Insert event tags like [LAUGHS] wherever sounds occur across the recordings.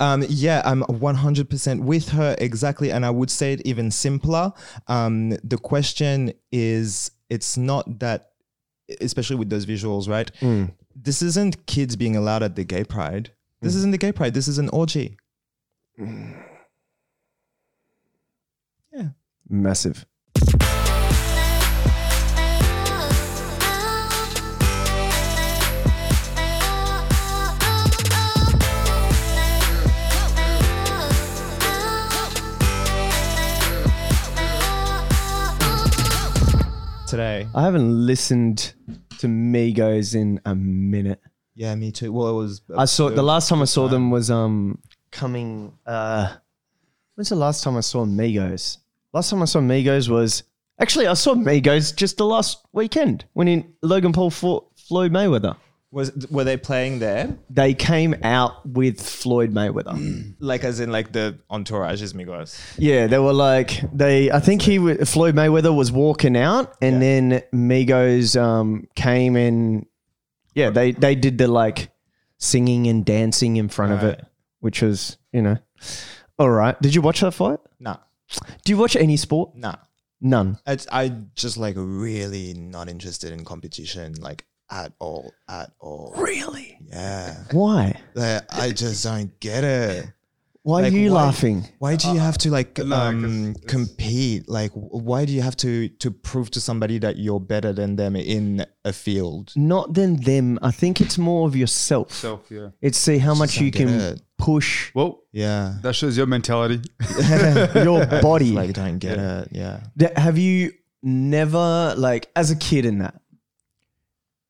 Um, yeah, I'm 100% with her exactly. And I would say it even simpler. Um, the question is it's not that, especially with those visuals, right? Hmm. This isn't kids being allowed at the gay pride. This Hmm. isn't the gay pride. This is an [SIGHS] orgy. Yeah. Massive. Today. I haven't listened to Migos in a minute. Yeah, me too. Well, it was. uh, I saw the last time I saw them was um coming. Uh, when's the last time I saw Migos? Last time I saw Migos was actually I saw Migos just the last weekend when in Logan Paul fought Floyd Mayweather. Was were they playing there? They came out with Floyd Mayweather. Like, as in, like the entourage is Migos. yeah, they were like they. I think he wa- Floyd Mayweather was walking out, and then Migos um came and yeah they they did the like singing and dancing in front of it, Right. which was you know all right. Did you watch that fight? Nah, Do you watch any sport? nah. None. It's, I just like really not interested in competition, like at all, at all. Really? Yeah, Why? Like, I just don't get it. Why Like, are you why- laughing? Why do you have to like no, 'cause um, it's- compete? Like, w- why do you have to to prove to somebody that you're better than them in a field? Not than them. I think it's more of yourself. Self, yeah. it's see how much don't you get can it. push Well, Yeah, that shows your mentality. your body. [LAUGHS] like don't get it. Yeah. Th- Have you never like as a kid in that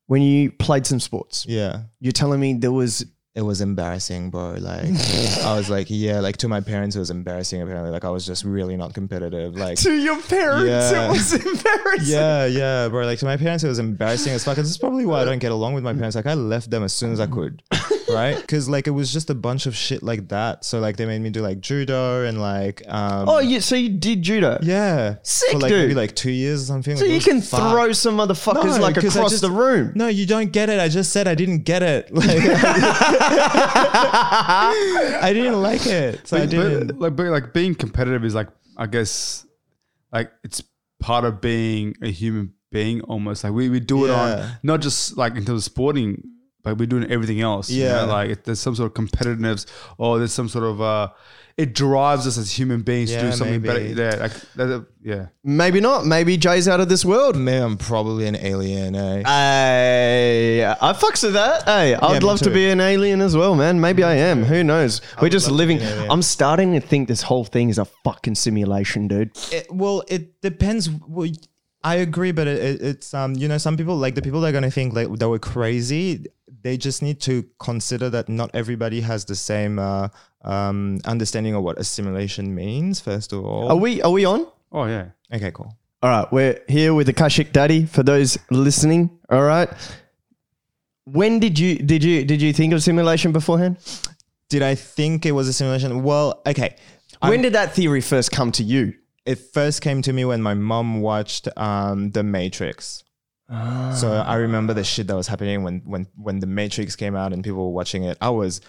when you played some sports? Yeah. You're telling me there was It was embarrassing, bro. Like [LAUGHS] I was like, yeah, like to my parents it was embarrassing apparently. Like I was just really not competitive. Like your parents. Yeah. [LAUGHS] was embarrassing. Yeah, yeah, bro. Like to my parents it was embarrassing as fuck. This is probably why I don't get along with my parents. Like I left them as soon as I could. Right? Cause like it was just a bunch of shit like that. So like they made me do like judo and like um Oh, you, so you did judo. yeah. Sick, For like dude. maybe like two years or something. So you can throw some motherfuckers like 'cause I across just- the room. No, you don't get it. I just said I didn't get it. [LAUGHS] Like I didn't like it. [LAUGHS] So I But- but, didn't. like, but like being competitive is like, I guess, like it's part of being a human being almost. Like we, we do it Yeah. on not just like in terms of sporting, but we're doing everything else. you know? Yeah. like if there's some sort of competitiveness or there's some sort of, uh, it drives us as human beings to Yeah, do something maybe. better. Yeah, like, that- that- yeah. Maybe not. Maybe Jay's out of this world. Man, I'm probably an alien, eh? Hey, I fucks with that. Hey, I'd me love to too. be an alien as well, man. Maybe I am. Who knows? We're just living. alien. I'm starting to think this whole thing is a fucking simulation, dude. It- well, it depends. Well, I agree, but it, it, it's um, you know, some people like the people that are gonna think like that we're crazy. They just need to consider that not everybody has the same uh, um, understanding of what assimilation means. First of all, Are we? Are we on? Oh, yeah. okay, cool. All right, we're here with the Kashik Daddy for those listening. All right. When did you did you did you think of simulation beforehand? Did I think it was assimilation? Well, okay. when did that theory first come to you? it first came to me when my mom watched um, The Matrix. So Ah. I remember the shit that was happening when when when The Matrix came out and people were watching it. I was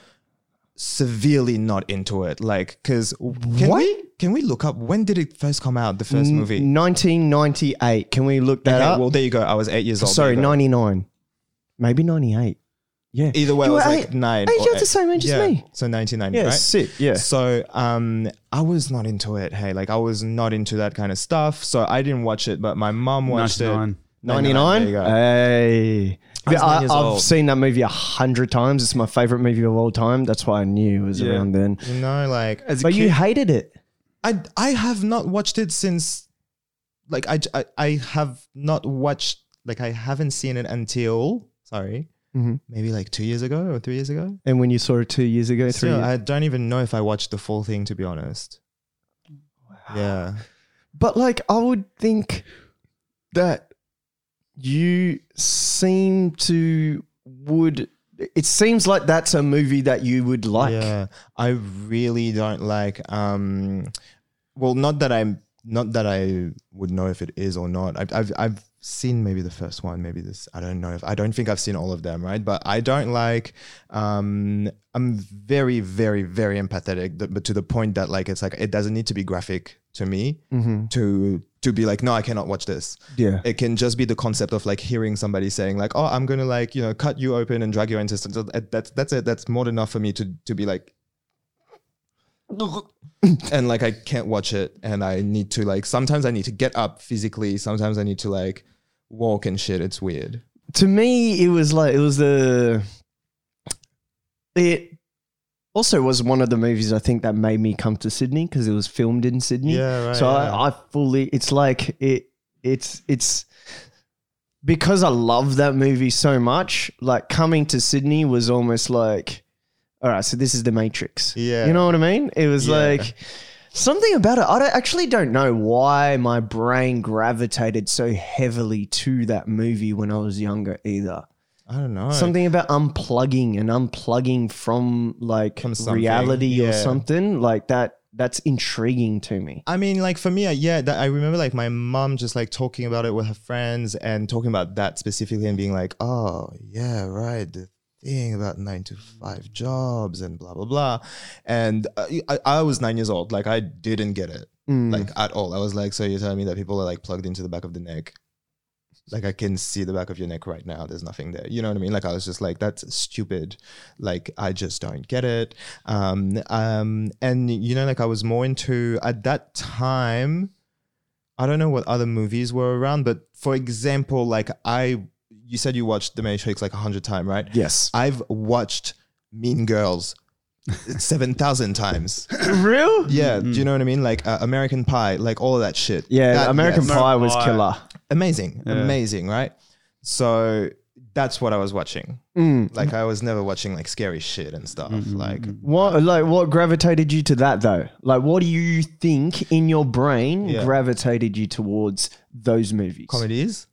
severely not into it. Like, cause can we can we look up when did it first come out? The first movie. 1998. Can we look that Okay, up? well, there you go. I was eight years old. uh, Sorry, There you go. 99. Maybe 98. Yeah. Either way, You I was were like eight- nine. Hey, or you're the eight. same age as yeah. me. So 1990, Yeah, right? sick, yeah. So um, I was not into it. Hey, like I was not into that kind of stuff. So I didn't watch it, but my mom watched it. 99. 99? There you go. Hey. I was nine years I, have old. seen that movie a hundred times. It's my favorite movie of all time. That's why I knew it was Yeah. around then. You know, like As a But kid, you hated it. I I have not watched it since, like I I, I have not watched like I haven't seen it until sorry Mhm. maybe like two years ago or three years ago. And when you saw it two years ago, three Still, years. I don't even know if I watched the full thing to be honest. Yeah, But like, I would think that you seem to would. It seems like that's a movie that you would like. yeah. I really don't like. Um, well, not that I'm not that I would know if it is or not. I've I've, I've seen maybe the first one, maybe this. I don't know if I don't think I've seen all of them, right? But I don't like. Um, I'm very, very, very empathetic, th- but to the point that like it's like it doesn't need to be graphic to me to to be like, no, I cannot watch this. [LAUGHS] Yeah. it can just be the concept of like hearing somebody saying like, oh, I'm gonna like you know cut you open and drag your intestines. That's that's it. That's more than enough for me to to be like [LAUGHS] and like I can't watch it and I need to like sometimes I need to get up physically, sometimes I need to like walk and shit. It's weird. to me it was like it was the it also was one of the movies I think that made me come to Sydney because it was filmed in Sydney. Yeah, right, So yeah. I, I fully it's like it it's it's because I love that movie so much, like coming to Sydney was almost like all right, so this is the Matrix. Yeah. You know what I mean? It was Yeah. like something about it. I don't, actually don't know why my brain gravitated so heavily to that movie when I was younger either. I don't know. Something about unplugging and unplugging from like From something, reality or yeah. something like that. That's intriguing to me. I mean, like for me, I- yeah, that, I remember like my mom just like talking about it with her friends and talking about that specifically and being like, oh, yeah, right. The thing about nine to five jobs and blah, blah, blah. And uh, I, I was nine years old. Like I didn't get it Mm. like at all. I was like, so you're telling me that people are like plugged into the back of the neck? Like I can see the back of your neck right now. There's nothing there. You know what I mean? Like I was just like, that's stupid. Like I just don't get it. Um, um, and you know, like I was more into at that time. I don't know what other movies were around, but for example, like I, you said you watched The Matrix like a hundred times, right? Yes. I've watched Mean Girls seven thousand times. Real? Yeah, do you know what I mean? Like uh, American Pie, like all of that shit. Mm-hmm. Yeah. That- American yes. Pie was Pie. killer. amazing, amazing, right? So that's what I was watching. Mm-hmm. Like I was never watching like scary shit and stuff. Like What like what gravitated you to that though? Like what do you think in your brain Yeah. gravitated you towards those movies? comedies,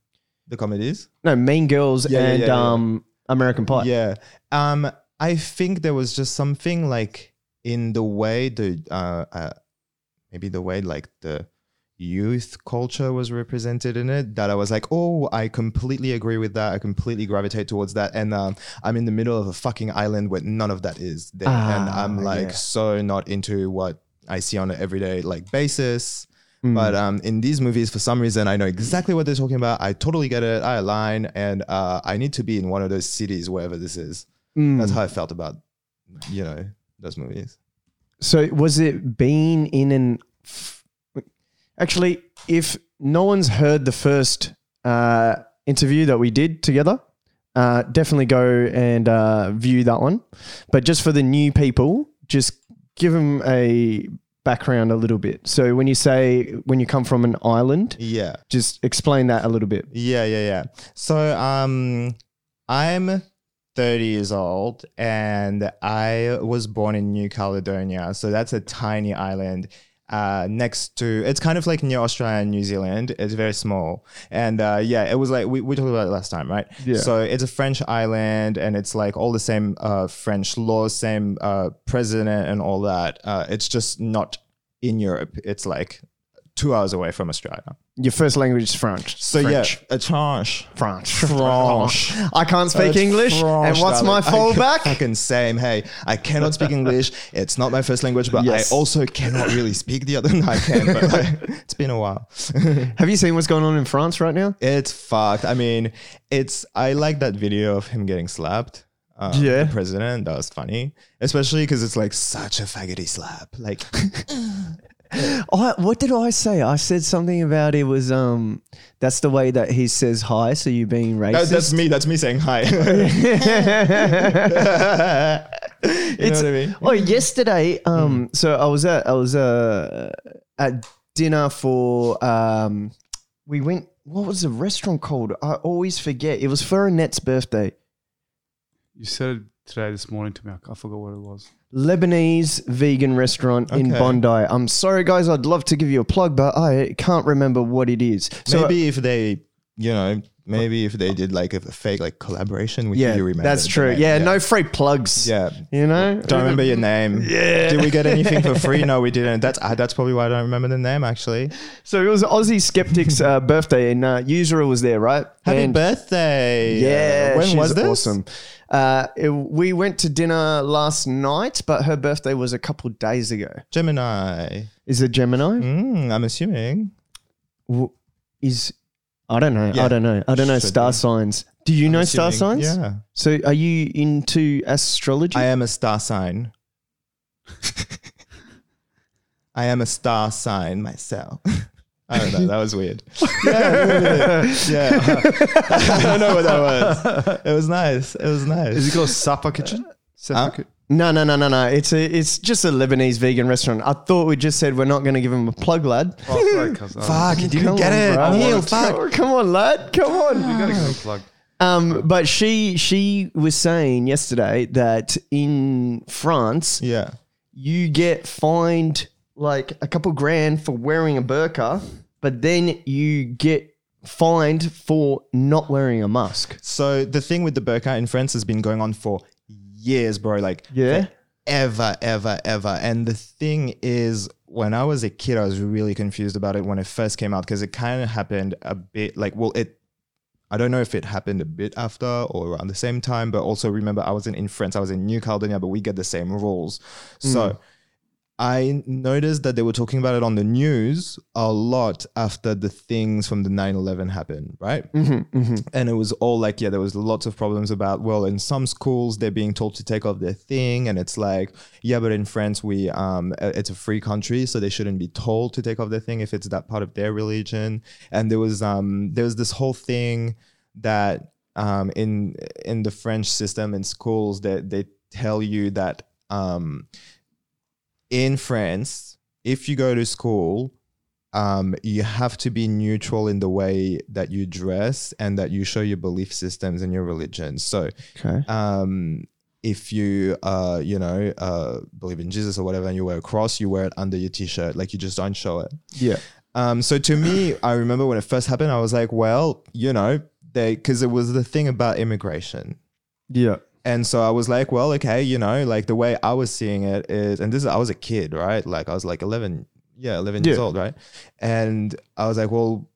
the comedies. No, Mean Girls Yeah, yeah, and yeah, yeah. um American Pie. Yeah. Um, I think there was just something like in the way the uh, uh maybe the way like the youth culture was represented in it that I was like, oh, I completely agree with that. I completely gravitate towards that. And um, I'm in the middle of a fucking island where none of that is there, and Ah, I'm like yeah. so not into what I see on an everyday like basis. Mm. But um, in these movies, for some reason, I know exactly what they're talking about. I totally get it. I align, and uh, I need to be in one of those cities, wherever this is. Mm. That's how I felt about, you know, those movies. So was it being in an actually if no one's heard the first uh, interview that we did together, uh, definitely go and uh, view that one. But just for the new people, just give them a background a little bit. So when you say when you come from an island, Yeah, just explain that a little bit. yeah, yeah, yeah. So um, I'm 30 years old, and I was born in New Caledonia. So that's a tiny island. Uh, next to it's kind of like near Australia and New Zealand. It's very small, and uh, yeah, it was like we, we talked about it last time, right? Yeah. So it's a French island, and it's like all the same uh, French laws, same uh, president, and all that. Uh, it's just not in Europe. It's like two hours away from Australia. Your first language is French. So French. yeah, a tranche. French. French. I can't speak Oh, It's English. French, and what's my darling. I c- fallback? Fucking same. Hey, I cannot speak English. It's not my first language, but Yes. I also cannot really speak the other. No, I can, but [LAUGHS] like, it's been a while. Have you seen what's going on in France right now? It's fucked. I mean, it's. I like that video of him getting slapped. Um, Yeah. the president. That was funny, especially because it's like such a faggoty slap. [LAUGHS] Like, [LAUGHS] I, what did I say? I said something about it was um that's the way that he says hi, so you're being that- racist. Oh, [LAUGHS] that's me. That's me saying hi. you know It's- what I mean? Mm. oh, yesterday, um, so I was at I was uh, at dinner for um, we went. What was the restaurant called? I always forget. It was for Annette's birthday. You said it today this morning to me. I forgot what it was. Lebanese vegan restaurant in Okay. Bondi. I'm sorry, guys. I'd love to give you a plug, but I can't remember what it is. [LAUGHS] So Maybe if they you know, maybe if they did like a fake like collaboration with Yeah, you, remember that's the true. name. Yeah, no free plugs. Yeah. you know. Don't remember your name. Yeah. Did we get anything for free? No, we didn't. That's uh, that's probably why I don't remember the name actually. So it was Aussie Skeptic's uh, birthday, and uh, Usurer was there, right? Happy And- birthday. Yeah, Uh, When she's was this? Awesome. Uh, it- we went to dinner last night, but her birthday was a couple days ago. Gemini. Is it Gemini? Mm, I'm assuming. W- Is I don't know. I Yeah. don't know. I don't know Should star be. signs. Do you know star Assuming- signs? Yeah. So are you into astrology? I am a star sign. [LAUGHS] I am a star sign myself. [LAUGHS] I don't know. That was weird. [LAUGHS] Yeah, yeah. [LAUGHS] I don't know what that was. It was nice. It was Is nice. it called Sapa Kitchen? Sapa Ki- no, no, no, no, no. It's a, it's just a Lebanese vegan restaurant. I thought we just said we're not going to give him a plug, lad. Oh, sorry, cuz. [LAUGHS] Um, Fuck, you didn't get it. bro. Neil, fuck. [LAUGHS] Come, come on, lad. Come on. you gotta give it a plug. Um, but she she was saying yesterday that in France Yeah. you get fined like a couple grand for wearing a burqa, but then you get fined for not wearing a mask. So the thing with the burqa in France has been going on for years, bro. Like Yeah. ever, ever, ever. And the thing is, when I was a kid, I was really confused about it when it first came out because it kind of happened a bit like, well, it, I don't know if it happened a bit after or around the same time, but also remember I wasn't in France, I was in New Caledonia, but we get the same rules. So I noticed that they were talking about it on the news a lot after the things from the 9 11 happened, right? Mm-hmm, and it was all like yeah there was lots of problems about well in some schools they're being told to take off their thing and it's like yeah but in france we um uh, it's a free country so they shouldn't be told to take off their thing if it's that part of their religion and there was um there was this whole thing that um in in the french system in schools that they tell you that um in france if you go to school um, you have to be neutral in the way that you dress and that you show your belief systems and your religion. So, Okay. um, if you, uh, you know, uh, believe in Jesus or whatever, and you wear a cross, you wear it under your t-shirt, like you just don't show it. Yeah. Um, so to me, I remember when it first happened, I was like, well, you know, they because it was the thing about immigration. Yeah. And so I was like, well, okay, you know, like the way I was seeing it is, and this is, I was a kid, right? Like I was like 11, yeah, 11 years Yeah. old, right? And I was like, well,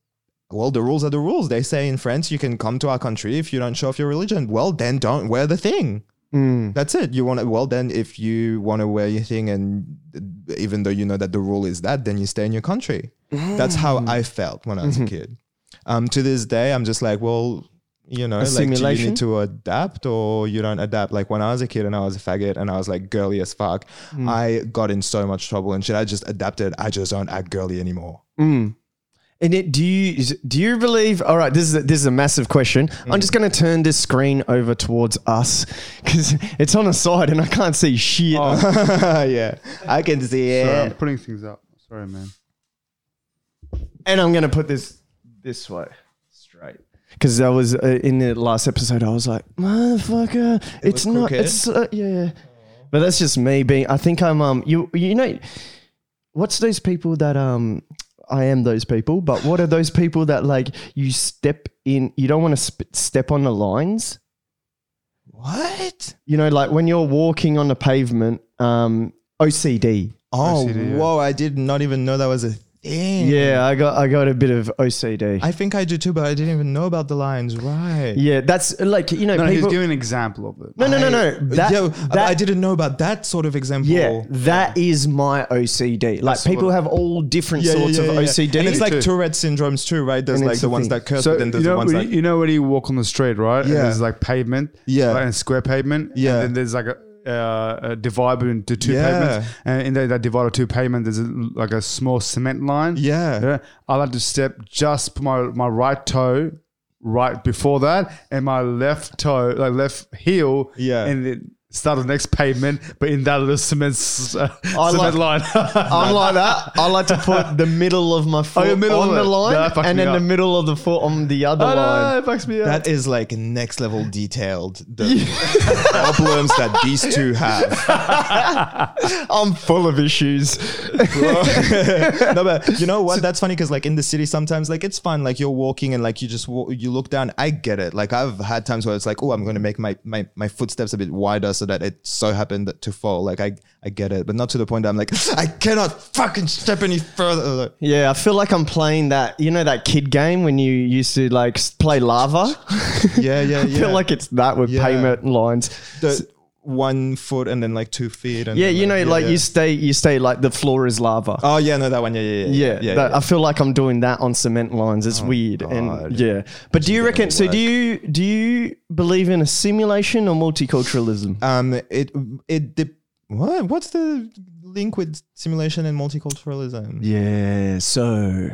well, the rules are the rules. They say in France, you can come to our country if you don't show off your religion. Well, then don't wear the thing. Mm. That's it. You want to, well, then if you want to wear your thing, and uh, even though you know that the rule is that, then you stay in your country. That's how I felt when I was a kid. Um, to this day, I'm just like, well, you know, like, do you Assimilation? need to adapt or you don't adapt? Like when I was a kid and I was a faggot and I was like girly as fuck, I got in so much trouble and shit. I just adapted. I just don't act girly anymore. [LAUGHS] And it, do you is- do you believe? All right, this is a, this is a massive question. I'm just going to turn this screen over towards us because [LAUGHS] it's on a side and I can't see shit. yeah, I can see it. Sorry, I'm putting things up. Sorry, man. and I'm gonna put this this way straight because that was uh, in the last episode. I was like, motherfucker, it's was not. crooked? It's uh, yeah, but that's just me being. I think I'm um you you know, what's those people that um. I am those people, but what are those people that like you step in? You don't want to sp- step on the lines What? you know, like when you're walking on the pavement, um, OCD. Oh, OCD, yeah. whoa! I did not even know that was a thing. Yeah, I got I got a bit of OCD. I think I do too, but I didn't even know about the lines. Right? yeah, that's like you know, No, he's people. giving an example of it. no, no, no, no. That, Yo, I- that I didn't know about that sort of example. yeah, that is my OCD. Like people have all different sorts of OCD. And it's like too. Tourette syndromes too, right? There's And like it's the the ones thing. that curse, So but then you there's the know, ones when that you know when you walk on the street, right? And Yeah. there's like pavement. Yeah. Like, and square pavement. Yeah. And then there's like a, uh, a divide between the two Yeah. pavements. And in that, that divide of two pavement, there's a, like a small cement line. Yeah. I like to step just put my my right toe right before that, and my left toe, like left heel. Yeah. And then start the next pavement, but in that little cement, s- uh, I cement [LAUGHS] like- line. [LAUGHS] I'm like that. I like to put the middle of my foot Oh, the middle on of the it. line, That fucked and me then the up. middle of the foot on the other Oh, no, line. it fucks [LAUGHS] me up. That is like next level detailed. [LAUGHS] The [LAUGHS] problems that these two have. I'm full of issues. [LAUGHS] No, [LAUGHS] but you know what? That's funny because like in the city, sometimes like it's fun. Like you're walking and like you just wa- you look down. I get it. Like I've had times where it's like, oh, I'm going to make my, my my footsteps a bit wider so that it so happened that- to fall. Like I I get it, but not to the point that I'm like I cannot fucking step any further. Like, Yeah, I feel like I'm playing that. You know that kid game when you used to like s- play [LAUGHS] lava. yeah, yeah, [LAUGHS] I yeah. feel like it's that with Yeah. pavement lines. the one foot and then like two feet. And Yeah, then, you know, like yeah. you stay, you stay like the floor is lava. Oh yeah, no, that one. Yeah, yeah, yeah. yeah, Oh, that, I feel like I'm doing that on cement lines. It's weird, God. and yeah. But do you reckon? So do you do you believe in assimilation or multiculturalism? Um, it it de- what what's the link with simulation and multiculturalism? yeah. So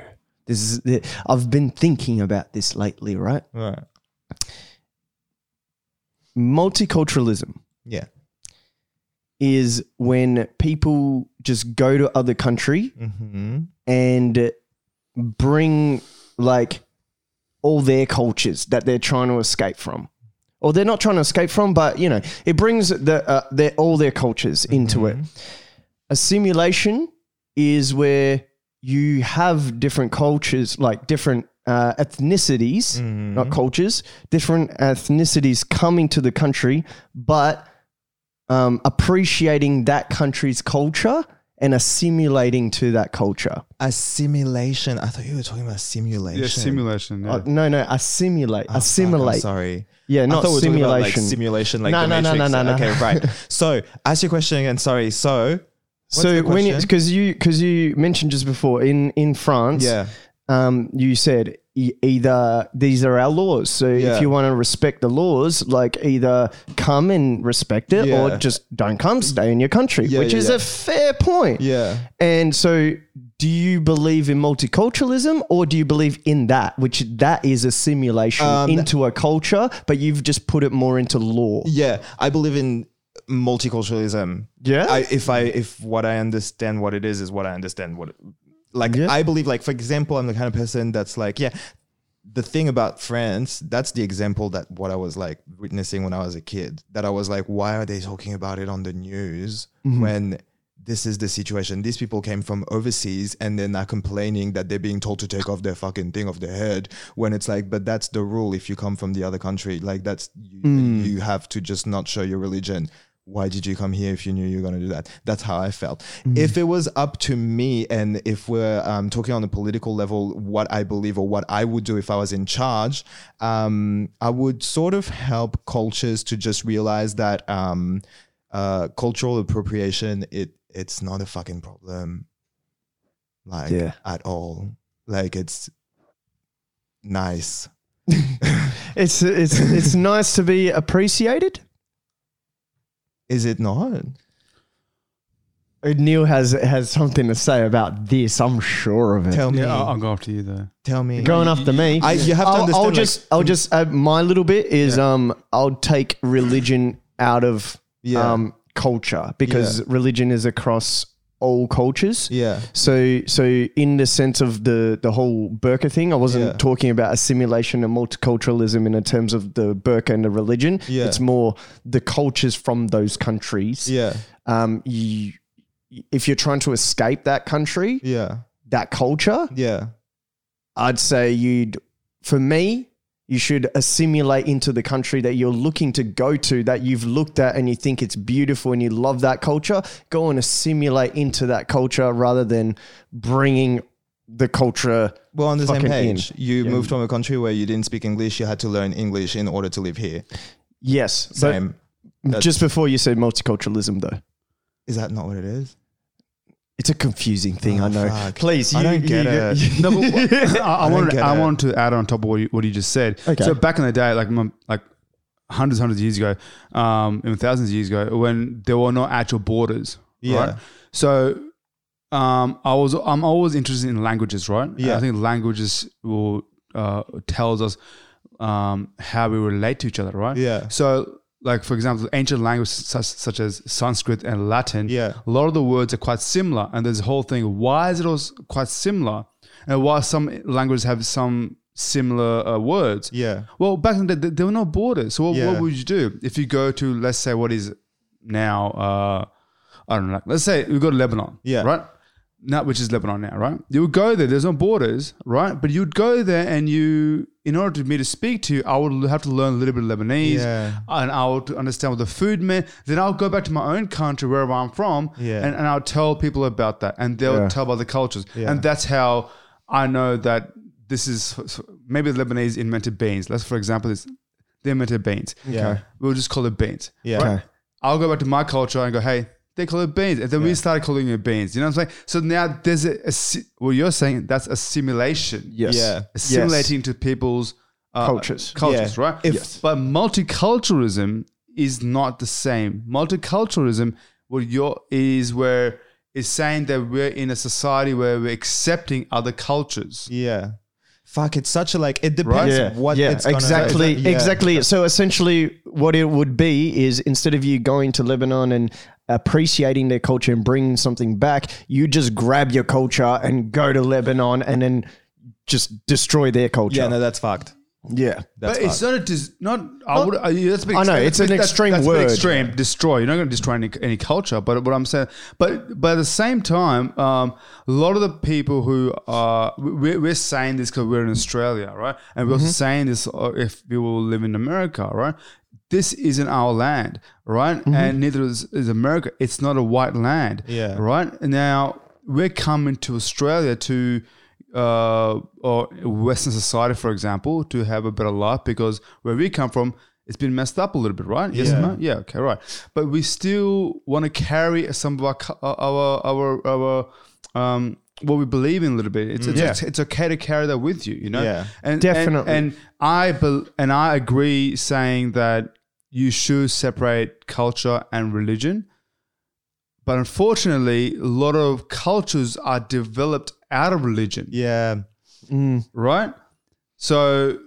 this is. The, I've been thinking about this lately, right? Right. Multiculturalism Yeah. is when people just go to other country Mm-hmm. and bring like all their cultures that they're trying to escape from or they're not trying to escape from but you know it brings the uh, their all their cultures into it assimilation is where you have different cultures like different uh, ethnicities not cultures different ethnicities coming to the country but um, appreciating that country's culture and assimilating to that culture Assimilation. I thought you were talking about simulation. yeah, simulation. Yeah. Uh, no, no, assimilate, Oh, fuck, I'm assimilate. sorry. Yeah, not I thought we were talking about, like simulation. simulation, like No, the no, no, Matrix. no, no, no. Okay, [LAUGHS] right. So, ask your question again. Sorry. So, what's so the when you question? because you because you mentioned just before in in France, yeah, um, you said e- either these are our laws. So Yeah. if you want to respect the laws, like either come and respect it, Yeah. or just don't come, stay in your country, Yeah, which yeah, is yeah. a fair point. yeah. And so, do you believe in multiculturalism, or do you believe in that, which that is a simulation Um, into a culture, but you've just put it more into law? Yeah, I believe in multiculturalism. Yeah? I, if I if what I understand what it is is what I understand what, like Yeah. I believe like for example I'm the kind of person that's like yeah, the thing about France that's the example that what I was like witnessing when I was a kid that I was like why are they talking about it on the news Mm-hmm. when this is the situation these people came from overseas and they're not complaining that they're being told to take off their fucking thing off their head when it's like but that's the rule if you come from the other country like that's you, Mm. you have to just not show your religion why did you come here if you knew you were going to do that? That's how I felt. Mm. If it was up to me, and if we're um, talking on a political level, what I believe or what I would do if I was in charge, um, I would sort of help cultures to just realize that um, uh, cultural appropriation it it's not a fucking problem, like Yeah. at all. Like it's nice. It's it's it's [LAUGHS] nice to be appreciated. Is it not? Neil has has something to say about this. I'm sure of it. Tell me. yeah, I'll, I'll go after you though. tell me. uh, Going after me, I- you have to I'll, understand, I'll like- just I'll just uh, my little bit is um I'll take religion out of Yeah. um culture because Yeah. religion is across all cultures. Yeah. So, so in the sense of the the whole burqa thing, I wasn't Yeah. talking about assimilation and multiculturalism in the terms of the burqa and the religion. Yeah. It's more the cultures from those countries. Yeah. Um, you, if you're trying to escape that country, Yeah. that culture, Yeah. I'd say you'd, for me, you should assimilate into the country that you're looking to go to, that you've looked at and you think it's beautiful and you love that culture. Go and assimilate into that culture rather than bringing the culture. Well, on the same fucking in. page, you moved from a country where you didn't speak English. You had to learn English in order to live here. Yes. but Same. just before you said multiculturalism, though. Is that not what it is? It's a confusing thing, I know. Oh, fuck. Please, you I don't get it. No, [LAUGHS] but what- I, I wanted get I it. wanted to add on top of what you, what you just said. Okay. So back in the day, like my, like hundreds hundreds of years ago, um, even thousands of years ago, when there were no actual borders. Yeah. Right? So, um, I was I'm always interested in languages, right? Yeah. I think languages will uh tells us um how we relate to each other, right? Yeah. So like for example, ancient languages such, such as Sanskrit and Latin, Yeah. a lot of the words are quite similar. And there's a whole thing. Why is it all s- quite similar? And why some languages have some similar uh, words? Yeah. Well, back in the day, th- there were no borders. So what, Yeah. what would you do if you go to, let's say, what is now, uh, I don't know, like, let's say we go to Lebanon, Yeah. right? Now, which is Lebanon now, right? You would go there. There's no borders, right? But you'd go there, and you, in order for me to speak to you, I would have to learn a little bit of Lebanese, Yeah. and I would understand what the food meant. Then I'll go back to my own country, wherever I'm from, Yeah. and, and I'll tell people about that, and they'll Yeah. tell about the cultures, Yeah. and that's how I know that this is maybe Lebanese invented beans. Let's, for example, this they invented beans. Yeah. we'll just call it beans. Yeah. right? I'll go back to my culture and go, hey, they call it beans. And then we started calling it beans. You know what I'm saying? So now there's a, a si- what you're saying, that's assimilation. Yes. Yeah. Assimilating to people's uh, Cultures. Cultures, Yeah. right? If- Yes. But multiculturalism is not the same. Multiculturalism what you're, is where it's saying that we're in a society where we're accepting other cultures. Yeah. Fuck, it's such a like, it depends Yeah. Right? what yeah. it's gonna- exactly. Yeah. Exactly. So essentially, what it would be is instead of you going to Lebanon and appreciating their culture and bringing something back, you just grab your culture and go to Lebanon and then just destroy their culture. Yeah, no, that's fucked. yeah. That's but it's fucked. not a dis- not. I would. Uh, yeah, that's a bit I know, extreme. it's an That's- extreme that's a bit word. Extreme destroy. You're not going to destroy any, any culture. But what I'm saying, but but at the same time, um, a lot of the people who are we're, we're saying this because we're in Australia, right? And we're Mm-hmm. also saying this uh, if we will live in America, right? This isn't our land, right? Mm-hmm. And neither is, is America. It's not a white land, Yeah. right? Now we're coming to Australia to uh, or Western society, for example, to have a better life because where we come from, it's been messed up a little bit, right? Yes, Yeah. ma'am? yeah, okay, right. But we still want to carry some of our cu- uh, our our our um, what we believe in a little bit. It's it's, Yeah. it's, it's okay to carry that with you, you know. Yeah. and Definitely. And, and I bel and I agree saying that you should separate culture and religion. But unfortunately, a lot of cultures are developed out of religion, yeah. right? So,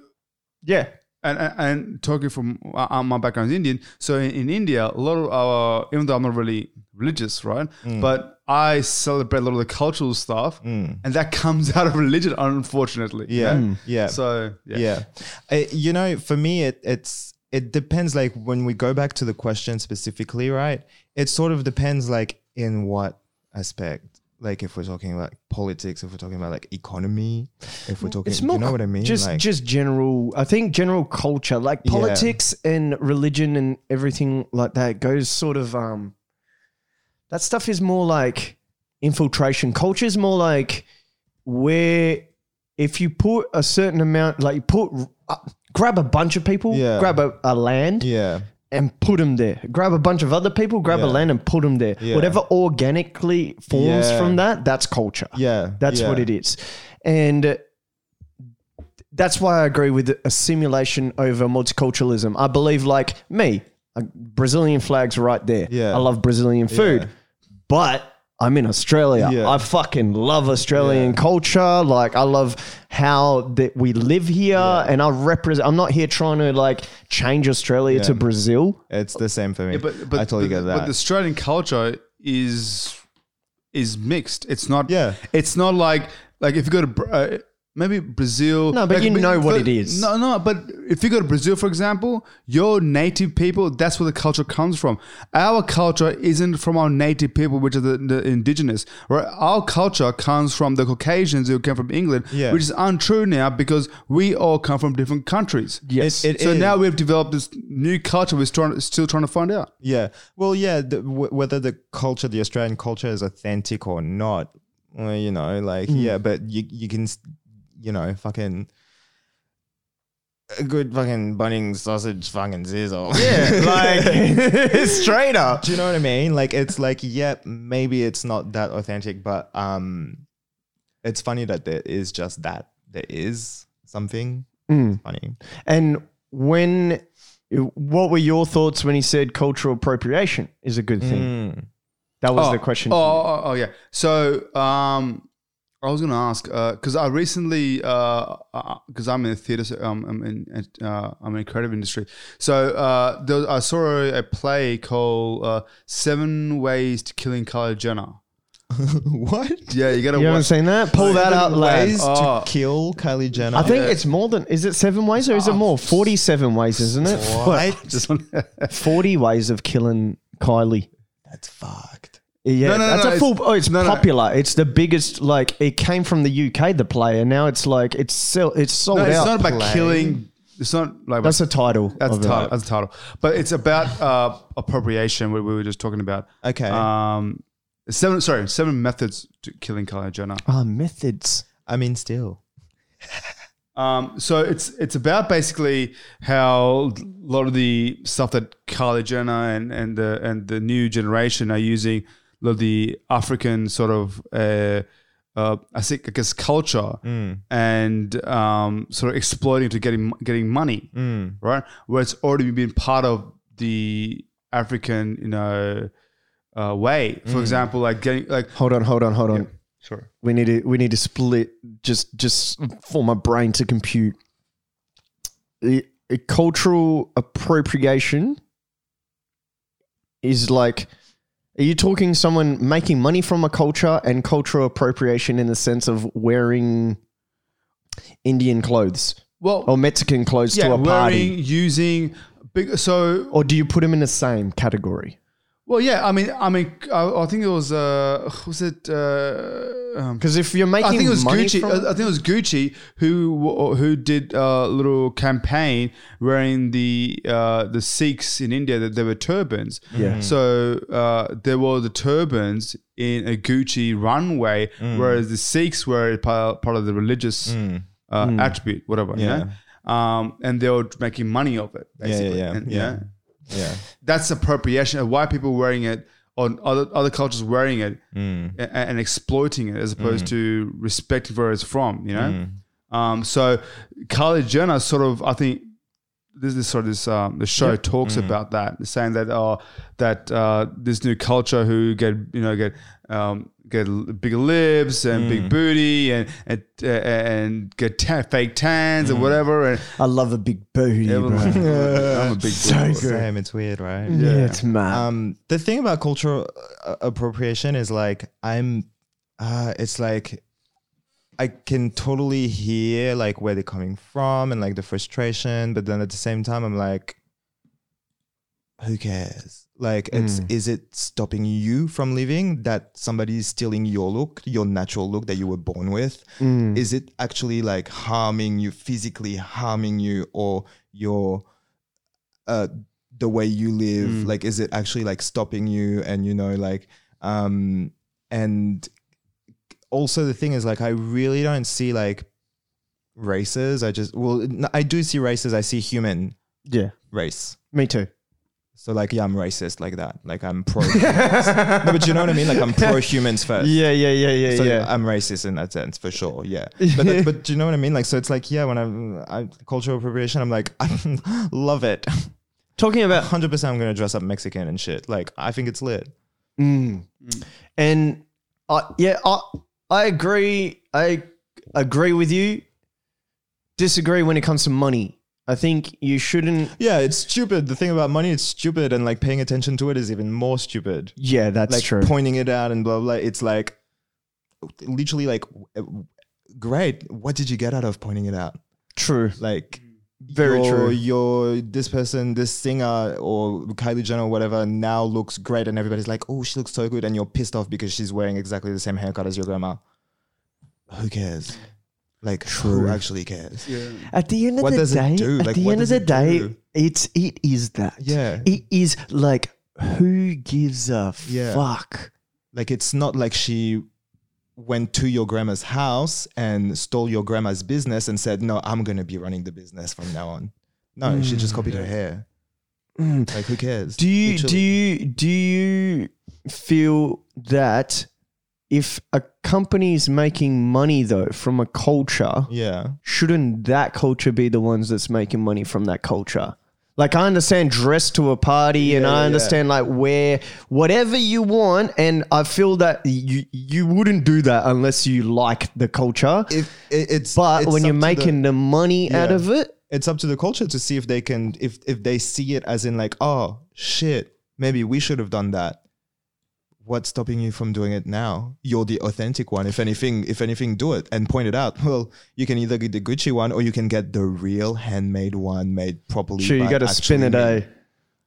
Yeah. and, and, and talking from uh, uh, my background is Indian. So in, in India, a lot of our, even though I'm not really religious, right? Mm. But I celebrate a lot of the cultural stuff, and that comes [LAUGHS] out of religion, unfortunately. you Yeah. know? Yeah. So, yeah. yeah. I- you know, for me, it, it's it depends. Like when we go back to the question specifically, right? It sort of depends, like in what aspect. Like if we're talking about politics, if we're talking about like economy, if we're talking, It's more you know what I mean? Just like, just general I think general culture, like Yeah. politics and religion and everything like that goes sort of um that stuff is more like infiltration. Culture is more like where if you put a certain amount like you put uh, grab a bunch of people, Yeah. grab a, a land yeah, and put them there. Grab a bunch of other people, grab a Yeah. land and put them there. Yeah. Whatever organically forms Yeah. from that, that's culture. yeah, That's yeah. what it is. And that's why I agree with assimilation over multiculturalism. I believe, like me, uh, Brazilian flags right there. Yeah. I love Brazilian food, Yeah. but I'm in Australia. Yeah. I fucking love Australian culture. Like, I love how that we live here, and I represent. I'm not here trying to like change Australia to Brazil. It's the same for me. Yeah, but, but I totally but, get that. But the Australian culture is is mixed. It's not. Yeah. It's not like like if you go to Br- uh, maybe Brazil. No, but like, you know what but- it is. No, no. But if you go to Brazil, for example, your native people. That's where the culture comes from. Our culture isn't from our native people, which are the, the indigenous. Right? Our culture comes from the Caucasians who came from England, Yeah. which is untrue now because we all come from different countries. Yes. It- it so is. now we've developed this new culture. We're trying, still trying to find out. Yeah. Well, yeah. The, w- whether the culture, the Australian culture, is authentic or not, well, you know, Hmm. like yeah. But you you can, s- you know, fucking a good fucking bunning sausage fucking sizzle. [LAUGHS] Yeah. like, [LAUGHS] straight up. Do you know what I mean? Like it's like yeah, maybe it's not that authentic, but um, it's funny that there is just that there is something Hmm. It's [LAUGHS] funny. And when, what were your thoughts when he said cultural appropriation Mm. is a good thing? That was the question. Oh, oh, oh, yeah. So, oh, um, I was going to ask because I recently because I'm in the theater, um, I'm in uh, I'm in the creative industry. So uh, there was, I saw a, a play called uh, Seven Ways to Killing Kylie Jenner. what? Yeah, you got to You haven't watch. seen that? Pull that out, lad. Ways Oh. to kill Kylie Jenner. I think it's more than. Is it seven ways or Oh. is it more? Forty-seven ways, isn't it? what? Just one. Forty ways of killing Kylie. That's fucked. Yeah, No, no, no, that's no, a it's- full. oh, it's no, no. popular. It's the biggest. Like it came from the UK, the play, and now it's like it's sell, it's sold No, it's out. not about play. killing. It's not like that's the title. That's of the title. It. That's the title. But it's about uh, appropriation, what we were just talking about. Okay. Um, seven. Sorry, seven methods to killing Kylie Jenner. Ah, methods. I mean, still. Um, so it's it's about basically how a lot of the stuff that Kylie Jenner and and the and the new generation are using, a lot of the African sort of. Uh, uh, I think I guess culture and um, sort of exploiting to getting getting money, right? Where it's already been part of the African, you know, uh, way. Mm. For example, like getting like Hold on, hold on, hold on. sorry, We need to we need to split just just for my brain to compute. I- I- cultural appropriation is like are you talking someone making money from a culture and cultural appropriation in the sense of wearing Indian clothes well, or Mexican clothes yeah, Oh, to a wearing, party? using big. So Or do you put them in the same category? Well, yeah, I mean, I mean, I, I think it was uh, was it? Uh, um, Because if you're making I think it was money Gucci. uh, from- I, I think it was Gucci who who did a little campaign wearing the uh, the Sikhs in India that there were turbans. Yeah. So uh, there were the turbans in a Gucci runway, whereas the Sikhs were part, part of the religious uh, attribute, whatever. Yeah. Yeah. Um, and they were making money of it. yeah, Basically. yeah, And, yeah. [LAUGHS] Yeah. that's appropriation of white people wearing it or other, other cultures wearing it a- and, exploiting it as opposed to respecting where it's from, you know? Um, so Kylie Jenner sort of, I think, this is sort of this um, the show talks about that, saying that uh, that uh, this new culture who get you know get um, get l- big lips and big booty and and, uh, and get ta- fake tans and whatever and I love a big booty. bro. [LAUGHS] I'm a big booty. Damn, it's weird, right? Yeah, it's mad. Uh, um, the thing about cultural uh, appropriation is like I'm, uh, it's like I can totally hear like where they're coming from and like the frustration, but then at the same time I'm like, who cares? Like, it's is it stopping you from living that somebody is stealing your look, your natural look that you were born with? Is it actually like harming you physically, harming you, or your uh, the way you live Mm. like is it actually like stopping you and you know like um and also the thing is like i really don't see like races i just well n- i do see races i see human yeah, race me too. so like yeah i'm racist like that like i'm [LAUGHS] pro no but you know what i mean like i'm pro humans first Yeah, yeah, yeah, yeah, so uh, yeah. I'm racist in that sense for sure. Yeah, [LAUGHS] but that- but do you know what I mean? Like, so it's like yeah, when I'm I, cultural appropriation, I'm like [LAUGHS] I love it. Talking about hundred percent I'm gonna dress up Mexican and shit. Like I think it's lit. Mm. Mm. and I yeah, I I agree. I agree with you. Disagree when it comes to money. I think you shouldn't. Yeah, it's stupid. The thing about money, it's stupid, and like paying attention to it is even more stupid. Yeah, that's Like pointing it out and blah blah. It's like literally like w- great. What did you get out of pointing it out? true. Like Very your, true. Your this person, this singer or Kylie Jenner or whatever now looks great, and everybody's like, oh, she looks so good, and you're pissed off because she's wearing exactly the same haircut as your grandma. Who cares? Like who actually cares? At the end of What the does it day, do? at Like, the what end of does the it day, do? it's it is that. Yeah. it is like who gives a Yeah. fuck? Like it's not like she went to your grandma's house and stole your grandma's business and said, "No, I'm going to be running the business from now on." No, she just copied her hair. Like who cares? Do you Literally. do you do you feel that if a company is making money though from a culture, Yeah. shouldn't that culture be the ones that's making money from that culture? Like I understand dress to a party and I understand like wear whatever you want and I feel that you you wouldn't do that unless you like the culture. If it, it's but it's when you're up to the- making the, money out Yeah. of it, it's up to the culture to see if they can if if they see it as in like oh shit maybe we should have done that what's stopping you from doing it now you're the authentic one if anything if anything do it and point it out [LAUGHS] well you can either get the gucci one or you can get the real handmade one made properly sure you by got to actually spin it. Hmm. made Eh?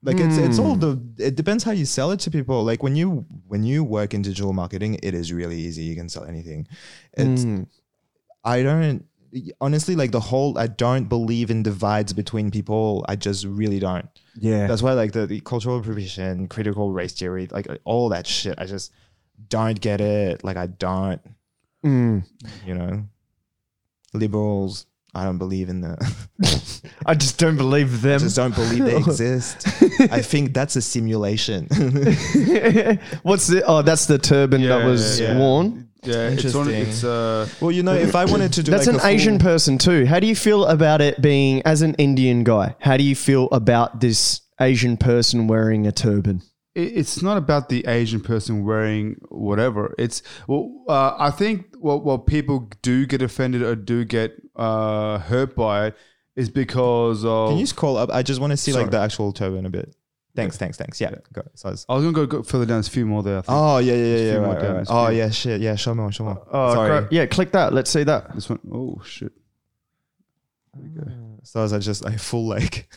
like it's it's all the it depends how you sell it to people like when you when you work in digital marketing it is really easy you can sell anything it's i don't honestly like the whole i don't believe in divides between people i just really don't Yeah. that's why like the, the cultural appropriation critical race theory like all that shit i just don't get it like i don't Mm. you know liberals i don't believe in the [LAUGHS] I just don't believe them. just don't believe [LAUGHS] they exist. I think that's a simulation. [LAUGHS] [LAUGHS] What's the? Oh, that's the turban that Yeah, was yeah. worn. Yeah, it's on. Interesting. It's uh, well, you know, if I wanted to do That's like an Asian person. person too. How do you feel about it being as an Indian guy? How do you feel about this Asian person wearing a turban? it- it's not about the Asian person wearing whatever. It's well, uh, I think what what people do get offended or do get uh, hurt by it is because of. Can you scroll up? I just want to see Sorry. like the actual turban a bit. Thanks, thanks, thanks. Yeah, go. So it's- I was gonna go, go further down. There's a few more there. I think. oh yeah, yeah, yeah, yeah. few more right, right, down, right. there's Oh few. yeah, shit. Yeah, show more, show more. Oh, Sorry, crap. Yeah, click that. Let's see that. This one oh shit. so I just I full like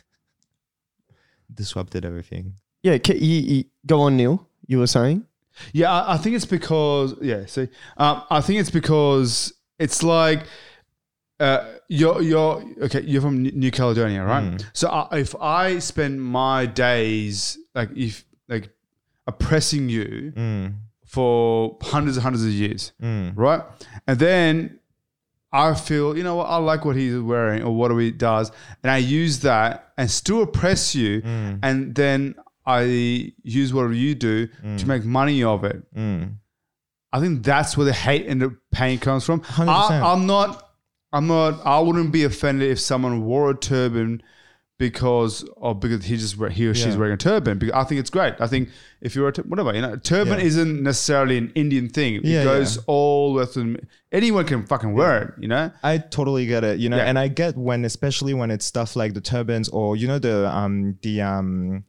[LAUGHS] disrupted everything. Yeah, ki- you- you- go on, Neil. You were saying. Yeah, I, I think it's because yeah. See, um, I think it's because it's like uh, you're you're okay. You're from New- New Caledonia, right? So I, if I spend my days like if like oppressing you for hundreds and hundreds of years, right? And then I feel, you know what, I like what he's wearing or what he does. And I use that and still oppress you. And then I use what you do to make money of it. mm. I think that's where the hate and the pain comes from. 100%. I, I'm not, I'm not, I wouldn't be offended if someone wore a turban because or because he just wear- he or she's Yeah. wearing a turban. Because I think it's great. I think if you're a tur- whatever, you know, a turban Yeah. isn't necessarily an Indian thing. Yeah, it goes yeah. all with them. Anyone can fucking wear it, you know. I totally get it, you know, Yeah. and I get when, especially when it's stuff like the turbans or you know the um the um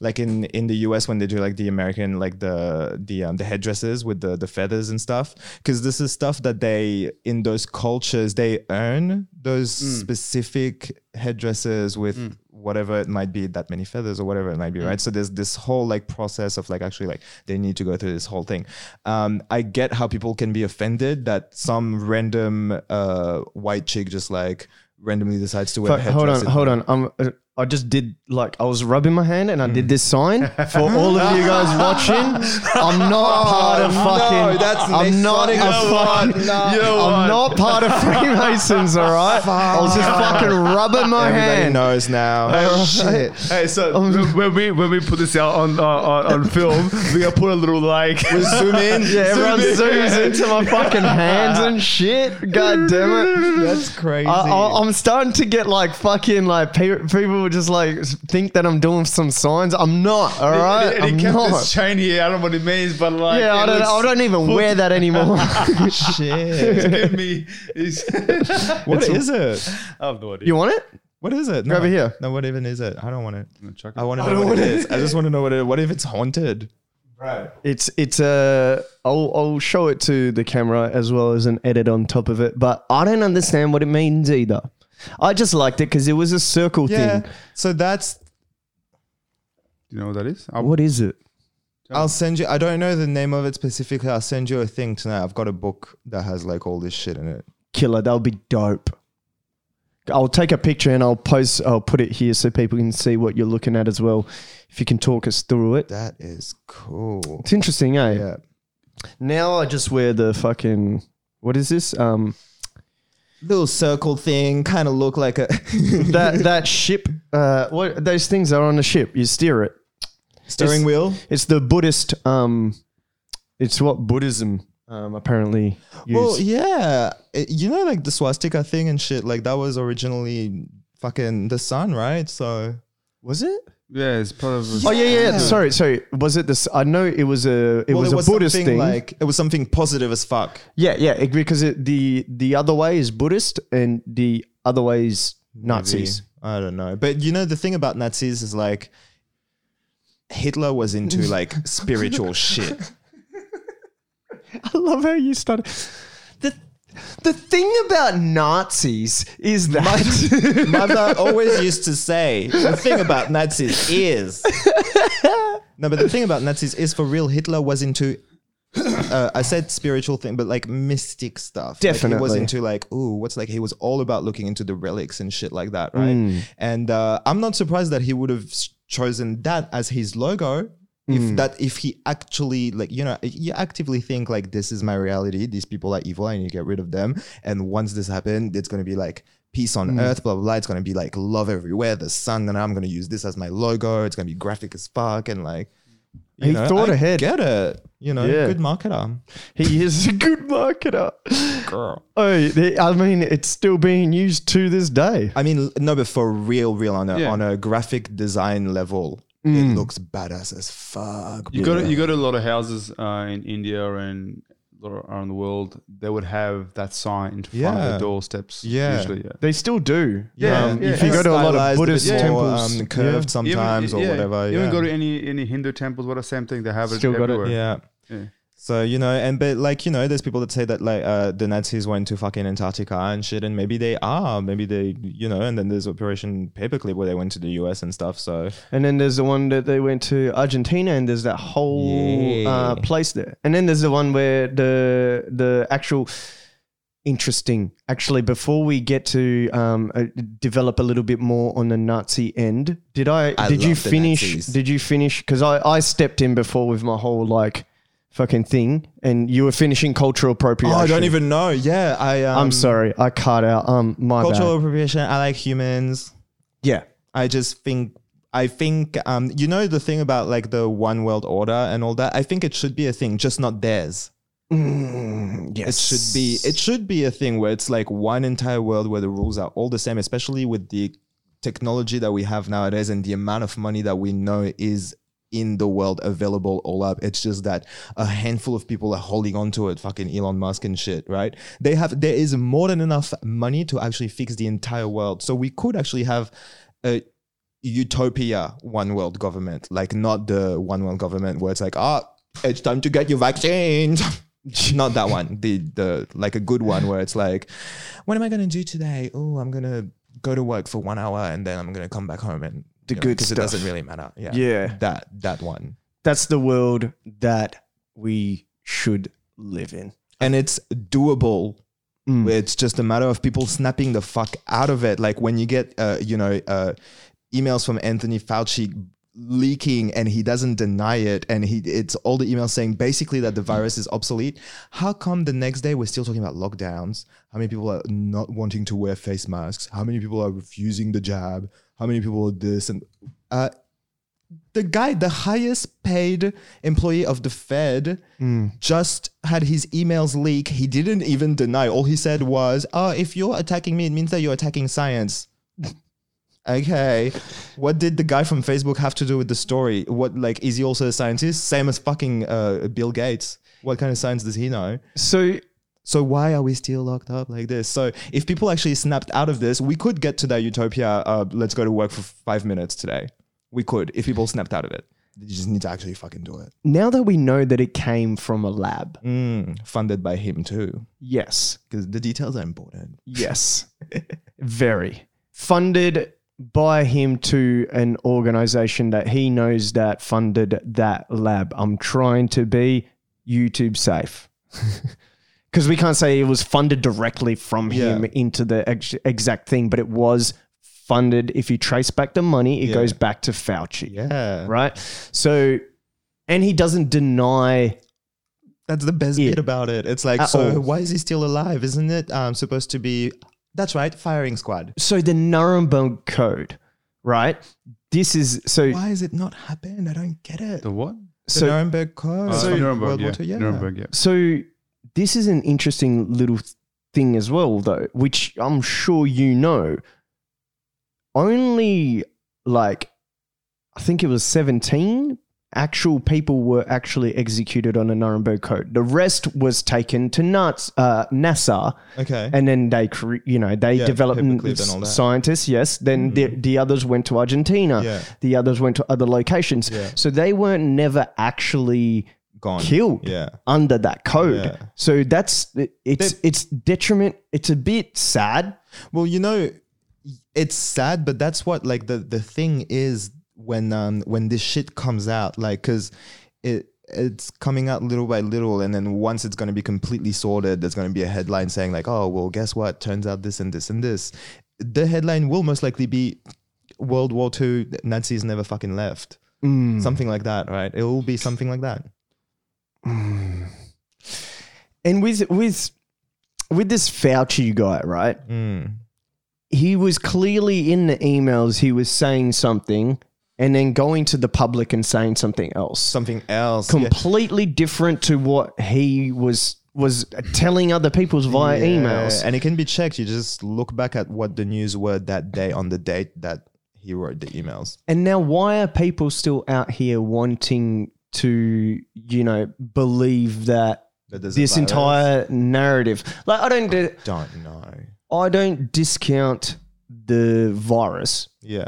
like in in the US when they do like the American like the the um, the headdresses with the the feathers and stuff because this is stuff that they in those cultures they earn those Mm. specific headdresses with whatever it might be that many feathers or whatever it might be Mm. right so there's this whole like process of like actually like they need to go through this whole thing um I get how people can be offended that some random uh white chick just like randomly decides to wear a Fuck, hold headdress on, hold on. I'm, uh, I just did like I was rubbing my hand and I Mm. did this sign for all of you [LAUGHS] guys watching. I'm Oh, not part of fucking. that's I'm next not time. a You know fucking. You know I'm what? not part [LAUGHS] of Freemasons. All right. I was just fucking rubbing my Everybody hand. knows now. Shit. Hey, [LAUGHS] so Um, when we when we put this out on uh, on, on film, we gonna put a little like [LAUGHS] Zoom in. Yeah, everyone zooms into my fucking hands and shit. God [LAUGHS] damn it. That's crazy. I, I, I'm starting to get like fucking like pe- people would just like s- think that I'm doing some signs. I'm not. All right, And he I'm kept not. this chain here. I don't know what it means, but like yeah, I it don't. I looks- don't even wear that [LAUGHS] anymore. Shit. Give me. Is, [LAUGHS] I What is it? have no [LAUGHS] idea. you want it? What is it? No, Grab it here. No, what even is it? I don't want it. check it. I want to know what it is. I just want to know what it. What if it's haunted? It's it's Uh, I'll I'll show it to the camera as well as an edit on top of it. But I don't understand what it means either. I just liked it because it was a circle Yeah. thing. So that's. Do you know what that is? I, What is it? I'll send you. I don't know the name of it specifically. I'll send you a thing tonight. I've got a book that has like all this shit in it. killer. That'll be dope. I'll take a picture and I'll post. I'll put it here so people can see what you're looking at as well. If you can talk us through it, That is cool. [LAUGHS] it's interesting, eh? Yeah. Now I just wear the fucking what is this? Um, Little circle thing, kind of look like a [LAUGHS] that that ship. Uh, what those things are on a ship. You steer it. steering wheel. It's the Buddhist. Um, it's what Buddhism um apparently. Used. Well, yeah, It- you know, like the swastika thing and shit. Like that was originally fucking the sun, right? So Was it? Yeah, it's part of. Oh yeah, yeah. yeah. Sorry, sorry. Was it this? I know it was a it was it a was Buddhist something thing. like it was something positive as fuck. yeah, yeah. it- because it, the the other way is Buddhist and the other way is Nazis. I don't know. But you know, the thing about Nazis is like Hitler was [LAUGHS] into like spiritual shit. I love how you started. The the thing about Nazis is that [LAUGHS] Mother always used to say, the thing about Nazis is. No, but the thing about Nazis is for real, Hitler was into. Uh, I said spiritual thing, but like mystic stuff. Like, he was Definitely. into like, ooh, what's like, he was all about looking into the relics and shit like that, right? And uh, I'm not surprised that he would have s- chosen that as his logo. If that, if he actually like, you know, you actively think like, this is my reality. These people are evil, and you get rid of them. And once this happened, it's gonna be like peace on earth, blah blah blah. It's gonna be like love everywhere, the sun, and I'm gonna use this as my logo. It's gonna be graphic as fuck, and like He thought ahead. Get it. You know, Yeah. good marketer. [LAUGHS] he is a good marketer. Girl. Oh, they- I mean, it's still being used to this day. I mean, no, but for real, real on a, Yeah. on a graphic design level, it looks badass as fuck. You bro. go to you go to a lot of houses uh, in India and a lot around the world. They would have that sign in front of Yeah. the doorsteps. Yeah. usually, yeah. They still do. Yeah, Um, yeah. if you go to a lot of Stylized, a Buddhist bit more, temples, um, curved yeah. sometimes even, or yeah, whatever. Even yeah. go to any any Hindu temples, what the same thing. They have it Still got it. everywhere. Yeah. Yeah. So you know, and but like you know, there's people that say that like uh, the Nazis went to fucking Antarctica and shit, and maybe they are, maybe they, you know, and then there's Operation Paperclip where they went to the US and stuff. So And then there's the one that they went to Argentina, and there's that whole Yeah. uh, place there. And then there's the one where the the actual interesting. Actually, before we get to um, uh, develop a little bit more on the Nazi end, did I, I did you love the finish? Nazis. Did you finish? Because I I stepped in before with my whole like fucking thing, and you were finishing cultural appropriation. oh, I don't even know. Yeah, I. Um, I'm sorry, I cut out. Um, my Cultural bad. appropriation. I like humans. Yeah. I just think I think um you know the thing about like the one world order and all that. I think it should be a thing, just not theirs. It yes. should be it should be a thing where it's like one entire world where the rules are all the same, especially with the technology that we have nowadays and the amount of money that we know is in the world available all up. It's just that a handful of people are holding on to it, fucking Elon Musk and shit, right? They have there is more than enough money to actually fix the entire world. So we could actually have a utopia one world government, like not the one world government where it's like, ah, it's time to get your vaccines. [LAUGHS] not that one. The the like a good one where it's like, what am I gonna do today? Oh, I'm gonna go to work for one hour and then I'm gonna come back home and The you know, good 'cause It stuff. doesn't really matter. Yeah. Yeah. That that one. that's the world that we should live in. and it's doable. Mm. It's just a matter of people snapping the fuck out of it. Like when you get, uh, you know, uh, emails from Anthony Fauci leaking and he doesn't deny it, and he it's all the emails saying basically that the virus is obsolete. How come the next day we're still talking about lockdowns? How many people are not wanting to wear face masks? How many people are refusing the jab? How many people are this and uh, the guy, the highest paid employee of the Fed, just had his emails leak. He didn't even deny. All he said was, "Oh, if you're attacking me, it means that you're attacking science." [LAUGHS] okay, what did the guy from Facebook have to do with the story? What like is he also a scientist? Same as fucking uh, Bill Gates. What kind of science does he know? So So why are we still locked up like this? So if people actually snapped out of this, we could get to that utopia. Uh, let's go to work for five minutes today. We could if people snapped out of it. You just need to actually fucking do it. now that we know that it came from a lab, Mm, funded by him too, yes, because the details are important. yes, very funded by him to an organization that he knows that funded that lab. I'm trying to be YouTube safe. [LAUGHS] Because we can't say it was funded directly from him into the ex- exact thing, but it was funded. If you trace back the money, it goes back to Fauci. Yeah, right? So, and he doesn't deny. that's the best Yeah. bit about it. It's like, At so all. why is he still alive? Isn't it um, supposed to be? That's right, firing squad. So the Nuremberg Code, right? This is so. Why has it not happened? I don't get it. The The, what? So Nuremberg Oh, Code. Uh, from Nuremberg, World yeah. War Two, yeah. Nuremberg, yeah. so this is an interesting little thing as well, though, which I'm sure you know. Only like I think it was 17 actual people were actually executed on a Nuremberg Code. The rest was taken to Nats, uh, NASA. Okay. And then they, cre- you know, they Yeah, developed paperclip and all that. Mm-hmm. scientists. Yes. Then the, the others went to Argentina. Yeah. The others went to other locations. So they weren't never actually Gone. killed Yeah. under that code. Yeah. So that's it's That- it's detriment. It's a bit sad. Well, you know, it's sad, but that's what like the the thing is when um when this shit comes out, like because it it's coming out little by little, and then once it's gonna be completely sorted, there's gonna be a headline saying like, oh well, guess what? Turns out this and this and this. The headline will most likely be World War II. Nazis never fucking left. Something like that, right? It will be something like that. And with with with this Fauci guy, right? Mm. He was clearly in the emails. He was saying something, and then going to the public and saying something else, Something else. yeah. completely different to what he was was telling other people's via Yeah, emails. And it can be checked. You just look back at what the news were that day on the date that he wrote the emails. And now, why are people still out here wanting to, you know, believe that That there's a this virus. entire narrative? Like, I don't, di- Don't know. I don't discount the virus, Yeah,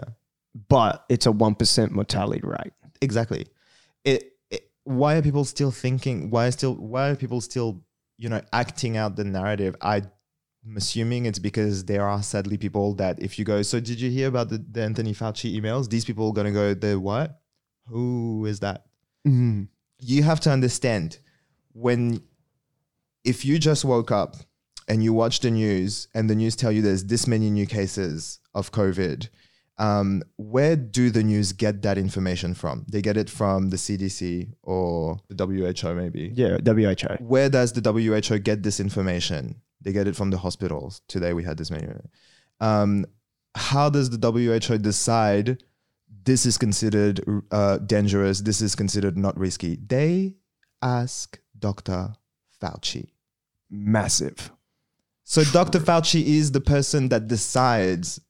but it's a one percent mortality rate. exactly. It, it. Why are people still thinking? Why are still? Why are people still? You know, acting out the narrative. I. am assuming it's because there are sadly people that if you go, so did you hear about the, the Anthony Fauci emails? These people are gonna go, the what? Who is that? Mm-hmm. you have to understand when if you just woke up and you watch the news and the news tell you there's this many new cases of covid um, where do the news get that information from they get it from the cdc or the who maybe Yeah, WHO. where does the who get this information they get it from the hospitals today we had this many um, how does the who decide this is considered uh, dangerous, this is considered not risky. They ask Dr. Fauci. Massive. So Dr. Fauci is the person that decides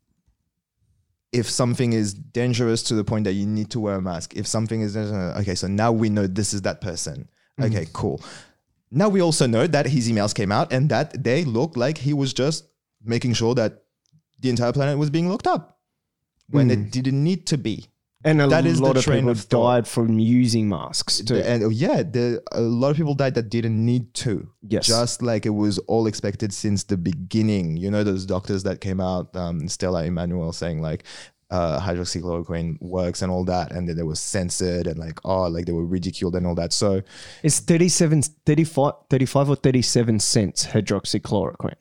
if something is dangerous to the point that you need to wear a mask. If something is dangerous, okay, so now we know this is that person. Okay, cool. Now we also know that his emails came out and that they looked like he was just making sure that the entire planet was being looked up when it didn't need to be. And a That is the lot of train people of thought. died from using masks too. The- and oh, yeah, the, a lot of people died that didn't need to. Yes. Just like it was all expected since the beginning. You know, those doctors that came out, um, Stella Emanuel saying like, uh, hydroxychloroquine works and all that. And then they were censored and like, oh, like they were ridiculed and all that. So It's 37, 35, 35 or 37 cents hydroxychloroquine.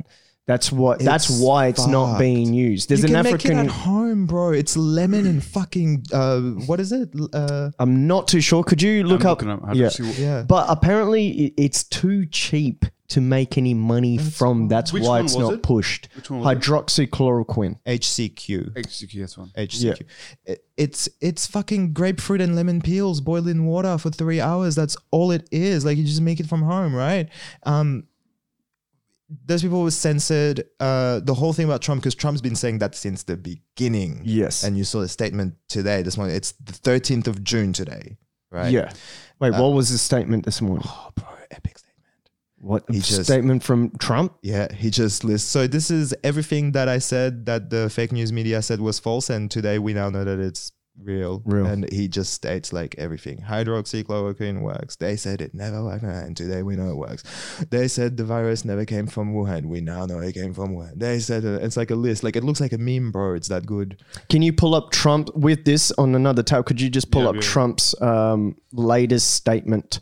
That's what. that's It's why it's not fucked. being used. There's you an can African. make it at home, bro. It's lemon and fucking, uh, what is it? Uh, I'm not too sure. Could you look I'm up? looking up how to yeah. see what- yeah. But apparently, i- it's too cheap to make any money from. That's Which why one it's was not it? pushed. Which one was it? Hydroxychloroquine. HCQ. HCQ, that's one. HCQ. It- It's it's fucking grapefruit and lemon peels boiled in water for three hours. That's all it is. Like you just make it from home, right? Um, those people were censored. Uh, the whole thing about Trump, because Trump's been saying that since the beginning. Yes. And you saw the statement today. This morning, it's the thirteenth of June today, right? Uh, Yeah. Wait, what was the statement this morning? Oh, bro, epic statement. What just- statement from Trump? Yeah, he just lists. So this is everything that I said that the fake news media said was false, and today we now know that it's real. Real. And he just states like everything. Hydroxychloroquine works. They said it never worked, and today we know it works. They said the virus never came from Wuhan. We now know it came from Wuhan. They said it. it's like a list. Like it looks like a meme, bro. It's that good. Can you pull up Trump with this on another tab? Could you just pull Yeah, up yeah. Trump's um, latest statement?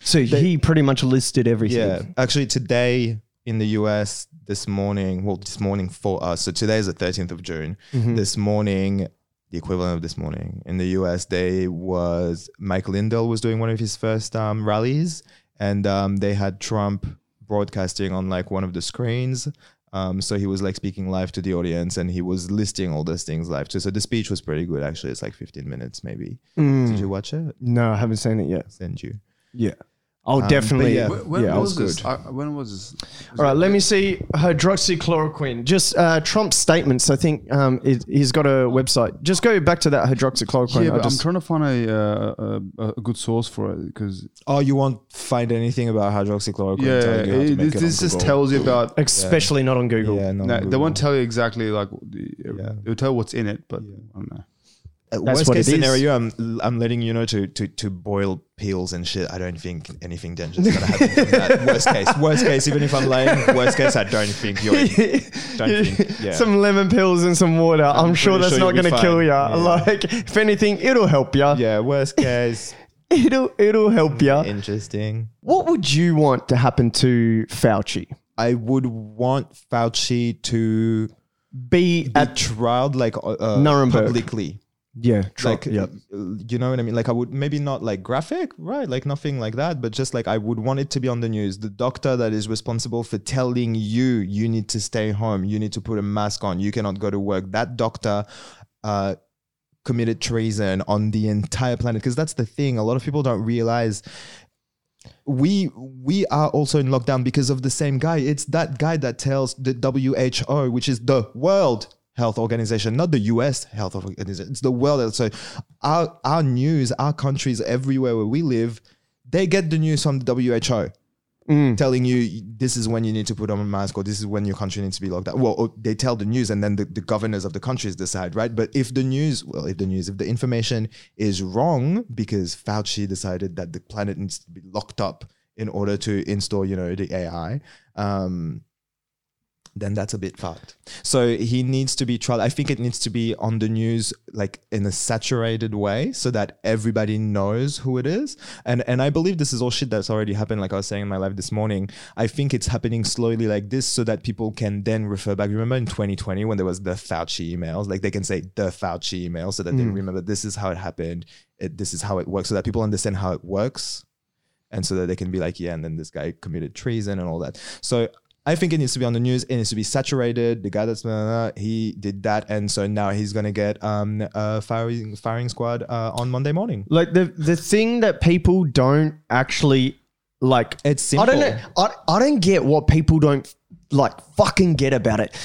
So he pretty much listed everything. Yeah. Actually, today in the US, this morning, well, this morning for us, so today is the 13th of June. This morning, the equivalent of this morning in the US, they was Mike Lindell was doing one of his first um, rallies, and um, they had Trump broadcasting on like one of the screens. Um, so he was like speaking live to the audience and he was listing all those things live too. So the speech was pretty good actually. It's like 15 minutes maybe. Did you watch it? No, I haven't seen it yet. Send you. Yeah. Oh, definitely. yeah. Yeah, Wh- When I was, was this? good. I, when was this? All right, let me see hydroxychloroquine. Just uh, Trump's statements. I think um, it, he's got a website. Just go back to that hydroxychloroquine. Yeah, I'll but I'm just- trying to find a, uh, a a good source for it because Oh, you won't find anything about hydroxychloroquine. yeah, telling you how to it- make this, it this on just Google. tells you about. especially not on Google. [LAUGHS] Yeah, no, No, they Google. won't tell you exactly like the- Yeah. it'll tell you what's in it, but I don't know. Uh, That's worst what case it is. scenario, I'm I'm letting you know to to to boil peels and shit. I don't think anything dangerous is gonna happen. from [LAUGHS] that. Worst case, worst case. Even if I'm lying, worst case, I don't think [LAUGHS] you're. Don't think. Yeah. Some lemon pills and some water. I'm, sure pretty that's sure not you'll going be to kill fine. you. Yeah. Like, if anything, it'll help you. yeah. Worst case. It'll it'll help you. Interesting. What would you want to happen to Fauci? I would want Fauci to Be be at trialed like uh, uh, Nuremberg. publicly. yeah, tr- like yep. you know what I mean. Like I would maybe not like graphic, right? Like nothing like that, but just like I would want it to be on the news. The doctor that is responsible for telling you you need to stay home, you need to put a mask on, you cannot go to work. That doctor. Uh, committed treason on the entire planet because that's the thing a lot of people don't realize we we are also in lockdown because of the same guy it's that guy that tells the WHO which is the world health organization not the US health organization it's the world so our our news our countries everywhere where we live they get the news from the WHO telling you this is when you need to put on a mask or this is when your country needs to be locked down. Well, or they tell the news and then the, the governors of the countries decide, right? But if the news, well, if the news, if the information is wrong because Fauci decided that the planet needs to be locked up in order to install, you know, the AI, um, then that's a bit fucked. So he needs to be tried. I think it needs to be on the news, like in a saturated way, so that everybody knows who it is. And and I believe this is all shit that's already happened. Like I was saying in my live this morning, I think it's happening slowly like this, so that people can then refer back. Remember in 2020 when there was the Fauci emails, like they can say the Fauci email, so that they remember this is how it happened. It, this is how it works, so that people understand how it works and so that they can be like, yeah, and then this guy committed treason and all that. So I think it needs to be on the news. It needs to be saturated. The guy that's blah, blah, blah, he did that, and so now he's gonna get um a firing firing squad uh, on Monday morning. like the the thing that people don't actually like It's simple. I don't know. I, I don't get what people don't like fucking get about it.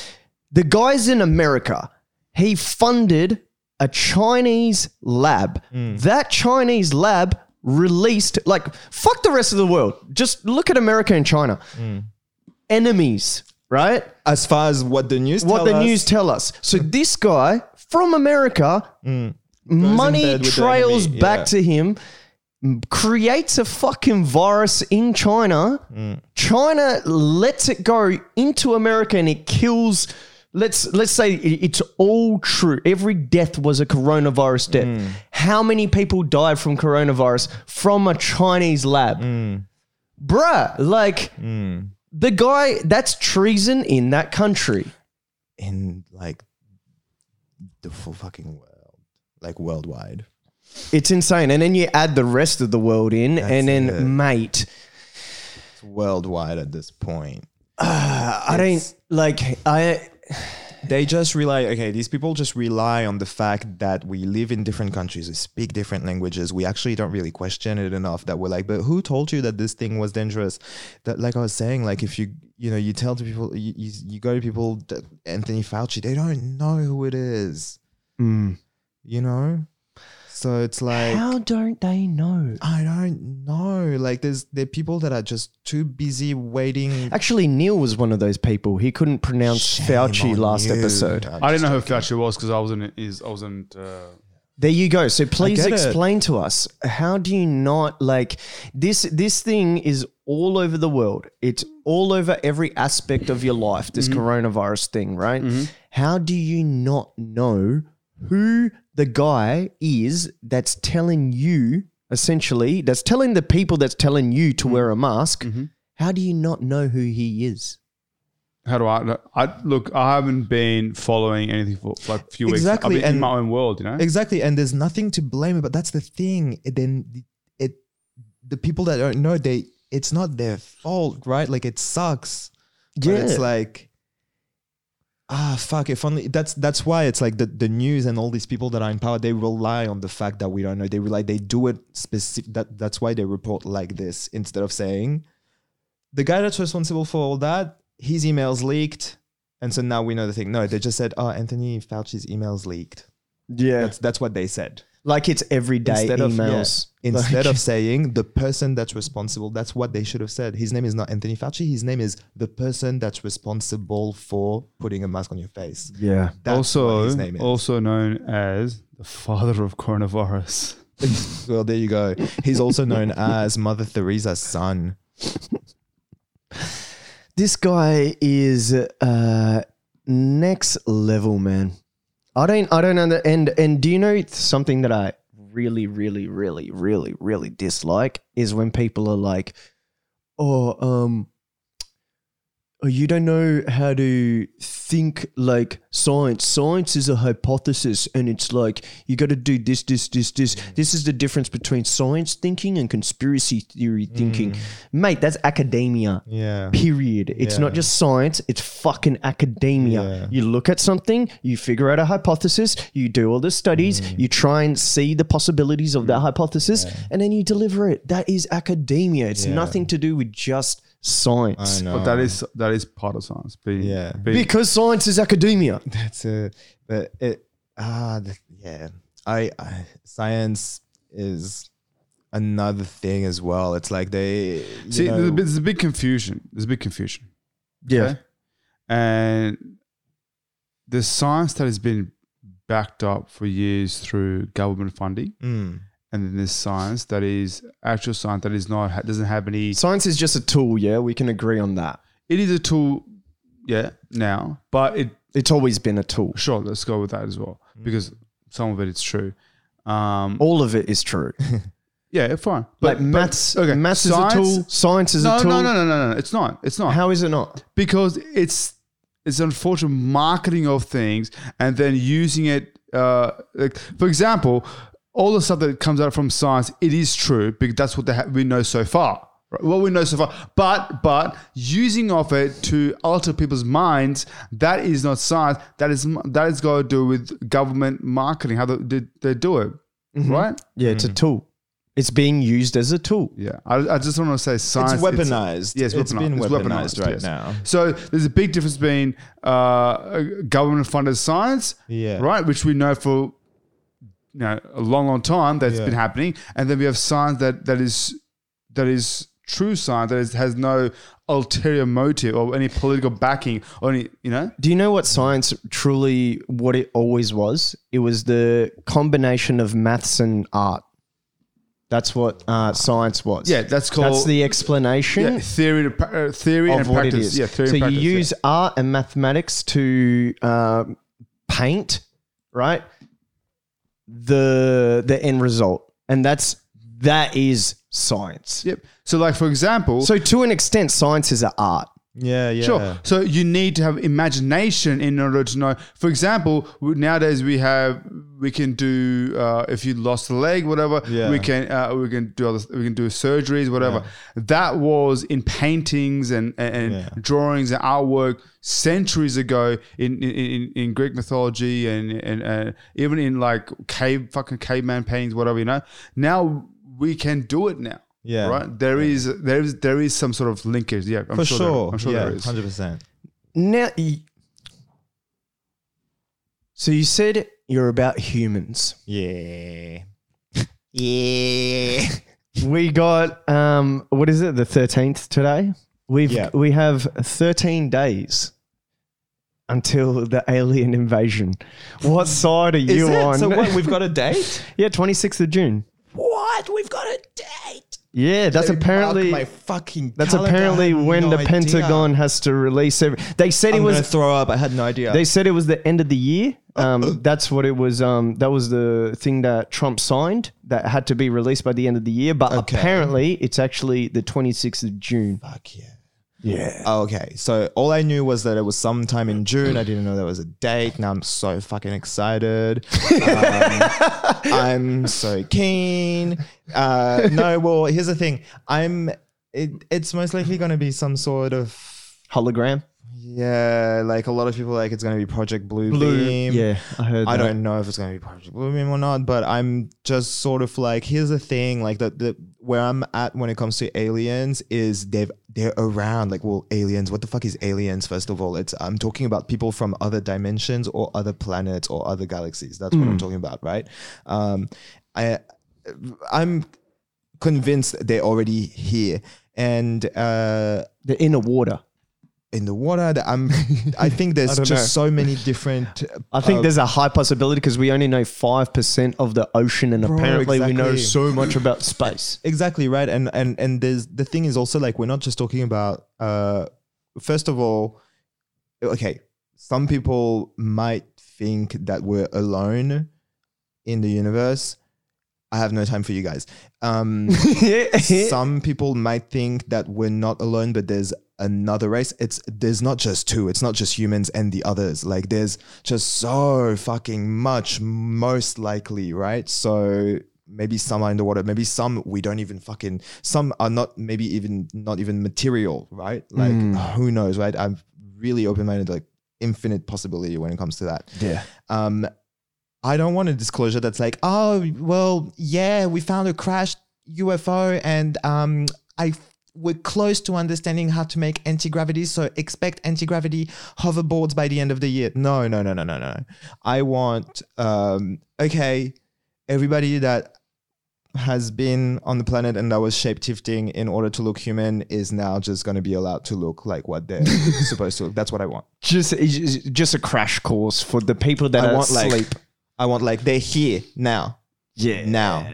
The guys in America, he funded a Chinese lab. That Chinese lab released like fuck the rest of the world. Just look at America and China. Enemies, right? As far as what the news, what tell the us, news tell us. So this guy from America, money Mm. bed with the trails enemy, back yeah. to him, m- creates a fucking virus in China. Mm. China lets it go into America and it kills. Let's let's say i- it's all true. Every death was a coronavirus death. Mm. How many people died from coronavirus from a Chinese lab? Mm. Bruh, like the guy, that's treason in that country. in like the full fucking world, like worldwide. It's insane. And then you add the rest of the world in, and then, it. mate, It's worldwide at this point. I don't like, I, they just rely okay these people just rely on the fact that we live in different countries we speak different languages we actually don't really question it enough that we're like but who told you that this thing was dangerous that like i was saying like if you you know you tell to people you, you, you go to people that anthony fauci they don't know who it is Hmm. you know so it's like how don't they know? i don't know like there's there are people that are just too busy waiting Actually, Neil was one of those people. He couldn't pronounce Fauci on last you. episode. I'm I didn't know who Fauci was because I wasn't. Is I wasn't. Uh, There you go. So please get it. explain to us how do you not like this? This thing is all over the world. It's all over every aspect of your life. This Mm-hmm. coronavirus thing, right? How do you not know who the guy is that's telling you essentially that's telling the people that's telling you Mm-hmm. to wear a mask? How do you not know who he is? how do I, I look? I haven't been following anything for like a few weeks. I've Exactly, been in and- my own world, you know. Exactly, and there's nothing to blame. But that's the thing. It then it the people that don't know they it's not their fault, right? Like it sucks. But it's Yeah. like ah fuck if only that's that's why it's like the, the news and all these people that are in power they rely on the fact that we don't know they rely they do it specific that that's why they report like this instead of saying the guy that's responsible for all that his emails leaked and so now we know the thing no they just said oh anthony fauci's emails leaked Yeah. that's that's what they said Like it's everyday instead of yeah, emails. [LAUGHS] instead Like- of saying the person that's responsible that's what they should have said his name is not anthony fauci his name is the person that's responsible for putting a mask on your face yeah. that's also, what his name is. also known as the father of coronavirus. [LAUGHS] well, there you go. He's also known as Mother Teresa's son. This guy is uh, next level, man. I don't, I don't under and and do you know something that I really, really, really, really, really dislike is when people are like, "Oh, um, oh, you don't know how to think like science. Science is a hypothesis, and it's like you got to do this, this, this, this. This is the difference between science thinking and conspiracy theory thinking, mate. That's academia." Yeah. period. It's not Yeah. just science, it's fucking academia. Yeah. You look at something, you figure out a hypothesis, you do all the studies, Mm. you try and see the possibilities of that hypothesis, and then you deliver it. That is academia. It's Yeah. nothing to do with just science. But that is that is part of science. Being, Oh. Yeah. being- Because science is academia. that's a but it ah the, yeah. I, I science is another thing as well. It's like they you see, know, there's, a bit, there's a big confusion. There's a big confusion. okay? And the science that has been backed up for years through government funding, mm, and then there's science that is actual science that is not doesn't have any. Science is just a tool, yeah? We can agree on that. It is a tool, yeah, now, but it It's always been a tool. sure. Let's go with that as well Mm. because some of it is true. Um, All of it is [LAUGHS] true. yeah, fine. like maths, okay, maths science- is a tool. Science is No, a tool. no, no, no, no, no. It's not. It's not. How is it not? because it's it's unfortunate marketing of things and then using it uh, like for example all the stuff that comes out from science it is true because that's what they ha- we know so far right? what we know so far but but using of it to alter people's minds that is not science that is that is got to do with government marketing how they, they, they do it Mm-hmm. right Yeah, it's Mm. a tool. It's being used as a tool. yeah I, I just want to say science it's weaponized. Yes, it's been It's weaponized, right yes. now. So there's a big difference between uh, government-funded science, Yeah. right, which we know for you know a long, long time that's Yeah. been happening, and then we have science that that is that is true science that is, has no ulterior motive or any political backing or any you know Do you know what science truly what it always was? It was the combination of maths and art. That's what uh, science was. yeah that's called That's the explanation yeah, theory to pra- uh, theory of and what practice it is. yeah theory so and practice, you yeah. use art and mathematics to uh, paint, right? The the end result, and that's that is science. yep so like for example So to an extent, science is an art. Yeah, yeah. Sure. So you need to have imagination in order to know. For example, we- nowadays we have we can do uh, if you lost a leg, whatever. Yeah. We can uh, we can do other, we can do surgeries, whatever. That was in paintings and and, and Yeah. drawings and artwork centuries ago in in, in, in Greek mythology and and uh, even in like cave fucking caveman paintings, whatever you know. Now we can do it now. Yeah. Right. There is there is there is some sort of linkage. Yeah. I'm For sure. sure. there- I'm sure yeah, there is. 100%. Now, y- so you said you're about humans. Yeah. [LAUGHS] yeah. We got um, what is it? The thirteenth today. We've Yeah. we have thirteen days until the alien invasion. What side are you on? we've got a date? [LAUGHS] yeah, twenty sixth of June. [LAUGHS] What? We've got a date. Yeah, that's They mark apparently. my fucking. that's calendar. I apparently had when no the idea. Pentagon has to release every. They said I'm it was gonna throw up. I had no idea. They said it was the end of the year. Uh-huh. Um, that's what it was. Um, that was the thing that Trump signed that had to be released by the end of the year. But Okay. apparently, it's actually the 26th of June. Fuck yeah. Oh, Yeah. Okay, so all I knew was that it was sometime in June. I didn't know there was a date. Now I'm so fucking excited. [LAUGHS] Um, I'm so keen. Uh, no, well, here's the thing. I'm. It, it's most likely going to be some sort of Hologram. Yeah, like a lot of people like it's gonna be Project Blue, Beam. Yeah, I heard. I that. don't know if it's gonna be Project Blue Beam or not, but I'm just sort of like, here's the thing, like the, the where I'm at when it comes to aliens is they've they're around. Like, well, aliens, what the fuck is aliens? First of all, it's I'm talking about people from other dimensions or other planets or other galaxies. That's Mm. what I'm talking about, right? Um, I I'm convinced they're already here, and uh The inner water. in the water. That I'm, I [LAUGHS] think there's don't just so many different. I think there's a high possibility because we only know five percent of the ocean, and Bro, apparently we know exactly. so much about [LAUGHS] space. exactly right, and and and there's the thing is also like we're not just talking about. Uh, first of all, okay, some people might think that we're alone in the universe. I have no time for you guys. Um, [LAUGHS] some people might think that we're not alone, but there's another race. It's there's not just two. It's not just humans and the others. Like there's just so fucking much. Most likely, right? So maybe some are in the water. Maybe some we don't even fucking. Some are not. Maybe even not even material, right? Like who knows, right? I'm really open minded. Like infinite possibility when it comes to that. Yeah. Um, I don't want a disclosure that's like, oh, well, yeah, we found a crashed UFO and um, I we're close to understanding how to make anti-gravity, so expect anti-gravity hoverboards by the end of the year. No, no, no, no, no, no. I want um, okay, everybody that has been on the planet and that was shape-shifting in order to look human is now just going to be allowed to look like what they're supposed to look. That's what I want. [LAUGHS] just just a crash course for the people that I are want like asleep. I want like they're here now. yeah. now.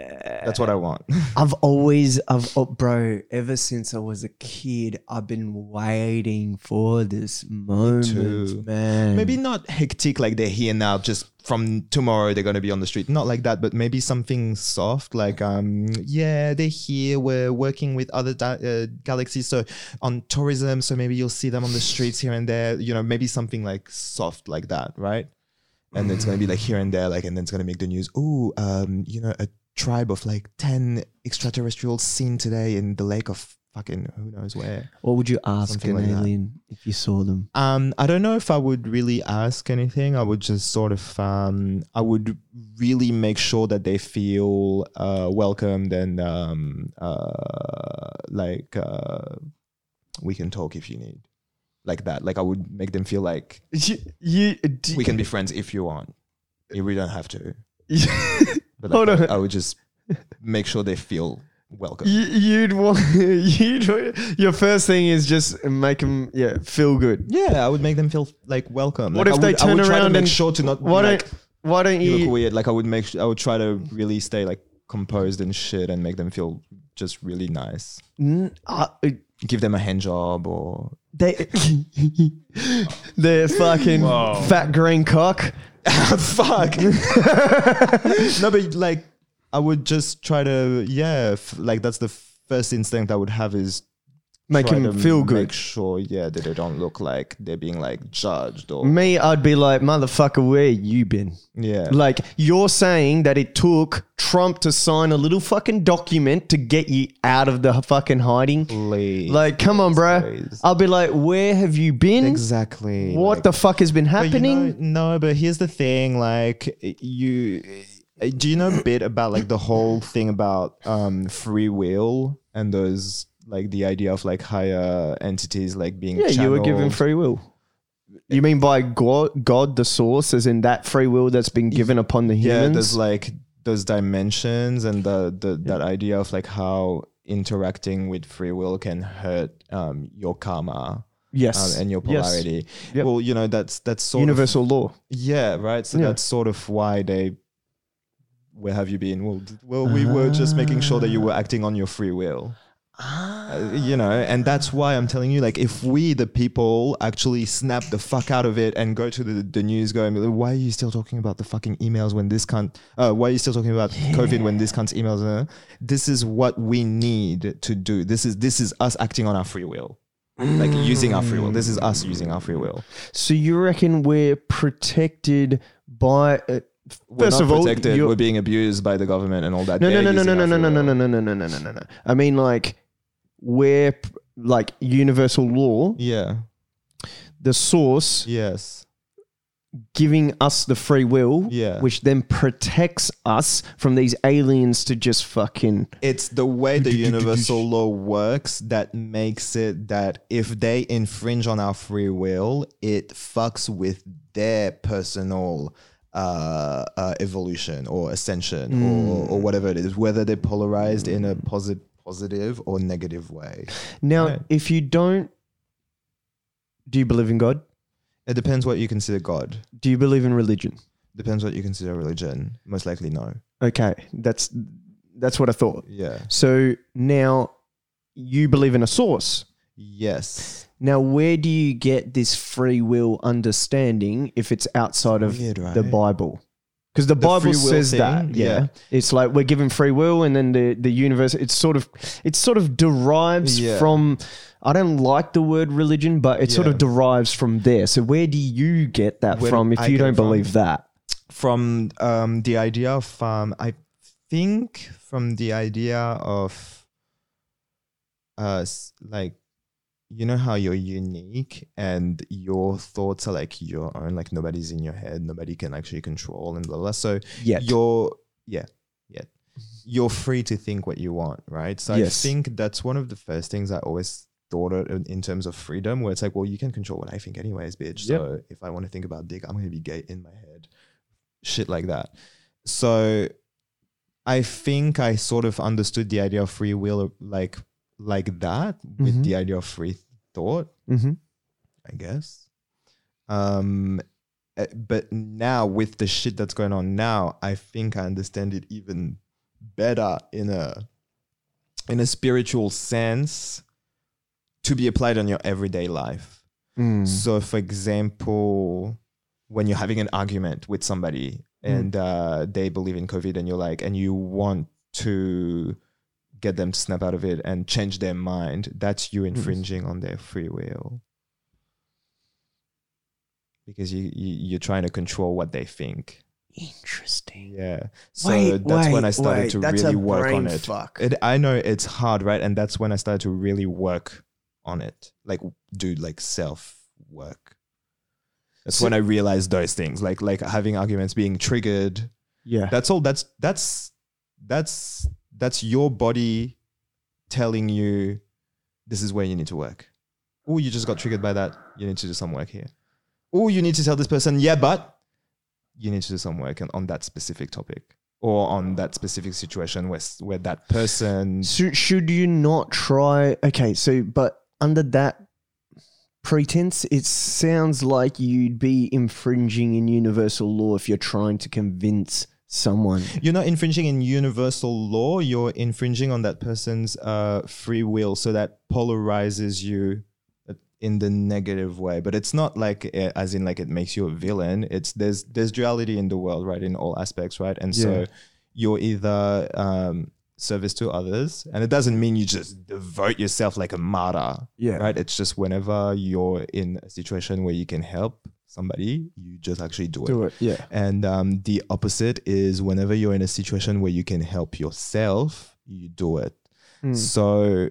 That's what I want. I've always, I've, oh, bro, ever since I was a kid, I've been waiting for this too. moment, man. Maybe not hectic like they're here now. Just from tomorrow they're gonna be on the street. Not like that, but maybe something soft like um yeah they're here. We're working with other di- uh, galaxies, so on tourism. So maybe you'll see them on the streets here and there. You know, maybe something like soft like that, right? And it's gonna be like here and there, like, and then it's gonna make the news. Ooh, um, you know, a tribe of like ten extraterrestrials seen today in the lake of fucking who knows where. What would you ask Something an like that. alien if you saw them? Um, I don't know if I would really ask anything. I would just sort of, um, I would really make sure that they feel uh, welcomed and um, uh, like uh, we can talk if you need, like that. Like I would make them feel like You, you, we can be friends if you want. If we don't have [LAUGHS] to, but Hold like, on. I would just make sure they feel welcome. You, you'd want [LAUGHS] you'd wa- your first thing is just make them yeah feel good. Yeah, I would make them feel like welcome. What Like, if I they would, I turn would try to around make and sure to not be Why like, don't why don't you you? look weird. Like I would make, su- I would try to really stay like composed and shit, and make them feel just really nice. N- I- it- Give them a hand job or uh, [LAUGHS] they [LAUGHS] their fucking fat green cock. fuck. [LAUGHS] no, but like I would just try to yeah, f- like that's the first instinct I would have is Make try him to feel good. Make sure yeah that they don't look like they're being like judged or Me, I'd be like, motherfucker, where you been? yeah. Like, you're saying that it took Trump to sign a little fucking document to get you out of the fucking hiding. Please. Like, come on, bro. Please. I'll be like, where have you been? exactly. What like- the fuck has been But you happening? know- no, but here's the thing. Like you, do you know a bit about like the whole thing about um free will and those like the idea of like higher entities like being yeah, you were given channeled? free will. You mean by God, God, the source, as in that free will that's been given upon the yeah humans? there's like um, those dimensions and the, the that idea of like how interacting with free will can hurt um your karma um, yes. and your Yes. polarity Yep. well you know that's that's sort of Universal law. Yeah, right. So Yeah. that's sort of why they. Where have you been? Well, d- well, we were just making sure that you were acting on your free will. Uh, you know, and that's why I'm telling you, like, if we, the people, actually snap the fuck out of it and go to the, the news going, why are you still talking about the fucking emails when this cunt, uh, why are you still talking about COVID when this cunt's emails? Uh, this is what we need to do. This is, this is us acting on our free will, like using our free will. This is us using our free will. So you reckon we're protected by. Uh, we're first not of all, protected. you're- we're being abused by the government and all that. no, no, They're no, no, no, using no, our no, free no, no, will. no, no, no, no, no, no, no, no. I mean, like, we're p- like universal law Yeah, the source Yes. giving us the free will, Yeah. which then protects us from these aliens to just fucking. It's the way the universal law works that makes it that if they infringe on our free will, it fucks with their personal uh, uh, evolution or ascension or, Hmm. or whatever it is, whether they're polarized in a posit- positive or negative way. Now, Right. if you don't, do you believe in God? It depends what you consider God. Do you believe in religion? Depends what you consider religion. Most likely, no. Okay, that's that's what I thought. Yeah. So now you believe in a source. Yes. Now, where do you get this free will understanding if it's outside of Weird, right? the Bible? Because the, free Bible will says thing, that, yeah. yeah. It's like we're given free will, and then the the universe. It's sort of it sort of derives Yeah. from. I don't like the word religion, but it sort Yeah. of derives from there. So where do you get that Where from do if I you get it don't from? believe that? from um, the idea of um, I think from the idea of uh, s- like you know how you're unique and your thoughts are like your own, like nobody's in your head, nobody can actually control and blah blah. blah. So Yet. you're yeah yeah you're free to think what you want, right? So Yes. I think that's one of the first things I always thought of in- in terms of freedom, where it's like, well, you can control what I think, anyways, bitch. Yep. So if I want to think about dick, I'm gonna be gay in my head shit like that. So I think I sort of understood the idea of free will like like that with Mhm. the idea of free thought, Mm-hmm. I guess. Um eh, but now with the shit that's going on now, I think I understand it even better in a in a spiritual sense to be applied on your everyday life. Mm. So, for example, when you're having an argument with somebody and uh, they believe in COVID and you're like, and you want to get them to snap out of it and change their mind, that's you infringing on their free will. Because you, you you're trying to control what they think, Interesting. yeah. So that's when I started to really work on it. it. I know it's hard, right? And that's when I started to really work on it, like do like self work. That's when I realized those things, like like having arguments, being triggered. Yeah. That's all. That's that's that's that's your body telling you this is where you need to work. Oh, you just got triggered by that. You need to do some work here. Oh, you need to tell this person, yeah, but you need to do some work on, on that specific topic or on that specific situation where s- where that person So should you not try? Okay, so but under that pretense, it sounds like you'd be infringing in universal law if you're trying to convince someone. you're not infringing in universal law you're infringing on that person's uh, free will so that polarizes you uh, in the negative way but it's not like uh, as in like it makes you a villain it's there's there's duality in the world right in all aspects right and Yeah. so you're either um, service to others and it doesn't mean you just devote yourself like a martyr Yeah. right it's just whenever you're in a situation where you can help somebody you just actually do it it. Yeah. and um, the opposite is whenever you're in a situation where you can help yourself, you do it. Hmm. So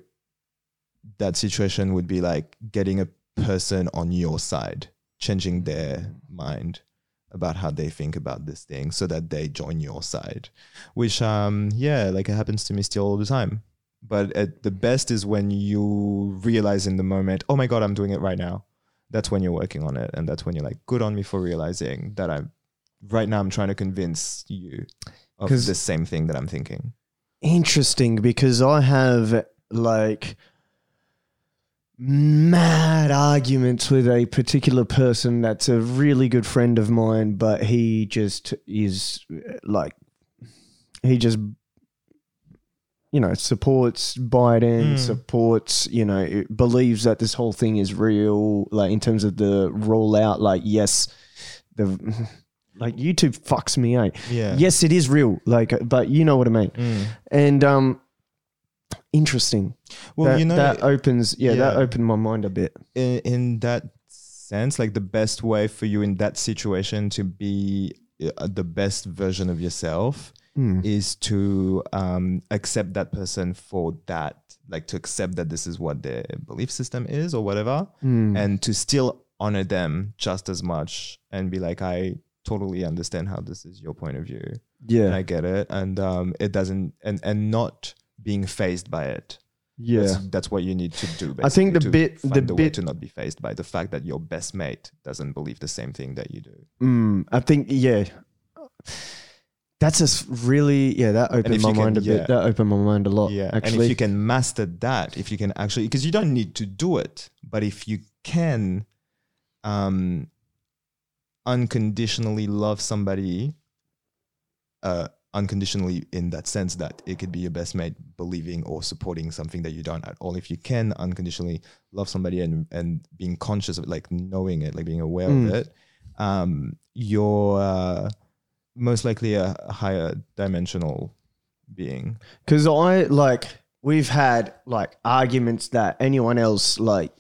that situation would be like getting a person on your side, changing their mind about how they think about this thing so that they join your side, which, um, yeah, like it happens to me still all the time. But at the best is when you realize in the moment, oh my God, I'm doing it right now. That's when you're working on it. And that's when you're like, good on me for realizing that I'm right now, I'm trying to convince you of 'Cause- the same thing that I'm thinking. Interesting because I have like mad arguments with a particular person that's a really good friend of mine, but he just is uh, like, he just, you know, supports Biden, Mm. supports, you know, it believes that this whole thing is real, like in terms of the rollout, like, yes, the. [LAUGHS] Like YouTube fucks me, eh? Yeah. Yes, it is real. Like, but you know what I mean Mm. and um interesting Well, that, you know, that opens yeah, that yeah. opened my mind a bit in, in that sense, like the best way for you in that situation to be uh, the best version of yourself is to um, accept that person for that, like to accept that this is what their belief system is or whatever, and to still honor them just as much and be like, I totally understand how this is your point of view. And I Yeah. get it. And um, it doesn't, and, and not being phased by it. Yeah. That's, that's what you need to do. I think the basically, to bit- find the a way bit- to not be phased by the fact that your best mate doesn't believe the same thing that you do. Mm, I think yeah. That's just really yeah. That opened if my you can- mind a yeah. bit. That opened my mind a lot. Yeah, and if actually. you can master that, if you can actually, because you don't need to do it, but if you can, um, unconditionally love somebody, uh, unconditionally in that sense that it could be your best mate believing or supporting something that you don't at all. If you can unconditionally love somebody and and being conscious of it, like knowing it, like being aware of it, um, you're uh, most likely a higher dimensional being. Because I like we've had like arguments that anyone else like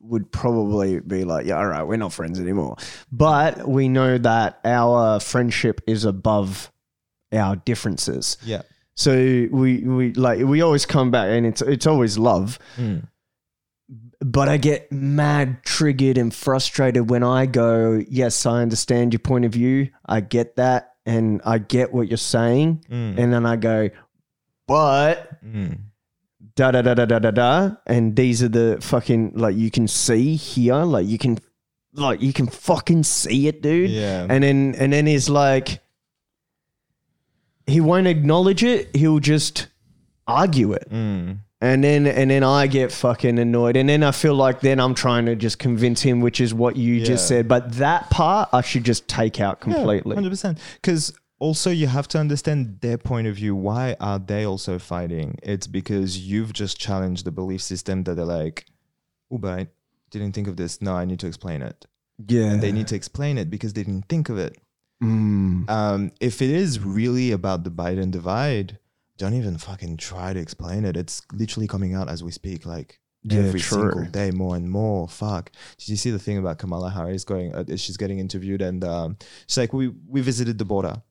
would probably be like, yeah, all right, we're not friends anymore. But we know that our friendship is above our differences. Yeah. So we we like we always come back, and it's it's always love. Mm. But I get mad, triggered, and frustrated when I go, yes, I understand your point of view. I get that, and I get what you're saying. Mm. And then I go, but Mm. da da da da da da da and these are the fucking like you can see here like you can like you can fucking see it dude Yeah. and then and then he's like he won't acknowledge it he'll just argue it Mm. and then and then i get fucking annoyed and then i feel like then i'm trying to just convince him which is what you just Yeah. said but that part i should just take out completely Hundred percent. Because also you have to understand their point of view. Why are they also fighting? It's because you've just challenged the belief system that they're like, oh, but I didn't think of this. No, I need to explain it. yeah They need to explain it because they didn't think of it. Um, if it is really about the Biden divide, don't even fucking try to explain it. It's literally coming out as we speak, like Yeah, every true. single day, more and more. Fuck. Did you see the thing about Kamala Harris going? Uh, she's getting interviewed, and um, she's like, "We we visited the border.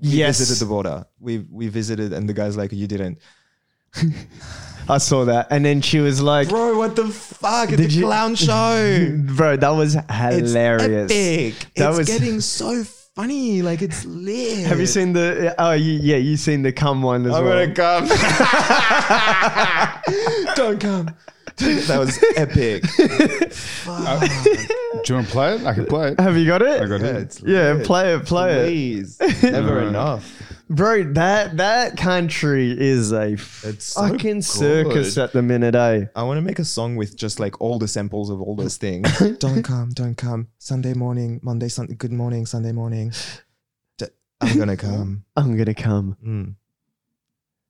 We yes visited the border. We we visited." And the guy's like, "You didn't, i saw that and then she was like bro. What the fuck? It's Did a you- [LAUGHS] clown show." bro that was hilarious Epic. That it's was- getting so funny. Like [LAUGHS] it's lit. Have you seen the? Oh, you, yeah, you seen the cum one as I'm well. gonna come. [LAUGHS] Don't come. [LAUGHS] That was [LAUGHS] epic. Do you want to play it? I can [LAUGHS] play it. Have you got it? I got it. It's yeah, lit. play it, play it, Please, [LAUGHS] never enough. bro. That that country is a It's so fucking circus good. at the minute, eh? I want to make a song with just like all the samples of all those things. [LAUGHS] don't come, don't come. Sunday morning, Monday, sun- good morning, Sunday morning. D- I'm [LAUGHS] gonna come. I'm gonna come. Mm.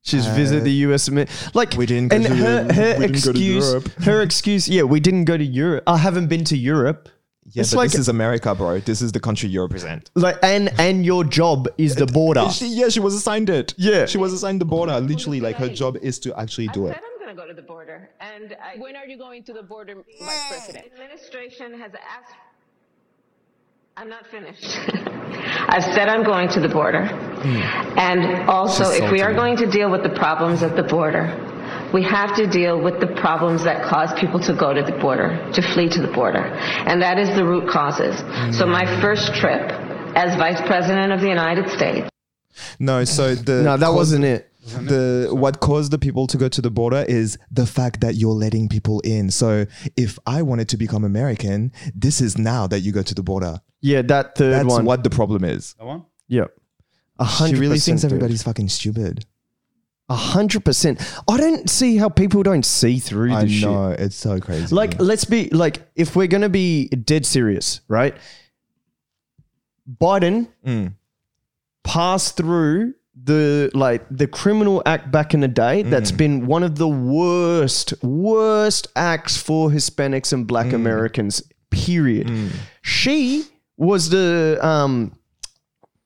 She's Uh, visit the U.S. Amer- like We didn't go and to- her her we didn't go to excuse Europe. her excuse. Yeah, we didn't go to Europe. I haven't been to Europe. Yeah, It's but like- this is America, bro. This is the country you represent. Like and and your job is the border. She, yeah, she was assigned it. Yeah. she was assigned the border. Literally, like her job is to actually do I it. said I'm going to go to the border. And I, when are you going to the border, Vice President? Administration has asked. I'm not finished. [LAUGHS] I've said I'm going to the border. And also, She's if we are Hmm. salty. going to deal with the problems at the border, we have to deal with the problems that cause people to go to the border, to flee to the border. And that is the root causes. So my Hmm. first trip as Vice President of the United States No, so the No, that cause- wasn't it. the what caused the people to go to the border is the fact that you're letting people in. So if I wanted to become American, this is now that you go to the border. Yeah, that third That's one. what the problem is. That one? Yep. A She hundred really thinks percent, dude. everybody's fucking stupid. A hundred percent. I don't see how people don't see through I this shit. know it's so crazy. Like, let's be like, if we're gonna be dead serious, right? Biden Mm. passed through the like the criminal act back in the day Hmm. that's been one of the worst worst acts for hispanics and Hmm. black americans period she was the um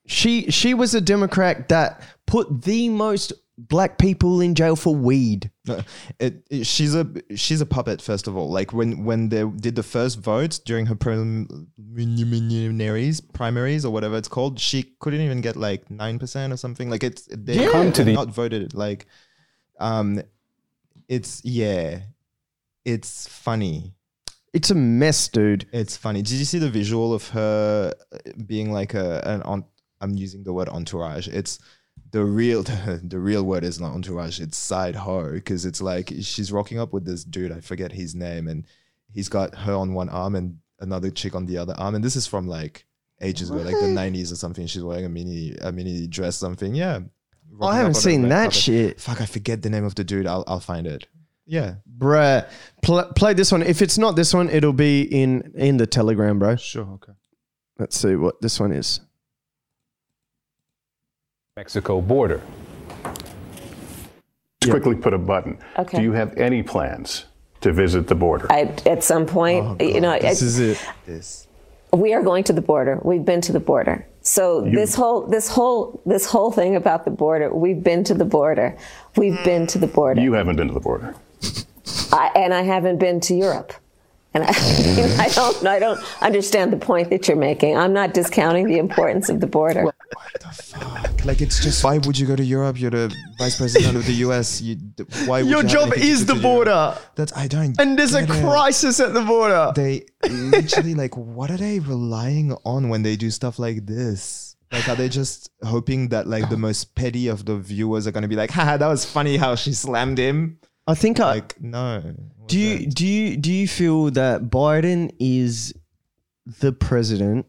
she she was a democrat that put the most black people in jail for weed No, it, it- she's a she's a puppet first of all like when when they did the first votes during her prelim- primaries, primaries or whatever it's called, she couldn't even get like nine percent or something. Like it's they Yeah. come to the- not voted. Like, um, it's yeah, it's funny. It's a mess, dude. It's funny. Did you see the visual of her being like a an on? I'm using the word entourage. It's the real [LAUGHS] the real word is not entourage. It's side hoe because it's like she's rocking up with this dude. I forget his name, and he's got her on one arm and another chick on the other arm. And this is from like ages ago, like the 90s or something. She's wearing a mini a mini dress, something. Yeah, Rocking up I haven't on a seen red that carpet. shit. Fuck, I forget the name of the dude. I'll I'll find it. Yeah, Bruh, Pl- play this one. If it's not this one, it'll be in in the Telegram, bro. Sure. Okay. Let's see what this one is. Mexico border. quickly put a button. Okay. Do you have any plans to visit the border? I, at some point, you know, I- it. this. we are going to the border. We've been to the border. So this whole this whole this whole thing about the border, we've been to the border. We've been to the border. you haven't been to the border. I, and I haven't been to Europe. And I, [LAUGHS] I don't I don't understand the point that you're making. I'm not discounting the importance of the border. Like it's just why would you go to Europe? You're the vice president of the US. You, d- why would Your you have job anything to is do the to Europe? border, That's I don't. and there's a get it. crisis at the border. [LAUGHS] They literally like what are they relying on when they do stuff like this? Like are they just hoping that like the most petty of the viewers are gonna be like, haha, that was funny how she slammed him? I think I Like no. do. You, do you do you feel that Biden is the president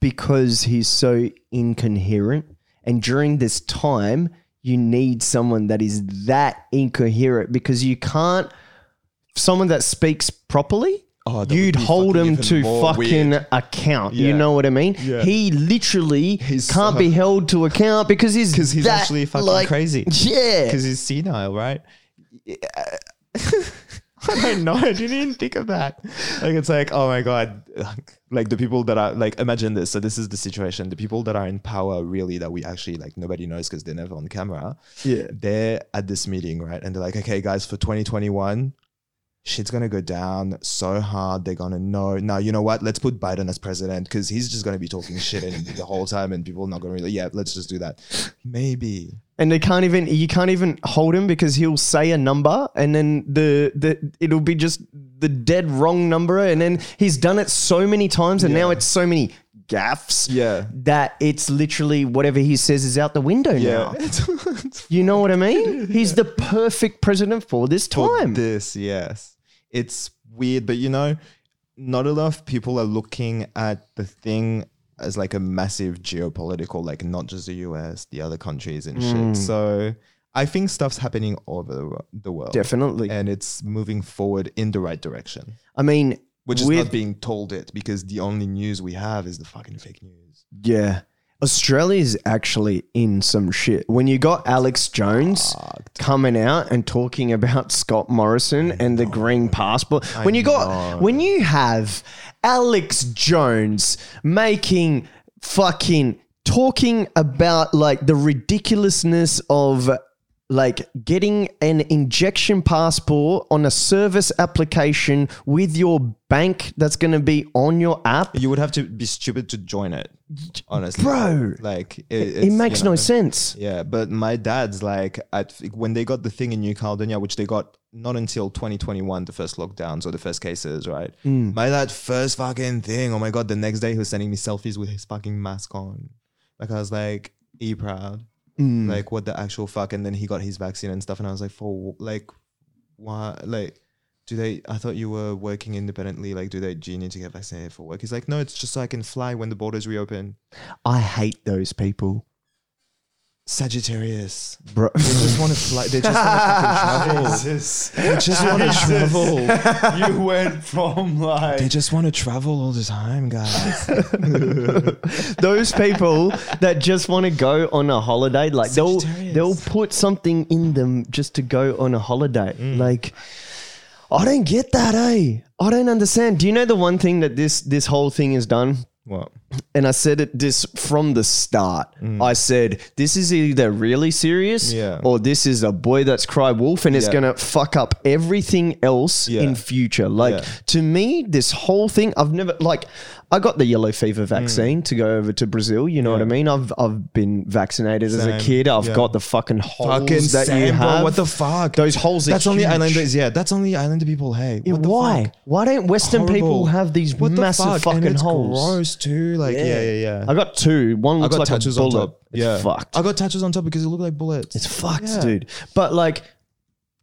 because he's so incoherent, and during this time you need someone that is that incoherent because you can't someone that speaks properly. Oh, that would you'd be hold fucking him even to more fucking weird. account. You Yeah. know what I mean? Yeah. He literally He's can't so- be held to account because he's Because he's that, actually fucking like- crazy. Yeah, Because he's senile, right? [LAUGHS] I don't know. I didn't even think of that. Like, it's like, oh my God. Like, the people that are, like, imagine this. So, this is the situation. The people that are in power, really, that we actually, like, nobody knows because they're never on camera. Yeah. They're at this meeting, right? And they're like, okay, guys, for 2021, shit's going to go down so hard. They're going to know. Now, you know what? Let's put Biden as president because he's just going to be talking shit and the whole time, and people are not going to really, yeah, let's just do that. Maybe. and they can't even you can't even hold him because he'll say a number and then the the it'll be just the dead wrong number and then he's done it so many times and now it's so many gaffs Yeah. that it's literally whatever he says is out the [LAUGHS] window now. You know what I mean? He's the perfect president for this for time. This, yes. It's weird, but you know, not a lot of people are looking at the thing as like a massive geopolitical, like not just the US, the other countries and Mm. shit. So I think stuff's happening all over the, wo- the world. Definitely. And it's moving forward in the right direction, I mean, which is with- not being told it because the only news we have is the fucking fake news. Yeah. Australia's actually in some shit. When you got Alex Jones coming out and talking about Scott Morrison and the green passport, when you got when you have Alex Jones making fucking talking about like the ridiculousness of like getting an injection passport on a service application with your bank that's going to be on your app You would have to be stupid to join it, honestly. Bro. Like, it, it makes no sense. sense Yeah, but my dad's like at when they got the thing in New Caledonia, which they got not until 2021, the first lockdowns or the first cases, right? My dad first fucking thing. Oh my god, the next day he was sending me selfies with his fucking mask on. Like I was like, e proud. Like what the actual fuck? And then he got his vaccine and stuff, and I was like, for wh- like, why? Like, do they? I thought you were working independently. Like, do they? Do you need to get vaccinated for work? He's like, no, it's just so I can fly when the borders reopen. I hate those people. Sagittarius. Bro. They just want to fly. They just [LAUGHS] want to travel. They just want to travel. you went from like They just want to travel all the time, [LAUGHS] guys. those people that just want to go on a holiday. Like they'll Sagittarius. they'll put something in them just to go on a holiday. Like I don't get that, eh? I don't understand. Do you know the one thing that this this whole thing has done? What? and I said it this from the start. I said this is either really serious Mm. Yeah. or this is a boy that's cry wolf and it's Yeah. gonna fuck up everything else Yeah. in future. Like Yeah. to me, this whole thing I've never like I got the yellow fever Mm. vaccine to go over to Brazil. You know what I mean? I've I've been vaccinated as a Same. kid. I've Yeah. got the fucking holes Fucking that you same, bro. have. What the fuck? Those holes. Are That's only huge. Islanders. Yeah, that's only Islander people. Hey, Yeah, what the why? fuck? Why don't Western Horrible. people have these What the massive fuck? fucking and it's holes? Gross too. Like yeah, yeah, yeah. I got two. One I looks got like tattoos a on bullet. top. Yeah, It's fucked. I got tattoos on top because it looked like bullets. it's fucked, Yeah. dude. But like,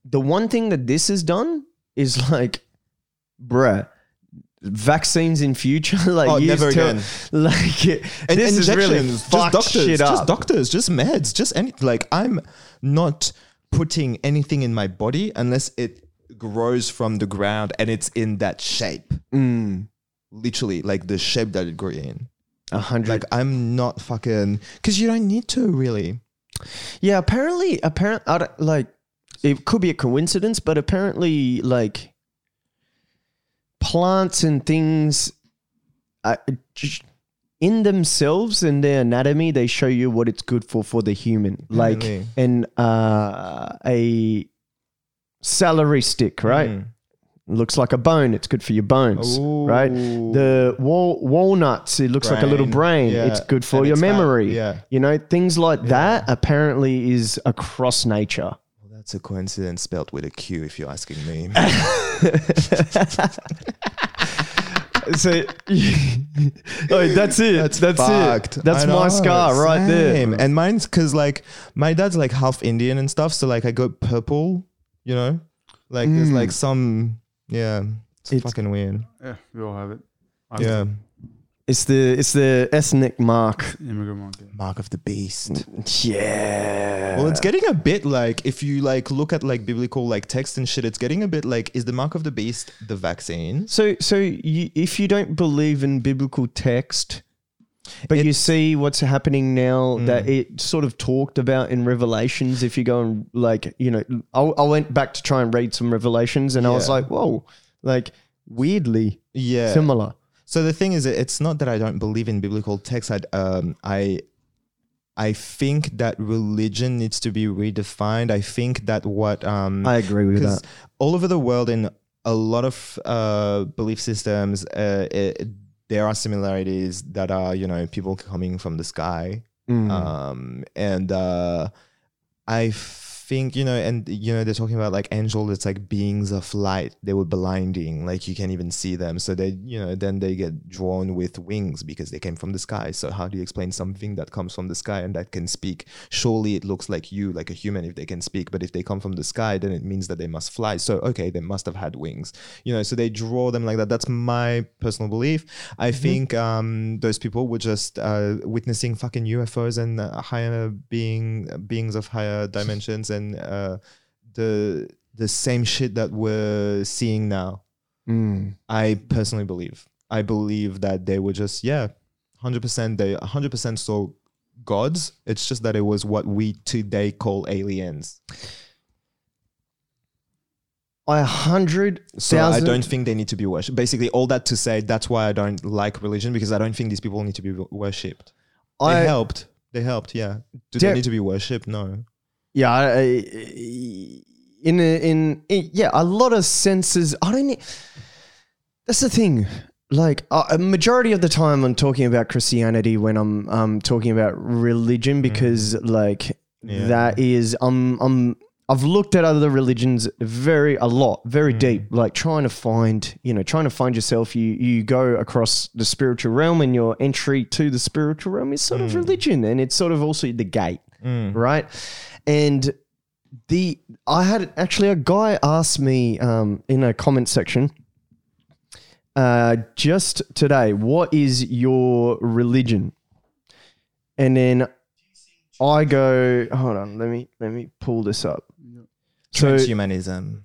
the one thing that this has done is [LAUGHS] like, bruh, vaccines in future, [LAUGHS] like, Oh, years never till- again. Like, it, this is really injections, fucked doctors, shit up. just doctors, just meds, just any. Like I'm not putting anything in my body unless it grows from the ground and it's in that shape. Literally, like the shape that it grew in. Mm. A hundred. Like I'm not fucking because you don't need to really. yeah, apparently, apparently, I don't, like, it could be a coincidence, but apparently, like, plants and things uh, j- in themselves and their anatomy they show you what it's good for for the human like Really? an uh, a celery stick right looks like a bone it's good for your bones right Ooh. the wal- walnuts it looks like a little Brain. Yeah. brain it's good for And your it's fat. memory Yeah. you know things like that apparently is across nature Well, that's a coincidence spelled with a Q, if you're asking me. [LAUGHS] so oh, that's it. That's, fucked. it. That's I my know, scar right same. there. And mine's because like my dad's like half Indian and stuff, so like I go purple, you know, like there's like some yeah, it's, It's- fucking weird. Yeah, we all have it. I- Yeah, It's the it's the ethnic mark. Immigrant monkey. mark of the beast. Yeah. Well, it's getting a bit like if you like look at like biblical like text and shit, it's getting a bit like is the mark of the beast the vaccine? so so you, if you don't believe in biblical text, but you see what's happening now Mm. that it sort of talked about in Revelations. If you go and like you know, I, I went back to try and read some Revelations, and I was Yeah. like, whoa, like weirdly Yeah. similar. So the thing is, it's not that I don't believe in biblical texts. I, um, I, I think that religion needs to be redefined. I think that what um, I agree with 'cause that. all over the world in a lot of uh, belief systems, uh, it, there are similarities that are you know people coming from the sky, Hmm. um, and uh, I think you know, and you know, they're talking about like angel. It's like beings of light. They were blinding, like you can't even see them. So they, you know, then they get drawn with wings because they came from the sky. So how do you explain something that comes from the sky and that can speak? Surely it looks like you, like a human, if they can speak. But if they come from the sky, then it means that they must fly. So okay, they must have had wings. You know, so they draw them like that. That's my personal belief. I think um, those people were just uh, witnessing fucking UFOs and uh, higher being beings of higher dimensions and uh, the the same shit that we're seeing now. I personally believe. I believe that they were just yeah, hundred percent. They hundred percent saw gods. It's just that it was what we today call aliens. I a hundred So I thousand- don't think they need to be worshipped. Basically, all that to say that's why I don't like religion because I don't think these people need to be worshipped. They I- helped. They helped. Yeah. Do Dep- they need to be worshipped? No. yeah I, I, in a, in in- yeah a lot of senses i don't e- that's the thing like uh, a majority of the time i'm talking about christianity when i'm um talking about religion because like Yeah. that is um um I've looked at other religions very a lot, very deep, like trying to find, you know, trying to find yourself. You you go across the spiritual realm, and your entry to the spiritual realm is sort of religion, and it's sort of also the gate, right? And the I had actually a guy asked me um, in a comment section uh, just today, what is your religion? And then I go, hold on, let me let me pull this up. So [LAUGHS] Transhumanism.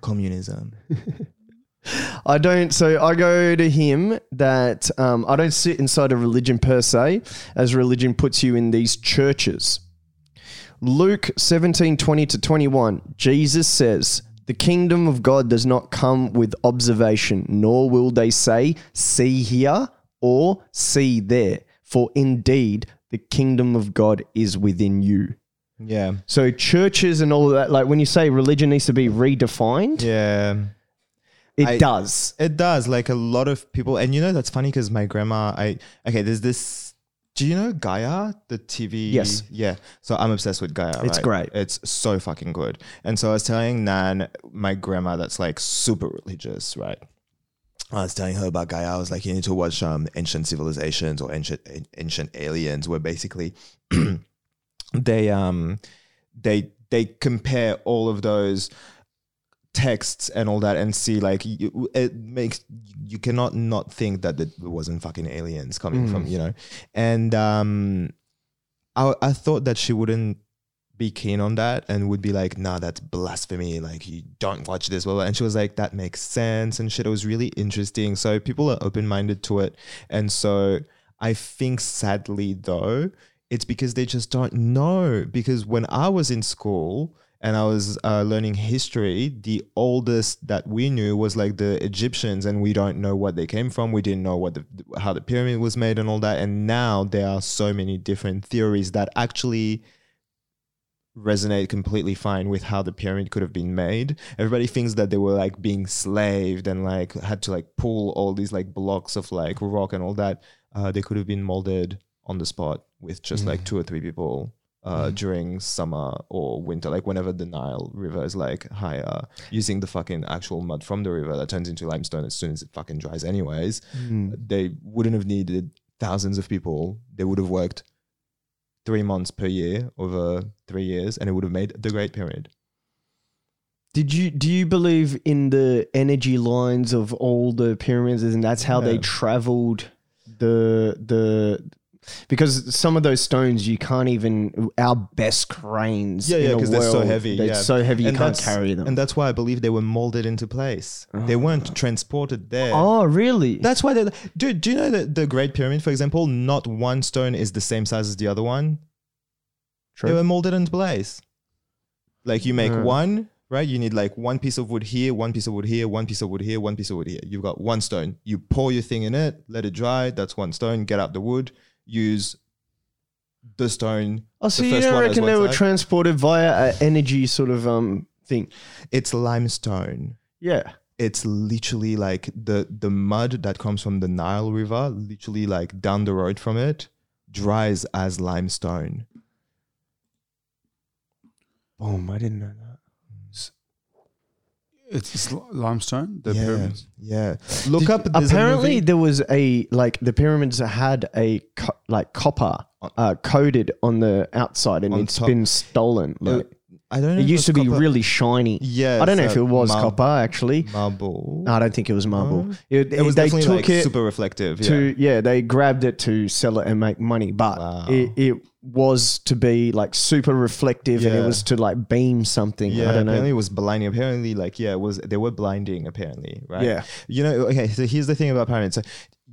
communism. I don't. So I go to him that um, I don't sit inside a religion per se, as religion puts you in these churches. Luke seventeen twenty to 21, Jesus says, The kingdom of God does not come with observation, nor will they say, See here or see there, for indeed the kingdom of God is within you. Yeah. So churches and all of that, like when you say religion needs to be redefined, Yeah. it I- does. It does. Like a lot of people, and you know that's funny because my grandma. I okay. There's this. Do you know Gaia, the TV? Yes. Yeah. So I'm obsessed with Gaia. It's right? great. It's so fucking good. And so I was telling Nan, my grandma, that's like super religious, right? I was telling her about Gaia. I was like, you need to watch um, ancient civilizations or ancient an- ancient aliens, where basically [CLEARS THROAT] they um they they compare all of those texts and all that and see like you, it makes you cannot not think that it wasn't fucking aliens coming from Mm. you know and um I I thought that she wouldn't be keen on that and would be like nah that's blasphemy like you don't watch this blah, blah. and she was like that makes sense and shit it was really interesting so people are open minded to it and so I think sadly though it's because they just don't know because when I was in school and I was uh, learning history, the oldest that we knew was like the Egyptians, and we don't know what they came from. We didn't know what the, how the pyramid was made and all that. And now there are so many different theories that actually resonate completely fine with how the pyramid could have been made. Everybody thinks that they were like being slaved and like had to like pull all these like blocks of like rock and all that. Uh, they could have been molded on the spot with just like two or three people. Uh, During summer or winter, like whenever the Nile River is like higher, using the fucking actual mud from the river that turns into limestone as soon as it fucking dries, anyways, they wouldn't have needed thousands of people. They would have worked three months per year over three years, and it would have made the Great Pyramid. Did you do you believe in the energy lines of all the pyramids and that's how they Yeah. traveled the the because some of those stones you can't even our best cranes in a because they're so world, heavy. they're yeah. so heavy you And can't that's- carry them Ah. and that's why I believe they were molded into place. They weren't transported there. oh really That's why they. Dude, do you know that the Great Pyramid, for example, not one stone is the same size as the other one? They were molded into place. Like you Hmm. make one, right? You need like one piece of wood here, one piece of wood here, one piece of wood here, one piece of wood here. You've got one stone. You pour your thing in it, let it dry. That's one stone. Get out the wood. Use the stone. oh so the you first don't one as reckon one they were side. transported via an energy sort of um thing it's limestone. yeah It's literally like the the mud that comes from the Nile River, literally like down the road from it, dries as limestone. boom I didn't know that It's, it's li- limestone. The yeah, pyramids. yeah. Look Did- up. there's a apparently movie- there was a like the pyramids had a co- like copper uh, coated on the outside and On it's top. been stolen like, I don't. know it if used to was be copper. really shiny Yeah, i don't know it's if it a was mar- copper actually marble. no, i don't think it was marble No? it, it was they definitely like took it super reflective. to yeah. yeah. they grabbed it to sell it and make money but Wow. it, it was to be like super reflective and it Yeah. was to like beam something Yeah, i don't apparently know it was blinding. Apparently, like yeah, it was they were blinding. Apparently, right? Yeah. You know, okay. So here's the thing about pyramids. So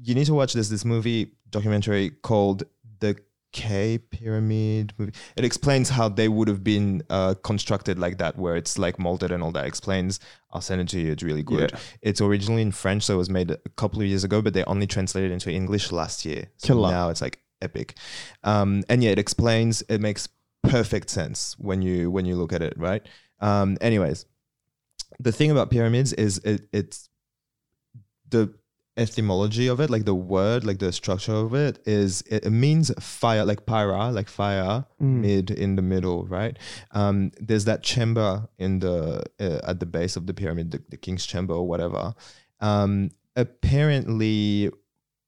you need to watch this this movie documentary called the K Pyramid movie. It explains how they would have been uh, constructed like that, where it's like molded and all that. Explains. I'll send it to you. It's really good. It's originally in French, so it was made a couple of years ago, but they only translated into English last year. So Killer. now it's like epic. Um, and yeah, it explains. It makes perfect sense when you when you look at it, right? Um, anyways, the thing about pyramids is it, it's the etymology of it, like the word, like the structure of it, is it, it means fire, like pyra, like fire, mid in the middle, right? Um, there's that chamber in the uh, at the base of the pyramid, the, the king's chamber or whatever. Um, apparently,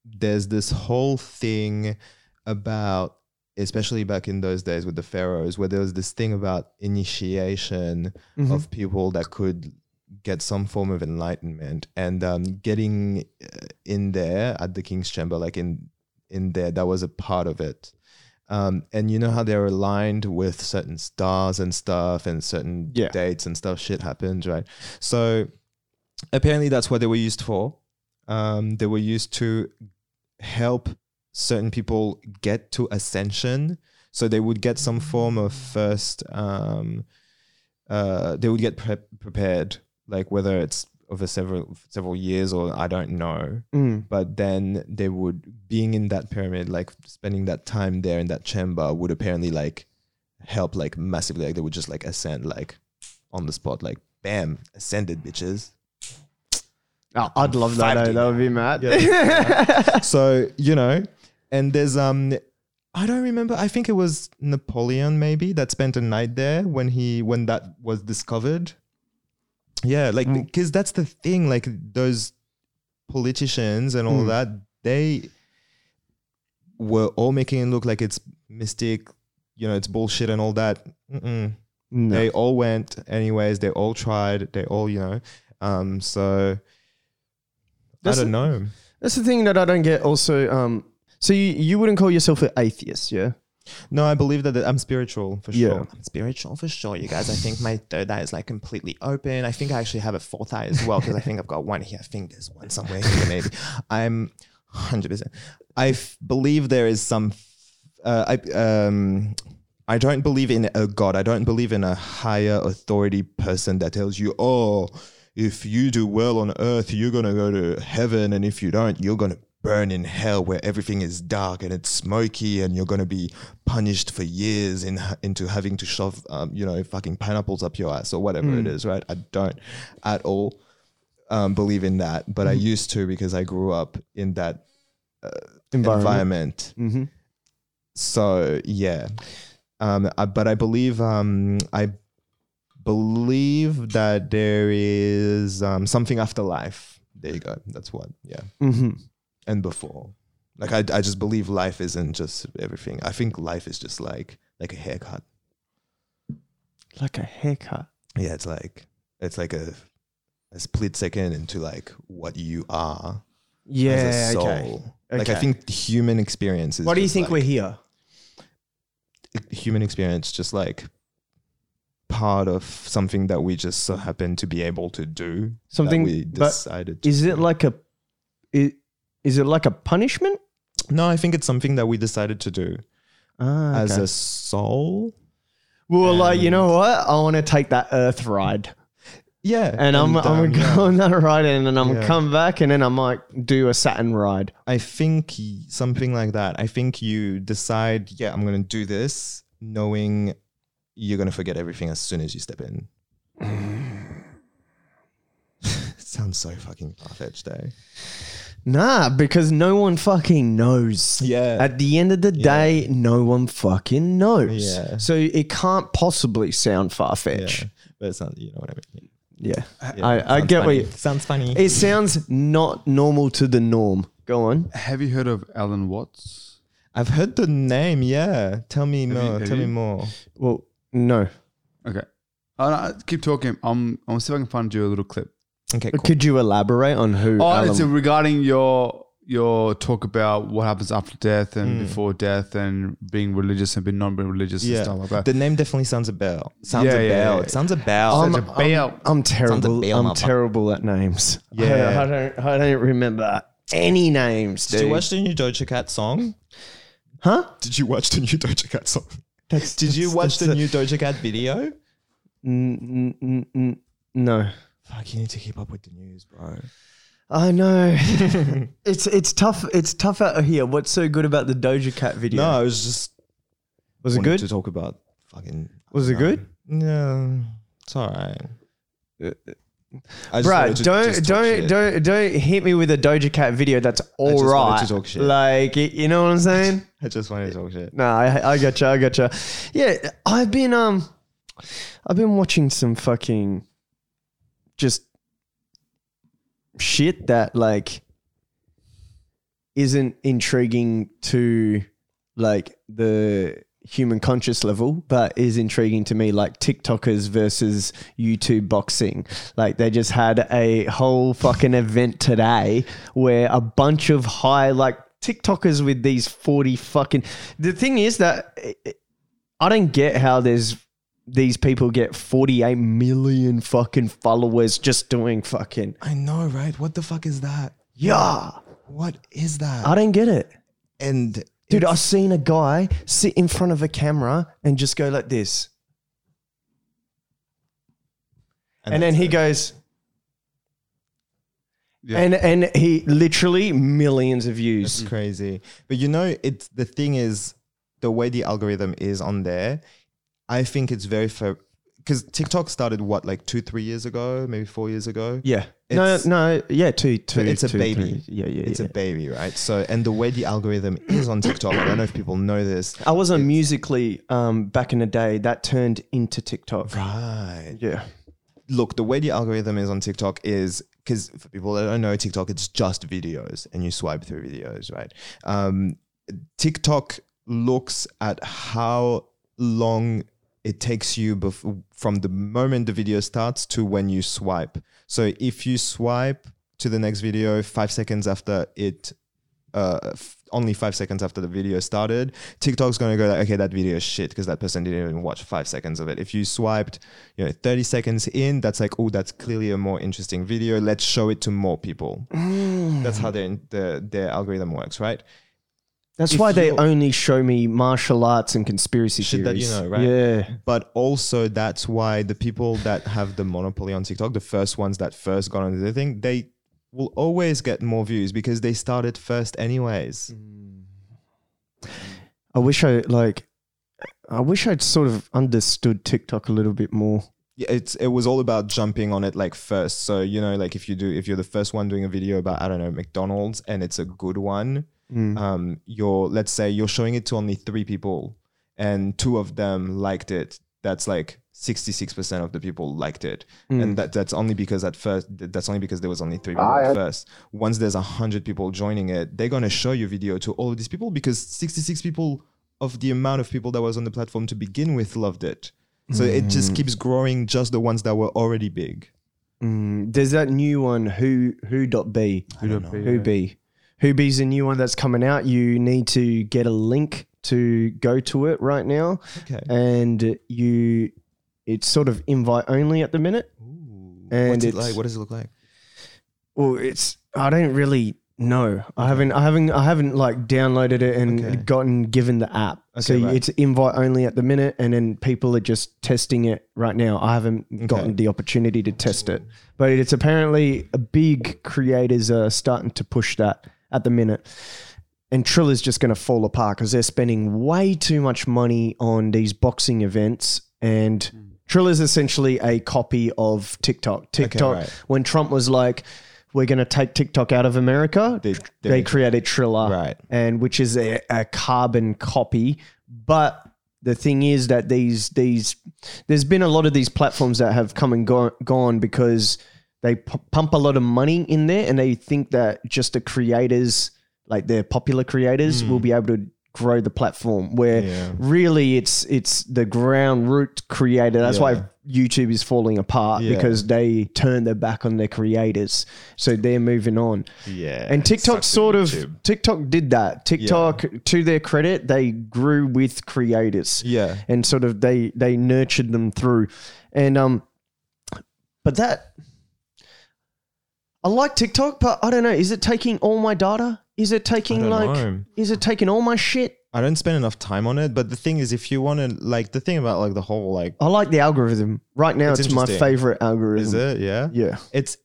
there's this whole thing about especially back in those days with the pharaohs where there was this thing about initiation of people that could get some form of enlightenment and um, getting uh, in there at the king's chamber like in in there that was a part of it um, and you know how they're aligned with certain stars and stuff and certain Yeah. dates and stuff shit happens right so apparently that's what they were used for um, they were used to help certain people get to ascension so they would get some form of first um, uh, they would get pre- prepared like whether it's over several several years or I don't know. But then they would being in that pyramid, like spending that time there in that chamber would apparently like help like massively. Like they would just like ascend like on the spot, like bam, ascended bitches. Oh, I'd love that. Five though. D. That would be [LAUGHS] mad. so you know and there's um i don't remember i think it was napoleon maybe that spent a night there when he when that was discovered yeah like because that's the thing like those politicians and all that they were all making it look like it's mystic you know it's bullshit and all that Mm-mm. they all went anyways they all tried they all you know um so That's i don't know That's the thing that I don't get. Also, um, so you, you wouldn't call yourself an atheist, yeah? No, I believe that I'm spiritual for Yeah. sure. I'm spiritual for sure, you guys. I think my third eye is like completely open. I think I actually have a fourth eye as well because I think I've got one here. I think there's one somewhere here, maybe. I'm 100%. I f- believe there is some. Uh, I um. I don't believe in a god. I don't believe in a higher authority person that tells you, "Oh, if you do well on earth, you're gonna go to heaven, and if you don't, you're gonna burn in hell, where everything is dark and it's smoky, and you're gonna be punished for years in into having to shove, um, you know, fucking pineapples up your ass or whatever it is." Right? I don't at all um, believe in that, but I used to because I grew up in that environment. Mm-hmm. So yeah, um, I, but I believe um, I believe that there is um, something after life. There you go. That's what. Yeah, and before, like I, I just believe life isn't just everything. I think life is just like like a haircut. Mm-hmm. Like a haircut. Yeah, it's like it's like a a split second into like what you are Yeah. as a soul. Okay. Like I Okay. think human experience is. Why do you just, think like, we're here? human experience just like part of something that we just so happen to be able to do Something- that we but decided to Is it do. like a, is, is it like a punishment? no i think it's something that we decided to do Ah, as okay. a soul we Um, were like, you know what? I want to take that Earth ride, yeah and, I'm I'm um, gonna go on that ride, and then I'm Yeah. gonna come back, and then I might do a Saturn ride. I think y- something like that. I think you decide, yeah, I'm going to do this, knowing you're going to forget everything as soon as you step [SIGHS] in. [LAUGHS] Sounds so fucking far fetched, eh? Nah, because no one fucking knows. Yeah. At the end of the day, no one fucking knows. Yeah. So it can't possibly sound far fetched. But it's not, you know what I mean? Yeah. Yeah, I, I sounds get what funny. you. Sounds funny. It sounds not normal to the norm. Go on. Have you heard of Alan Watts? I've heard the name, yeah. Tell me more. have Tell me you? more. Well, no. Okay. I, I keep talking. I'm. I'm see if I can find you a little clip. Okay, cool. Could you elaborate on who? Oh, Alan- it's regarding your your talk about what happens after death and before death and being religious and being non-being religious Hmm. Yeah. and stuff like that. The name definitely sounds a bell. Sounds Yeah, a yeah, bell. yeah. It sounds a bell. I'm, a bail. I'm, I'm terrible. bail, I'm motherfucker. terrible at names. I don't- Yeah. [LAUGHS] I don't. I don't remember any names, Did you dude. watch the new Doja Cat song? Huh? Did you watch the new Doja Cat song? That's- Did you that's- watch the that's new Doja [LAUGHS] Cat video? a- N- n- n- no. Fuck, you need to keep up with the news, bro. I know. [LAUGHS] it's it's tough. It's tough out here. What's so good about the Doja Cat video? No, I was just was it wanted good? to um, talk about fucking. Was it good? No, it's all right. I just Bruh, wanted to don't just talk don't shit. don't don't hit me with a Doja Cat video. That's all just right. wanted to talk shit. Like y- you know what [LAUGHS] I'm saying? I just wanted to talk shit. no, I I gotcha, I gotcha. Yeah, I've been um, I've been watching some fucking, just shit that like isn't intriguing to like the human conscious level, but is intriguing to me, like TikTokers versus YouTube boxing. Like they just had a whole fucking event today where a bunch of high like TikTokers with these 40 fucking the thing is that I don't get how there's these people get 48 million fucking followers just doing fucking I know, right? What the fuck is that? yeah. What is that? I don't get it. and Dude, I've seen a guy sit in front of a camera and just go like this. And, then he goes, And and he literally millions of views. It's crazy. But you know, it's the thing is the way the algorithm is on there. I think it's very fair because TikTok started what like two, three years ago, maybe four years ago. Yeah. No, It's- no, yeah, two, two. But it's a two, baby. three. Yeah, yeah. It's yeah. a baby, right? So, and the way the algorithm is on TikTok, I don't know if people know this. I was on Musically um, back in the day. That turned into TikTok. Right. Yeah. Look, the way the algorithm is on TikTok is because for people that don't know TikTok, it's just videos and you swipe through videos, right? Um, TikTok looks at how long it takes you bef- from the moment the video starts to when you swipe. So if you swipe to the next video five seconds after it, uh, f- only five seconds after the video started, TikTok's gonna go like, okay, that video is shit because that person didn't even watch five seconds of it. If you swiped, you know, thirty seconds in, that's like, oh, that's clearly a more interesting video. Let's show it to more people. That's how their their, their algorithm works, right? That's If why they you're- only show me martial arts and conspiracy Shit that you theories. know, right? Yeah. but also that's why the people that have the monopoly on TikTok, the first ones that first got onto the thing, they will always get more views because they started first anyways. I wish I like. I wish I'd sort of understood TikTok a little bit more. Yeah, It's it was all about jumping on it like first. So you know, like if you do if you're the first one doing a video about I don't know McDonald's and it's a good one, um, you're let's say you're showing it to only three people and two of them liked it. That's like 66% of the people liked it. And that, that's only because at first, th- that's only because there was only three people at first. Once there's 100 people joining it, they're going to show your video to all of these people because 66 people of the amount of people that was on the platform to begin with loved it. So it just keeps growing just the ones that were already big. There's that new one, who who dot b who dot b who b who b's a new one that's coming out. You need to get a link to go to it right now, Okay. and you it's sort of invite only at the minute. And What's it it's like? What does it look like? well, it's I don't really know. I haven't I haven't I haven't like downloaded it and Okay. gotten given the app. so Okay, right. it's invite only at the minute, and then people are just testing it right now. I haven't gotten the opportunity to test it, but it's apparently a big creators are starting to push that at the minute. And Trilla's just going to fall apart because they're spending way too much money on these boxing events. Hmm. And Trilla's essentially a copy of TikTok. TikTok, right. when Trump was like, we're going to take TikTok out of America, They- they, they- created Triller, Right. And which is a, a carbon copy. But the thing is that these these there's been a lot of these platforms that have come and go, gone because they p- pump a lot of money in there and they think that just the creators, like their popular creators, will be able to grow the platform. Where Hmm. Yeah. really it's it's the ground root creator. That's Yeah. why YouTube is falling apart Yeah. because they turn their back on their creators. So they're moving on. Yeah. And TikTok sort of TikTok did that. TikTok, to their credit, they grew with creators. Yeah. And sort of they they nurtured them through. And um but that I like TikTok, but I don't know, is it taking all my data? Is it taking don't like know. is it taking all my shit? I don't spend enough time on it, but the thing is, if you want to, like, the thing about like the whole like, I like the algorithm. Right now It's it's, my interesting. favorite algorithm. is it? Yeah, Yeah. It's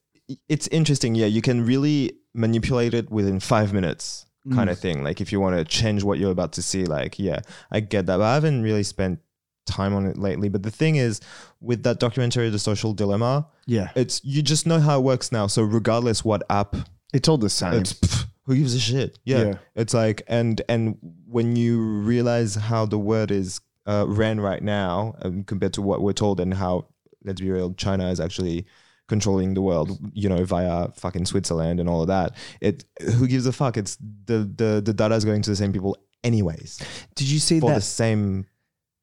it's interesting. Yeah, you can really manipulate it within five minutes, kind of thing. Like, if you want to change what you're about to see, like, yeah, I get that, but I haven't really spent time on it lately. But the thing is, with that documentary, The Social Dilemma, Yeah. it's you just know how it works now. So regardless what app It's all the same. it's pff, who gives a shit yeah. Yeah. it's like and and when you realize how the word is uh, ran right now um, compared to what we're told and how let's be real china is actually controlling the world you know via fucking switzerland and all of that it who gives a fuck it's the the the data is going to the same people anyways Did you see for that the same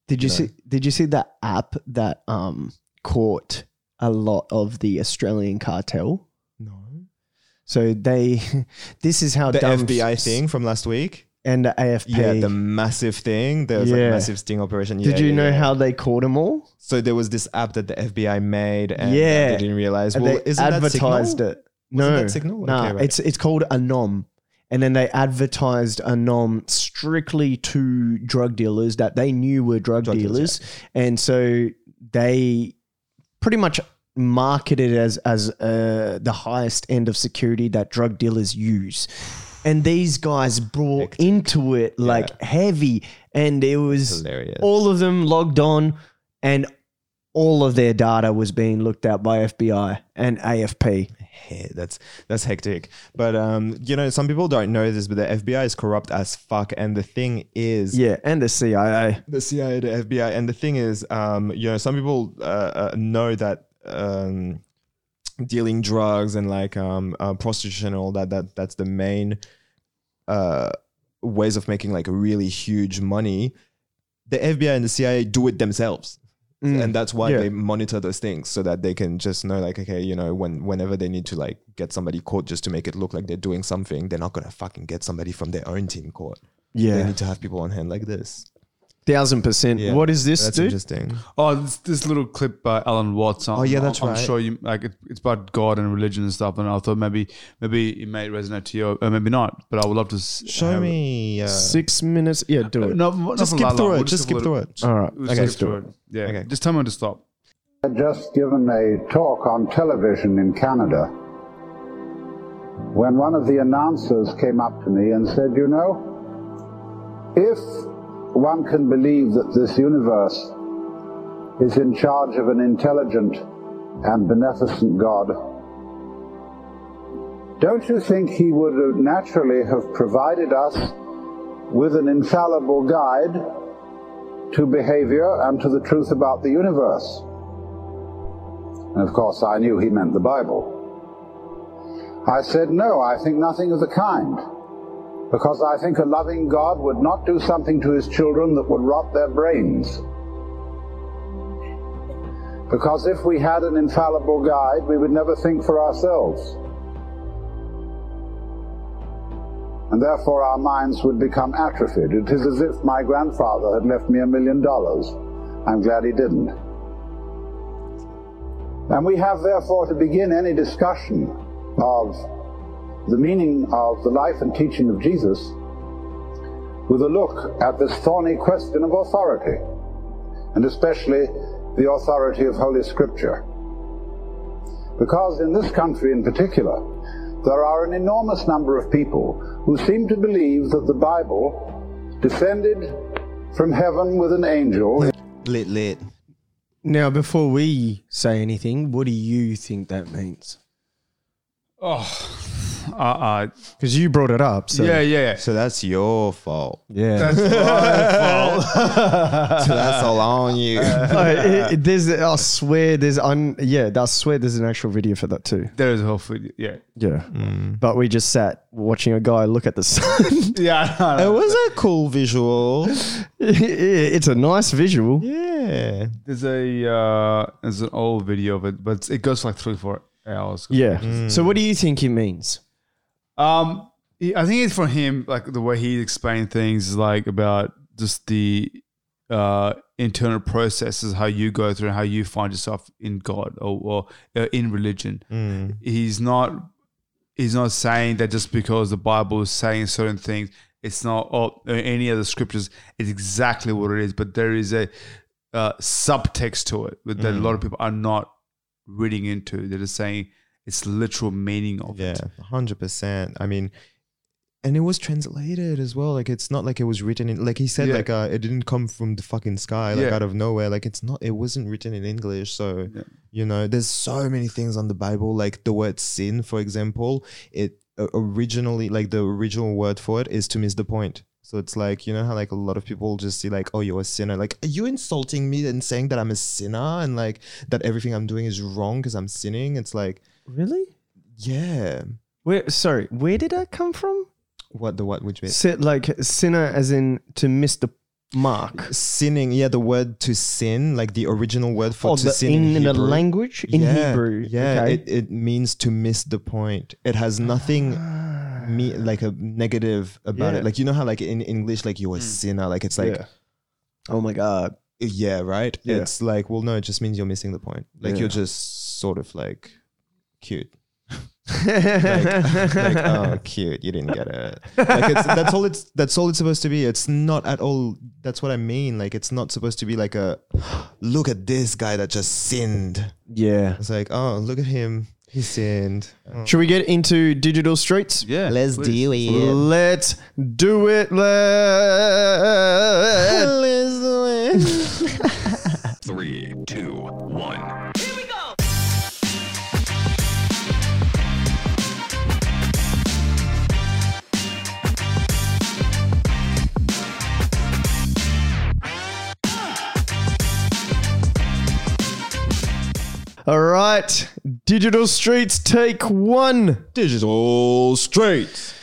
Did you see? Did you see that app that um caught a lot of the Australian cartel? no So they, [LAUGHS] this is how the dumb fbi thing from last week and the AFP. yeah the massive thing there was like Yeah. massive sting operation did Yeah, you yeah, know yeah. how they caught them all? So there was this app that the FBI made, and uh, Yeah. they didn't realize. And Well, they isn't advertised that Signal? it. No, that Signal? Nah, Okay, right. it's it's called Anom, and then they advertised Anom strictly to drug dealers that they knew were drug, Drug dealers, dealers, and so they pretty much marketed as as uh, the highest end of security that drug dealers use. And these guys brought into it like heavy, and it was Hilarious. all of them logged on, and all of their data was being looked at by FBI and AFP. Hey, that's that's hectic. But um, you know, some people don't know this, but the FBI is corrupt as fuck. And the thing is, Yeah, and the CIA. the CIA, the FBI, and the thing is, um, you know, some people uh, uh, know that um, dealing drugs and like um, uh, prostitution and all that that that's the main uh, ways of making like really huge money. The FBI and the CIA do it themselves. And that's why Mm. Yeah. they monitor those things so that they can just know, like, okay, you know, when whenever they need to like get somebody caught just to make it look like they're doing something, they're not gonna fucking get somebody from their own team caught. They Yeah, need to have people on hand like this. thousand percent. Yeah. What is this, That's dude? interesting. Oh, this, this little clip by Alan Watts. I'm, Oh, yeah, that's I'm right. sure you like it, it's about God and religion and stuff. And I thought maybe maybe it may resonate to you, or maybe not. But I would love to s- Show have it. me. Uh, Six minutes. Yeah, do it. No, not just for skip that long. through We'll it. Just skip through it. All right. We'll Okay, skip let's do through it. Yeah. Okay. Just tell me when to stop. had just given a talk on television in Canada when one of the announcers came up to me and said, You know, if one can believe that this universe is in charge of an intelligent and beneficent God, don't you think he would naturally have provided us with an infallible guide to behavior and to the truth about the universe? And of course, I knew he meant the Bible. I said, No, I think nothing of the kind. Because I think a loving God would not do something to his children that would rot their brains. Because if we had an infallible guide, we would never think for ourselves. And therefore, our minds would become atrophied. It is as if my grandfather had left me a million dollars. I'm glad he didn't. And we have therefore to begin any discussion of the meaning of the life and teaching of Jesus with a look at this thorny question of authority, and especially the authority of Holy Scripture. Because in this country in particular, there are an enormous number of people who seem to believe that the Bible descended from heaven with an angel Lit lit. Now, before we say anything, what do you think that means? Oh, uh, uh, Because you brought it up. So. yeah, yeah. So that's your fault. Yeah. [LAUGHS] So that's all on [LAUGHS] you. Oh, it- it- there's, I swear, there's, un, yeah, I swear there's an actual video for that too. Mm. There is hopefully, yeah, Yeah. But we just sat watching a guy look at the [LAUGHS] sun. yeah. I it know. was a cool visual. it's a nice visual. Yeah. There's a uh, there's an old video of it, but it goes for like three four hours. Yeah. So, what do you think it means? Um, he- I think it's for him, like the way he explained things, is like about just the uh, internal processes, how you go through, how you find yourself in God or, or uh, in religion. He's not. He's not saying that just because the Bible is saying certain things, it's not or any other scriptures. It's exactly what it is, but there is a uh, subtext to it that a lot of people are not reading into. They're just saying it's literal meaning of Yeah. it. 100%. I mean, and it was translated as well. Like, it's not like it was written in, like he said, Yeah. like, uh, it didn't come from the fucking sky, like Yeah. out of nowhere. Like, it's not, it wasn't written in English. So, Yeah. you know, there's so many things on the Bible, like the word sin, for example. It uh, originally, like, the original word for it is to miss the point. So it's like, you know how, like, a lot of people just see, like, oh, you're a sinner. Like, are you insulting me and saying that I'm a sinner and, like, that everything I'm doing is wrong because I'm sinning? It's like, Really? yeah. Where? Sorry, where did that come from? What the what which bit? Sit like sinner, as in to miss the mark. Sinning, yeah, the word to sin, like the original word for Oh, to the, sin in, the Hebrew. language in yeah, Hebrew. Yeah, Okay. it, it means to miss the point. It has nothing me like a negative about Yeah. it. Like you know how like in English, like you're a sinner, like it's like Ah. Hmm. Yeah. oh my god. yeah, right? Yeah. It's like, well, no, it just means you're missing the point. Like Yeah. [LAUGHS] you're just sort of like cute. like, like, oh, cute, you didn't get it. Like it's, that's all it's that's all it's supposed to be. It's not at all. That's what I mean. Like it's not supposed to be like a [GASPS] look at this guy that just sinned. Yeah. It's like oh, look at him, he sinned. Oh. Should we get into digital streets? Yeah. please. it. Let's do it. Let's. [LAUGHS] Let's do it. Three, two, one. [LAUGHS] All right. Digital streets take one. Digital straight.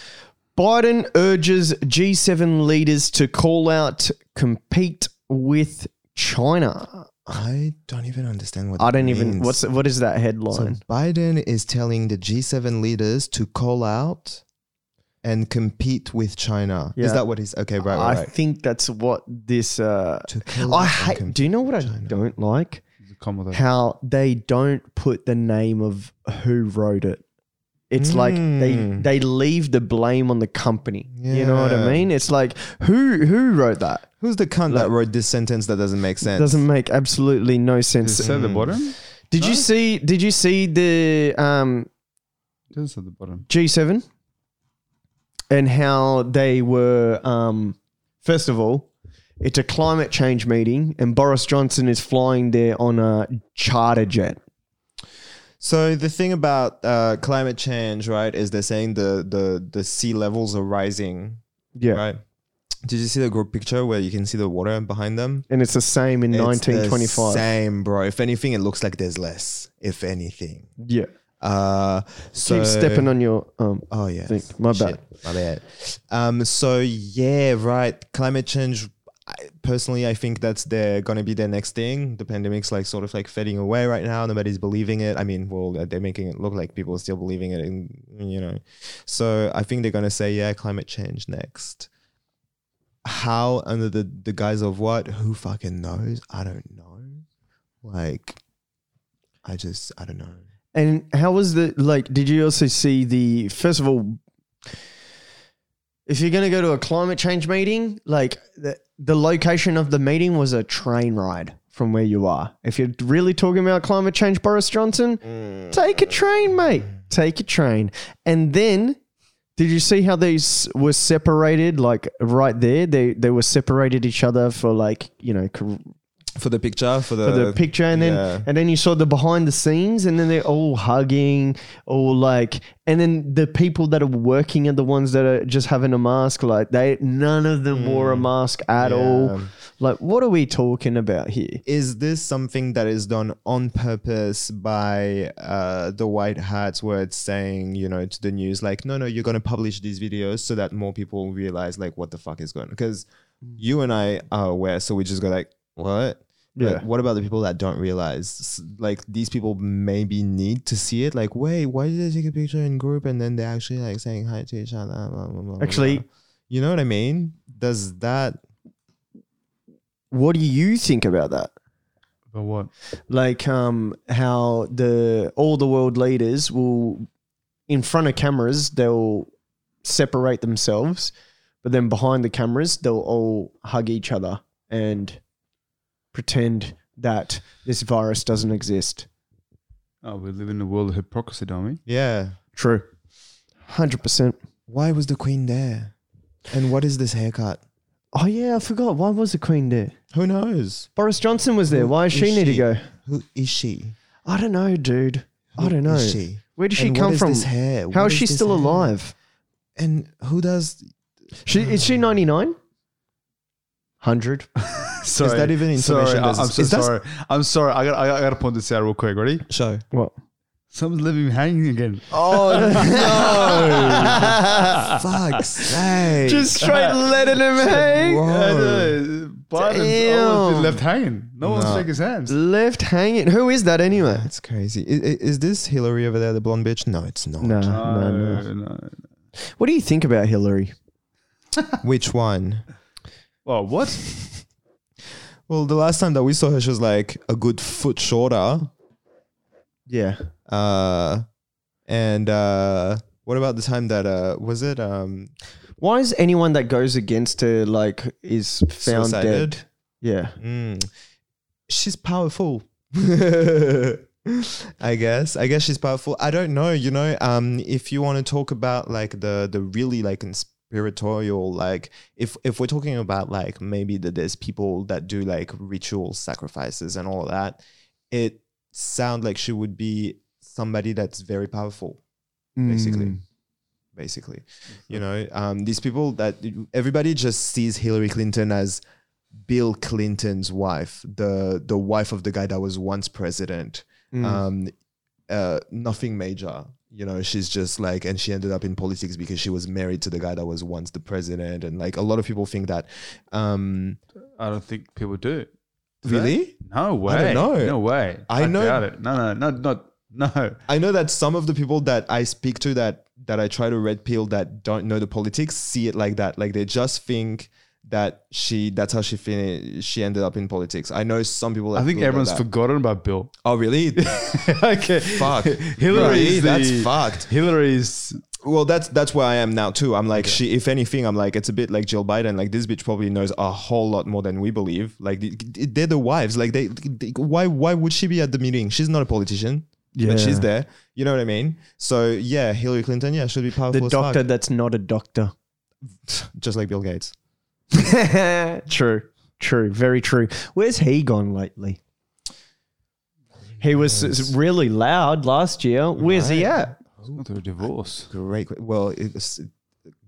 Biden urges G7 leaders to call out compete with China. I don't even understand what I that don't even. means. What's what is that So headline? Biden is telling the G7 leaders to call out and compete with China. Yeah. Is that what he's okay? Right, I right. right. think that's what this. Uh, To call I out and hate. Do you know what I China. don't like? Come with that. How they don't put the name of who wrote it. It's like Mm. they they leave the blame on the company. You know what I Yeah. mean? It's like who who wrote that? Who's the cunt that wrote this sentence that doesn't make sense? Doesn't make absolutely no sense. Does it say the bottom? Did you see? Did you see the um, It doesn't say the bottom. G7 and how they were, um, first of all, it's a climate change meeting, and Boris Johnson is flying there on a charter jet. So the thing about uh, climate change, right, is they're saying the the the sea levels are rising, Yeah. right? Did you see the group picture where you can see the water behind them? And it's the same in It's the 1925. Same, bro. If anything, it looks like there's less. If anything, Yeah. uh, so Keep stepping on your. Um, Oh yeah, Think. My bad. Shit. My bad. Um, so yeah, right. Climate change. I, personally, I think that's their gonna be their next thing. The pandemic's like sort of like fading away right now. Nobody's believing it. I mean, well, uh, they're making it look like people are still believing it, and you know. So I think they're gonna say, yeah, climate change next. How under the the guise of what? Who fucking knows? I don't know. Like, I just I don't know. And how was the like? Did you also see the first of all? If you're gonna go to a climate change meeting, like the, the location of the meeting was a train ride from where you are. If you're really talking about climate change, Boris Johnson, take a train, mate. Take a train. And then, did you see how these were separated? Like right there, they they were separated each other for like you know cor- For the picture, for the for the picture and then Uh, yeah. and then you saw the behind the scenes and then they're all hugging all like and then the people that are working are the ones that are just having a mask like they none of them wore a mask at all Mm. Yeah. like what are we talking about here is this something that is done on purpose by uh, the white hats where it's saying you know to the news like no no you're going to publish these videos so that more people realize like what the fuck is going on because Mm. you and i are aware so we just go like what But Yeah. what about the people that don't realize? S- Like these people maybe need to see it. Like, wait, why did they take a picture in group and then they're actually like saying hi to each other? blah, blah, blah, blah, Actually- blah. you know what I mean? Does that what do you think about that But what? like um how the all the world leaders will in front of cameras they'll separate themselves but then behind the cameras they'll all hug each other and pretend that this virus doesn't exist Oh, we live in a world of hypocrisy, don't we? yeah? true 100% why was the queen there? And what is this haircut? oh yeah i forgot why was the queen there Who knows? boris johnson was there why does Who she is need to go Who is she? i don't know dude i Who don't know is she? where does she And what come is from this hair? how What is she is this still hair? alive And who does? She is she ninety nine? Hundred. Sorry. that even Sorry, information? I, am Does- so is that- sorry. I'm sorry. I got. I got to point this out real quick. Ready? Show. What? Someone's leaving me hanging [LAUGHS] again. Oh. [LAUGHS] Fuck's sake! Oh, Just straight letting him hang. I know, Whoa. Biden's always Damn. been left hanging. No, one's shaking his hands. Left hanging. Who is that anyway? That's crazy. Is, is this Hillary over there, the blonde bitch? No, it's not. No, No, no, no. no, no. What do you think about Hillary? Which one? Oh, what? Well, the last time that we saw her, she was like a good foot shorter. Yeah. Uh, And uh, what about the time that uh, was it? Um, Why is anyone that goes against her like is found suicided? dead? Yeah. Mm. She's powerful. [LAUGHS] I guess. I guess she's powerful. I don't know, you know, um if you want to talk about like the the really like conspiratorial like if if we're talking about like maybe that there's people that do like ritual sacrifices and all of that, it sounds like she would be somebody that's very powerful basically. Basically, you know, um, these people that everybody just sees Hillary Clinton as Bill Clinton's wife, the the wife of the guy that was once president. Um, uh, nothing major, you know. She's just like, and she ended up in politics because she was married to the guy that was once the president, and like a lot of people think that. Um, I don't think people do. really, No way. don't know. No way. I know- Doubt it. No, no, no, not no. I know that some of the people that I speak to that that I try to red pill that don't know the politics see it like that. Like they just think that she that's how she fin- she ended up in politics. I know some people. That I think feel like everyone's that. forgotten about Bill. Oh really? [LAUGHS] [LAUGHS] okay. Fuck. [LAUGHS] Hillary. Really? is That's the- fucked. Hillary's. Well, that's that's where I am now too. I'm like she. If anything, I'm like it's a bit like Jill Biden. Like this bitch probably knows a whole lot more than we believe. Like th- th- they're the wives. Like they, they- why why would she be at the meeting? She's not a politician. Yeah. But she's Yeah. there. You know what I mean? So yeah, Hillary Clinton. Yeah, should be powerful. The as doctor fuck. that's not a doctor. just like Bill Gates. true. True. Very true. Where's he gone lately? He was s- really loud last year. Where's he at? Going through a divorce. Great. Well, it's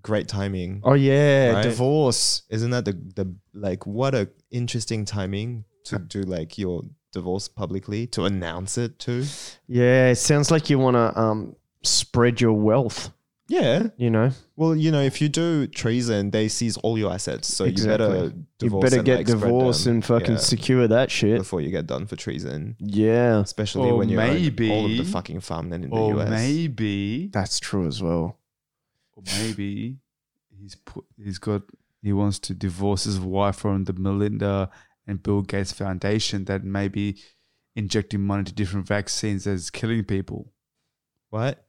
great timing. Oh yeah, Right. divorce. Isn't that the the like what a interesting timing to do like your divorce publicly to announce it too? Yeah, it sounds like you want to um spread your wealth. Yeah. You know, Well, you know, if you do treason, they seize all your assets. So you better you divorce better and, get like, spread divorced them. and fucking Yeah, secure that shit. before you get done for treason. Yeah, Especially Or when you're maybe all of the maybe- fucking farmland in the Or US. maybe, that's true as well. or maybe he's put, he's got he wants to divorce his wife from the Melinda and Bill Gates Foundation that maybe injecting money to different vaccines that is killing people. What?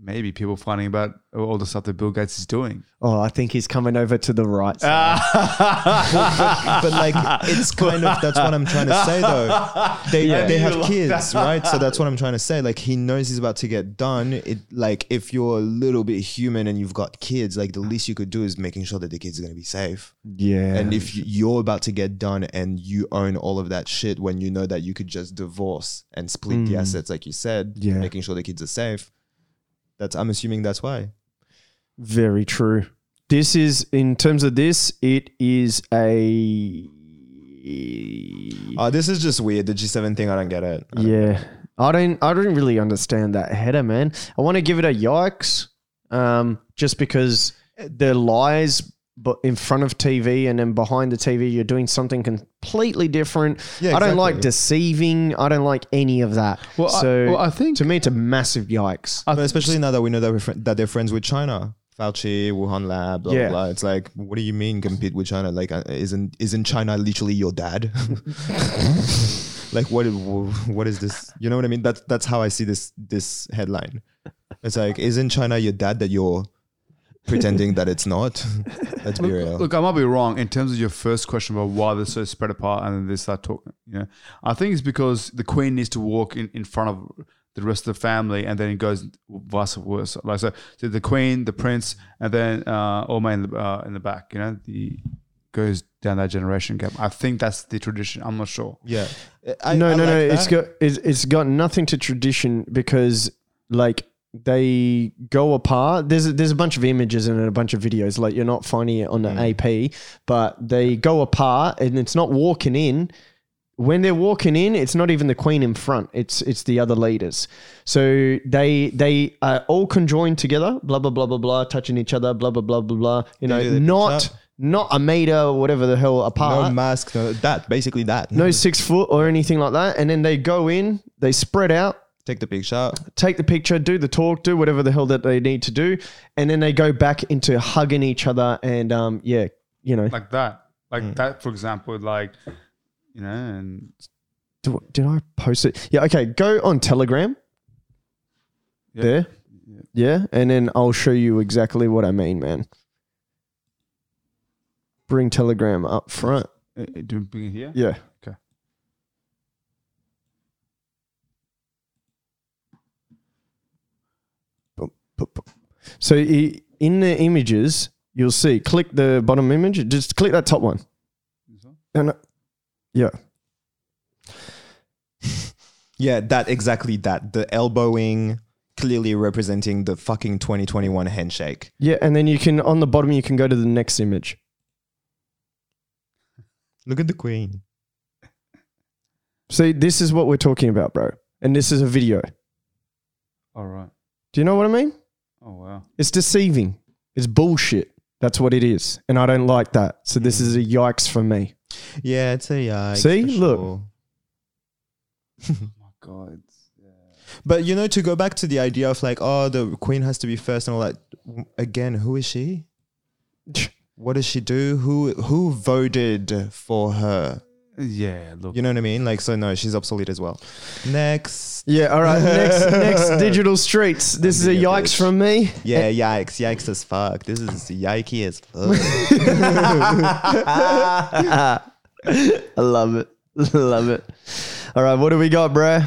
Maybe people finding about all the stuff that Bill Gates is doing. Oh, I think he's coming over to the right. side. Uh, but like [LAUGHS] it's kind of that's what I'm trying to say though. They they have kids, right? So that's what I'm trying to say. Like he knows he's about to get done. It like if you're a little bit human and you've got kids, like the least you could do is making sure that the kids are gonna be safe. yeah, Ah! And if you- you're about to get done and you own all of that shit when you know that you could just divorce and split the assets, like you said, Hmm. Yeah. making sure the kids are safe. That's I'm assuming that's why. Very true. This is in terms of this, it is a Uh, this is just weird. The G7 thing, I don't get it. yeah. I don't I don't really understand that header, man. I want to give it a yikes. Um, just because the lies but in front of TV and then behind the TV, you're doing something completely different. Yeah, I don't like exactly. deceiving. I don't like any of that. Well, I- so well, I think- to me, it's a massive yikes. But especially now that we know that, we're fri- that they're friends with China, Fauci, Wuhan lab, blah Yeah. blah blah. It's like, what do you mean compete with China? Like, uh, isn't isn't China literally your [LAUGHS] dad? like, what what is this? You know what I mean? That's that's how I see this this headline. It's like, isn't China your dad that you're pretending that it's not? Let's be real. Look, I might be wrong in terms of your first question about why they're so spread apart and then they start talking. You know, I think it's because the queen needs to walk in, in front of the rest of the family, and then it goes vice versa. Like so, so the queen, the prince, and then uh, all in the uh, in the back. You know, the goes down that generation gap. I think that's the tradition. I'm not sure. yeah. I, no, I no, like no. It's that. got it's, it's got nothing to tradition because like they go apart. There's a, there's a bunch of images and a bunch of videos. Like you're not finding it on Hmm. the AP, but they go apart and it's not walking in. When they're walking in, it's not even the queen in front. It's it's the other leaders. So they they are all conjoined together. Blah blah blah blah blah, touching each other. Blah blah blah blah blah. You do know, the not picture. not a meter or whatever the hell apart no mask, no that. Basically that. no six foot or anything like that. And then they go in, they spread out, Take the picture. take the picture, do the talk, do whatever the hell that they need to do, and then they go back into hugging each other and um yeah, you know. Like that, like that. For example, like you know, and Do- did I post it? Yeah, okay. Go on Telegram. there. Yeah. And then I'll show you exactly what I mean, man. Bring Telegram up front. Uh, uh, Do you bring it here? Yeah. Okay. Boom, boom, boom. So i- in the images, you'll see, click the bottom image, just click that top one. And uh, yeah. Yeah, that exactly that. The elbowing clearly representing the fucking 2021 handshake. Yeah. And then you can, on the bottom, you can go to the next image. Look at the queen. See, this is what we're talking about, bro. And this is a video. All right. Do you know what I mean? Oh wow. It's deceiving. It's bullshit. That's what it is. And I don't like that. So this is a yikes for me. Yeah, it's a yikes. See? for Look. sure. My God. But you know, to go back to the idea of like, oh, the queen has to be first and all that. w- Again, who is [LAUGHS] she? What does she do? Who who voted for her? Yeah. Look. You know what I mean? Like, so no, she's obsolete as well. Next, Yeah, all right. [LAUGHS] Next next digital streets. This is a being a yikes bitch. from me. yeah, yikes, yikes as fuck. This is yikey as fuck. [LAUGHS] I love it. [LAUGHS] love it. All right, what do we got, bruh?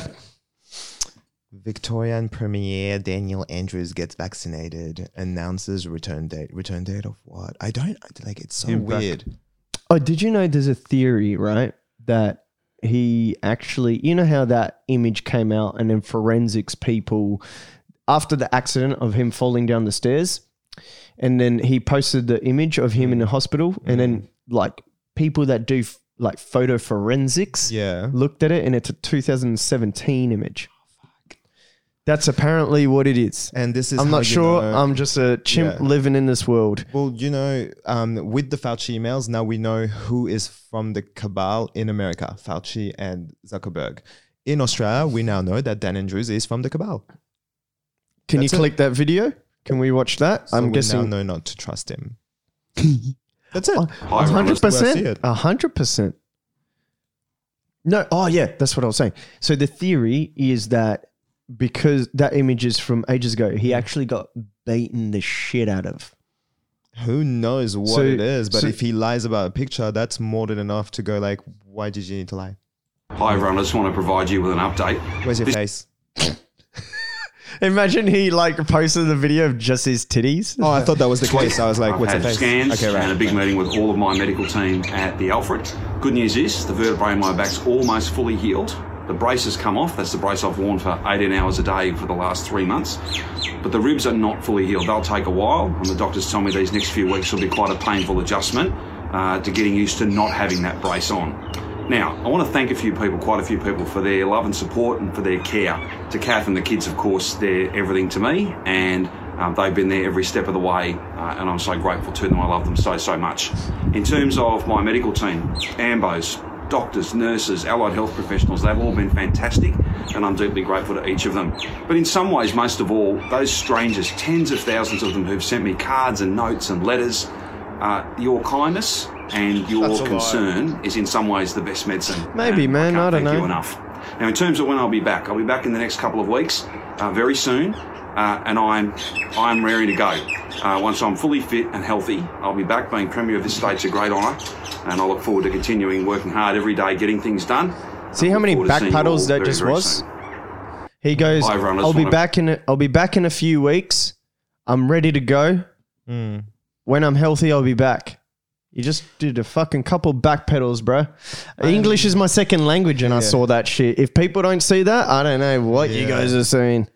Victorian Premier Daniel Andrews gets vaccinated, announces return date. Return date of what? I don't like. It's so Him back. weird. Oh, did you know there's a theory, right? That he actually, you know how that image came out, and then forensics people, after the accident of him falling down the stairs, and then he posted the image of him in the hospital, and then like people that do f- like photo forensics Yeah. looked at it, and it's a 2017 image. That's apparently what it is. And this is. I'm how not you sure. know- I'm just a chimp Yeah. living in this world. well, you know, um, with the Fauci emails, now we know who is from the cabal in America: Fauci and Zuckerberg. In Australia, we now know that Dan Andrews is from the cabal. Can That's you it. click that video? Can we watch that? So I'm we guessing. now know not to trust [LAUGHS] him. That's it. A hundred That's where I see percent. it. A hundred percent. No. Oh, yeah. That's what I was saying. So the theory is that because that image is from ages ago, he actually got beaten the shit out of. Who knows what So- it is? But so- if he lies about a picture, that's more than enough to go like, why did you need to lie? [LAUGHS] Hi everyone, I just want to provide you with an update. Where's your face? Imagine he like posted the video of just his titties. Oh, I thought that was the case. I was like, I've what's the had face? scans Okay, and a right. big meeting with all of my medical team at the Alfred. Good news is the vertebrae in my back's almost fully healed. The brace has come off. That's the brace I've worn for 18 hours a day for the last three months. But the ribs are not fully healed. They'll take a while, and the doctors tell me these next few weeks will be quite a painful adjustment uh, to getting used to not having that brace on. Now, I want to thank a few people, quite a few people, for their love and support and for their care. To Kath and the kids, of course, they're everything to me, and um, they've been there every step of the way, uh, and I'm so grateful to them. I love them so, so much. In terms of my medical team, AMBOs, doctors, nurses, allied health professionals, they've all been fantastic, and I'm deeply grateful to each of them. But in some ways, most of all, those strangers, tens of thousands of them who've sent me cards and notes and letters, uh, your kindness and your concern is in some ways the best medicine. Maybe, And man, I, I don't can't thank know. You enough. Now, in terms of when I'll be back, I'll be back in the next couple of weeks, uh, very soon, uh, and I'm I'm raring to go. Uh, once I'm fully fit and healthy, I'll be back. Being premier of this state's a great honour, and I look forward to continuing working hard every day, getting things done. See how Look many forward to seeing you backpedals all that very, just very was? soon. He goes, Hi, everyone, I just I'll be wanna- back in. A, I'll be back in a few weeks. I'm ready to go. Hmm. When I'm healthy, I'll be back. You just did a fucking couple back pedals, bro. English is my second language, and I saw that shit. If people don't see that, I don't know what you guys are seeing.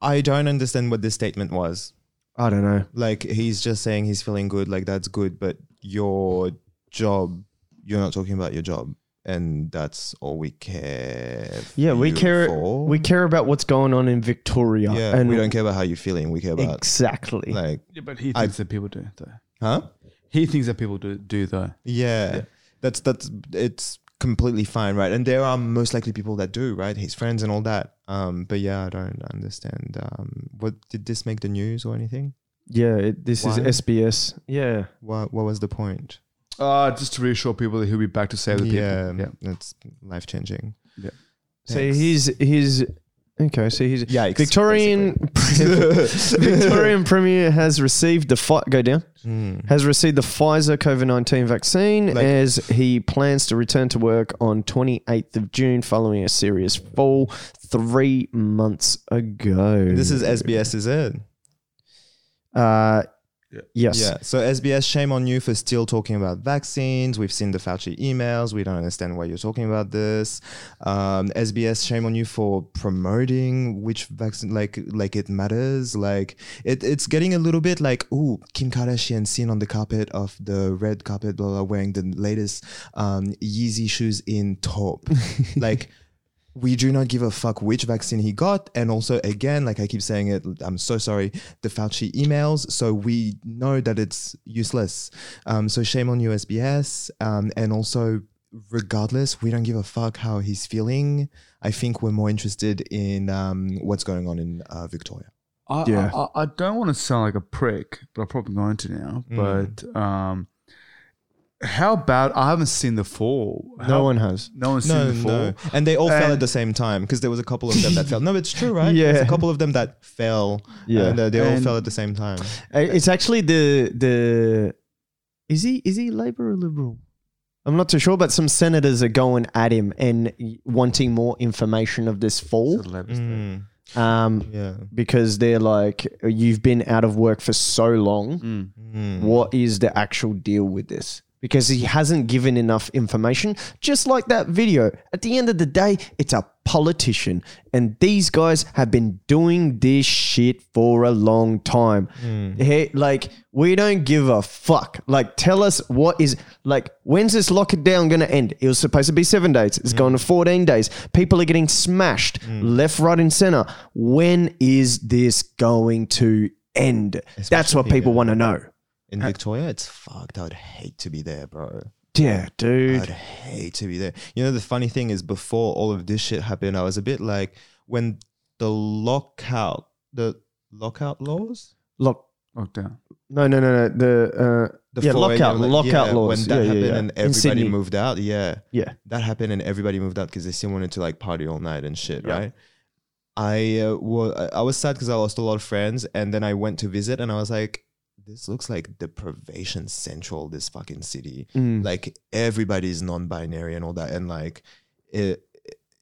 I don't understand what this statement was. I don't know. Like, he's just saying he's feeling good. Like, that's good. But your job, you're not talking about your job. And that's all we care. Yeah, we you care. for. We care about what's going on in Victoria, yeah, and we don't care about how you're feeling. We care about exactly. like, Yeah, but he thinks that people do though. huh? He thinks that people do do though. Yeah. That's that's it's completely fine, right? And there are most likely people that do, right? His friends and all that. Um, but yeah, I don't understand. Um, what did this make the news or anything? yeah, it, this Why? is SBS. Yeah, What what was the point? Uh, just to reassure people that he'll be back to save the people. Yeah, [LAUGHS] Yeah. it's life changing. So his his Okay, so he's Yikes, Victorian [LAUGHS] Victorian Premier has received the fi- go down Hmm. has received the Pfizer COVID nineteen vaccine as he plans to return to work on twenty eighth of June following a serious fall three months ago. This is SBS, is it? uh, yes. Yeah. So SBS, shame on you for still talking about vaccines. We've seen the Fauci emails. We don't understand why you're talking about this. Um, SBS, shame on you for promoting which vaccine, like like it matters. Like it, it's getting a little bit like, ooh, Kim Kardashian seen on the carpet of the red carpet, blah blah, wearing the latest um, Yeezy shoes in taupe. like we do not give a fuck which vaccine he got. And also, again, like I keep saying it, I'm so sorry, the Fauci emails. So we know that it's useless. Um, so shame on USBS. Um, and also, regardless, we don't give a fuck how he's feeling. I think we're more interested in um, what's going on in uh, Victoria. I, Yeah. I, I, I don't want to sound like a prick, but I'm probably going to now. But um, how bad? I haven't seen the fall. No one has. No one's No, seen the fall. no. And they all fell at And- the same time because there was a couple of them that fell. No, it's true, right? Yeah. There's a couple of them that fell. Yeah. And uh, they all And- fell at the same time. Uh, It's actually the the is he is he Labour or Liberal? I'm not too sure, but some senators are going at him and wanting more information of this fall. Mm, Um, yeah. because they're like, you've been out of work for so long. What is the actual deal with this? Because he hasn't given enough information. Just like that video. At the end of the day, it's a politician. And these guys have been doing this shit for a long time. Hey, like, we don't give a fuck. Like, tell us what is, like, when's this lockdown going to end? It was supposed to be seven days. It's going to 14 days. People are getting smashed left, right, and center. When is this going to end? That's what people want to know. In Victoria, it's fucked. I would hate to be there, bro. Yeah, I'd dude. hate to be there. You know, the funny thing is, before all of this shit happened, I was a bit like when the lockout, the lockout laws, Lock. Lockdown. No, no, no, no. The, uh, the yeah, 4 a.m., lockout, like, lockout yeah, laws. When that yeah, happened yeah, yeah. and In everybody Sydney. moved out, yeah, Yeah. that happened and everybody moved out because they still wanted to like party all night and shit, right? I uh, was I was sad because I lost a lot of friends, and then I went to visit, and I was like, "This looks like deprivation central. This fucking city. Like everybody's non-binary and all that, and like it."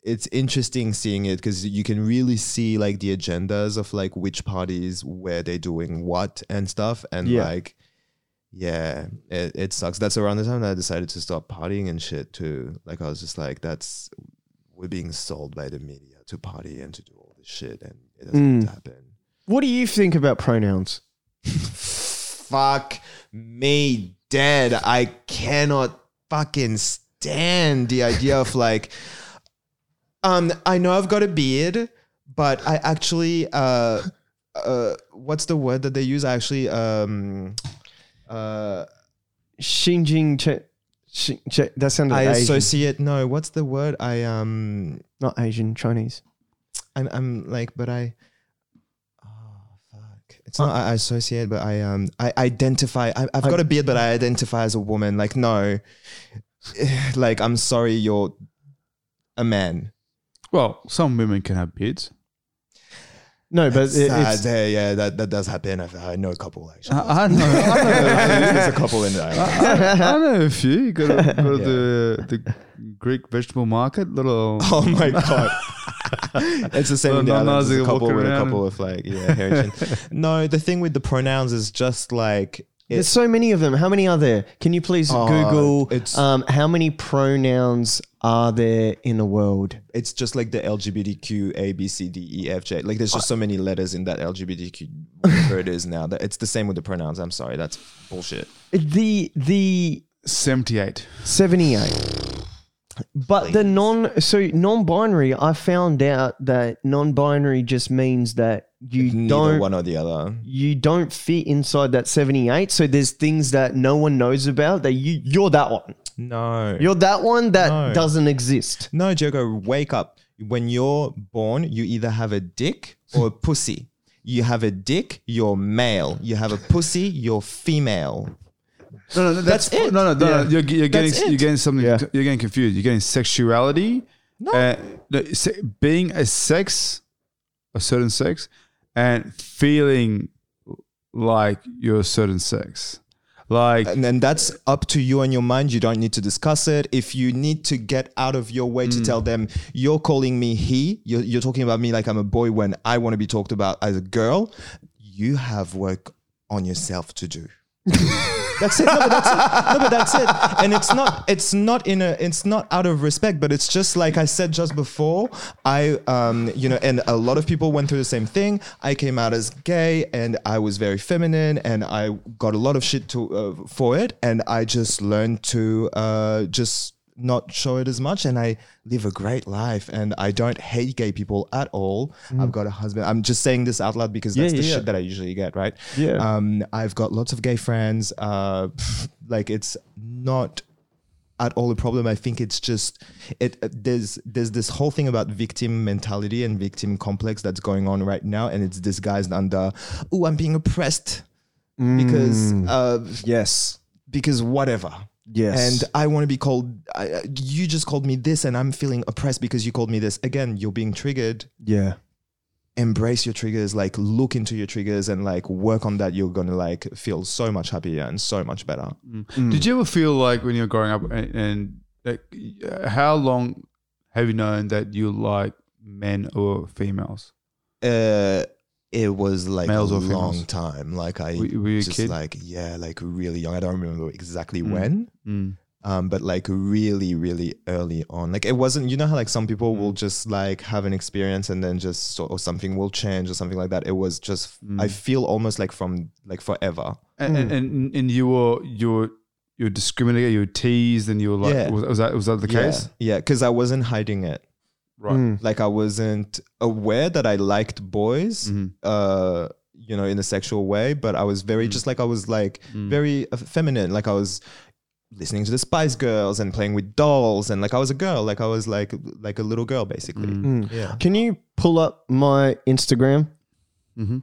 It's interesting seeing it because you can really see like the agendas of like which parties, where they're doing what and stuff, and Yeah. like yeah, it, it sucks. That's around the time that I decided to stop partying and shit too. Like I was just like, that's we're being sold by the media to party and to do all this shit, and it doesn't happen. What do you think about pronouns? Fuck me dead. I cannot fucking stand the idea of like, um, I know I've got a beard, but I actually, uh, uh, what's the word that they use? I actually, um, uh. Shinjing che, shi, che, that sounded I Asian. associate no. What's the word? I um. not Asian, Chinese. I'm, I'm like, but I. Oh fuck! It's not I I associate, but I um. I identify. I, I've got a beard, but I identify as a woman. Like no, [SIGHS] like I'm sorry, you're a man. Well, some women can have beards. No, but it, Sad, it's, yeah, yeah, that, that does happen. I've, I know a couple actually. [LAUGHS] I, I know. I [LAUGHS] know. There's a couple in Uh, there. I know a few. You go to, go to the the Greek vegetable market, little. [LAUGHS] Oh my god. it's the same Well, in the no, no, islands. it's There's a like couple walking with a around. couple of like yeah. heritage. no, the thing with the pronouns is just like there's so many of them. How many are there? Can you please Google Oh, it's- um, how many pronouns are there in the world? it's just like the LGBTQ A B C D E F J. Like there's just so many letters in that LGBTQ whatever it is now. That it's the same with the pronouns. I'm sorry, that's bullshit. The the Seventy-eight. 78. But the non so non-binary, I found out that non-binary just means that you Neither don't one or the other. you don't fit inside that 78. So there's things that no one knows about that you you're that one. No. You're that one that No. doesn't exist. no, Jogo, wake up. When you're born, you either have a dick or a pussy. You have a dick, you're male. You have a pussy, you're female. No, no, that's, That's it. No, no, no, no. Yeah. You're, you're That's getting you're it. getting something. Yeah. You're getting confused. You're getting sexuality. No, uh, no, se- being a sex a certain sex and feeling like you're a certain sex. Like and then that's up to you and your mind. You don't need to discuss it. If you need to get out of your way to tell them you're calling me he, you're, you're talking about me like I'm a boy when I want to be talked about as a girl, you have work on yourself to do. that's it. No, but that's it. No, but that's it. And it's not. It's not in a. It's not out of respect, but it's just like I said just before. I, um, you know, and a lot of people went through the same thing. I came out as gay, and I was very feminine, and I got a lot of shit to uh, for it. And I just learned to uh, just not show it as much and I live a great life and I don't hate gay people at all. I've got a husband. I'm just saying this out loud because that's Mm. Yeah, the yeah, yeah. shit that I usually get, right? Yeah. Um I've got lots of gay friends. Uh [LAUGHS] like it's not at all a problem. I think it's just it uh, there's there's this whole thing about victim mentality and victim complex that's going on right now and it's disguised under oh I'm being oppressed Mm. because uh Yes. because whatever Yes. and I want to be called. I, I- you just called me this, and I'm feeling oppressed because you called me this. Again, you're being triggered. yeah. Embrace your triggers, like look into your triggers, and like work on that. You're gonna like feel so much happier and so much better. Did you ever feel like when you were growing up, and, and like, uh, how long have you known that you like men or females? Uh, it was like Males a or females? long time. Like I Were- were you a just kid? Mm. like yeah, like really young. I don't remember exactly when. Um, but like really, really early on, like it wasn't. You know how like some people Mm. will just like have an experience and then just so, or something will change or something like that. It was just Mm. I feel almost like from like forever. And, and, and and you were you were you were discriminated, you were teased, and you were like, Yeah. was, was that was that the case? Yeah, because I wasn't hiding it. Right. Like I wasn't aware that I liked boys, uh, you know, in a sexual way. But I was very just like I was like very uh, feminine. Like I was listening to the Spice Girls and playing with dolls, and like I was a girl. Like I was like like a little girl basically. Yeah. Can you pull up my Instagram? Mm-hmm.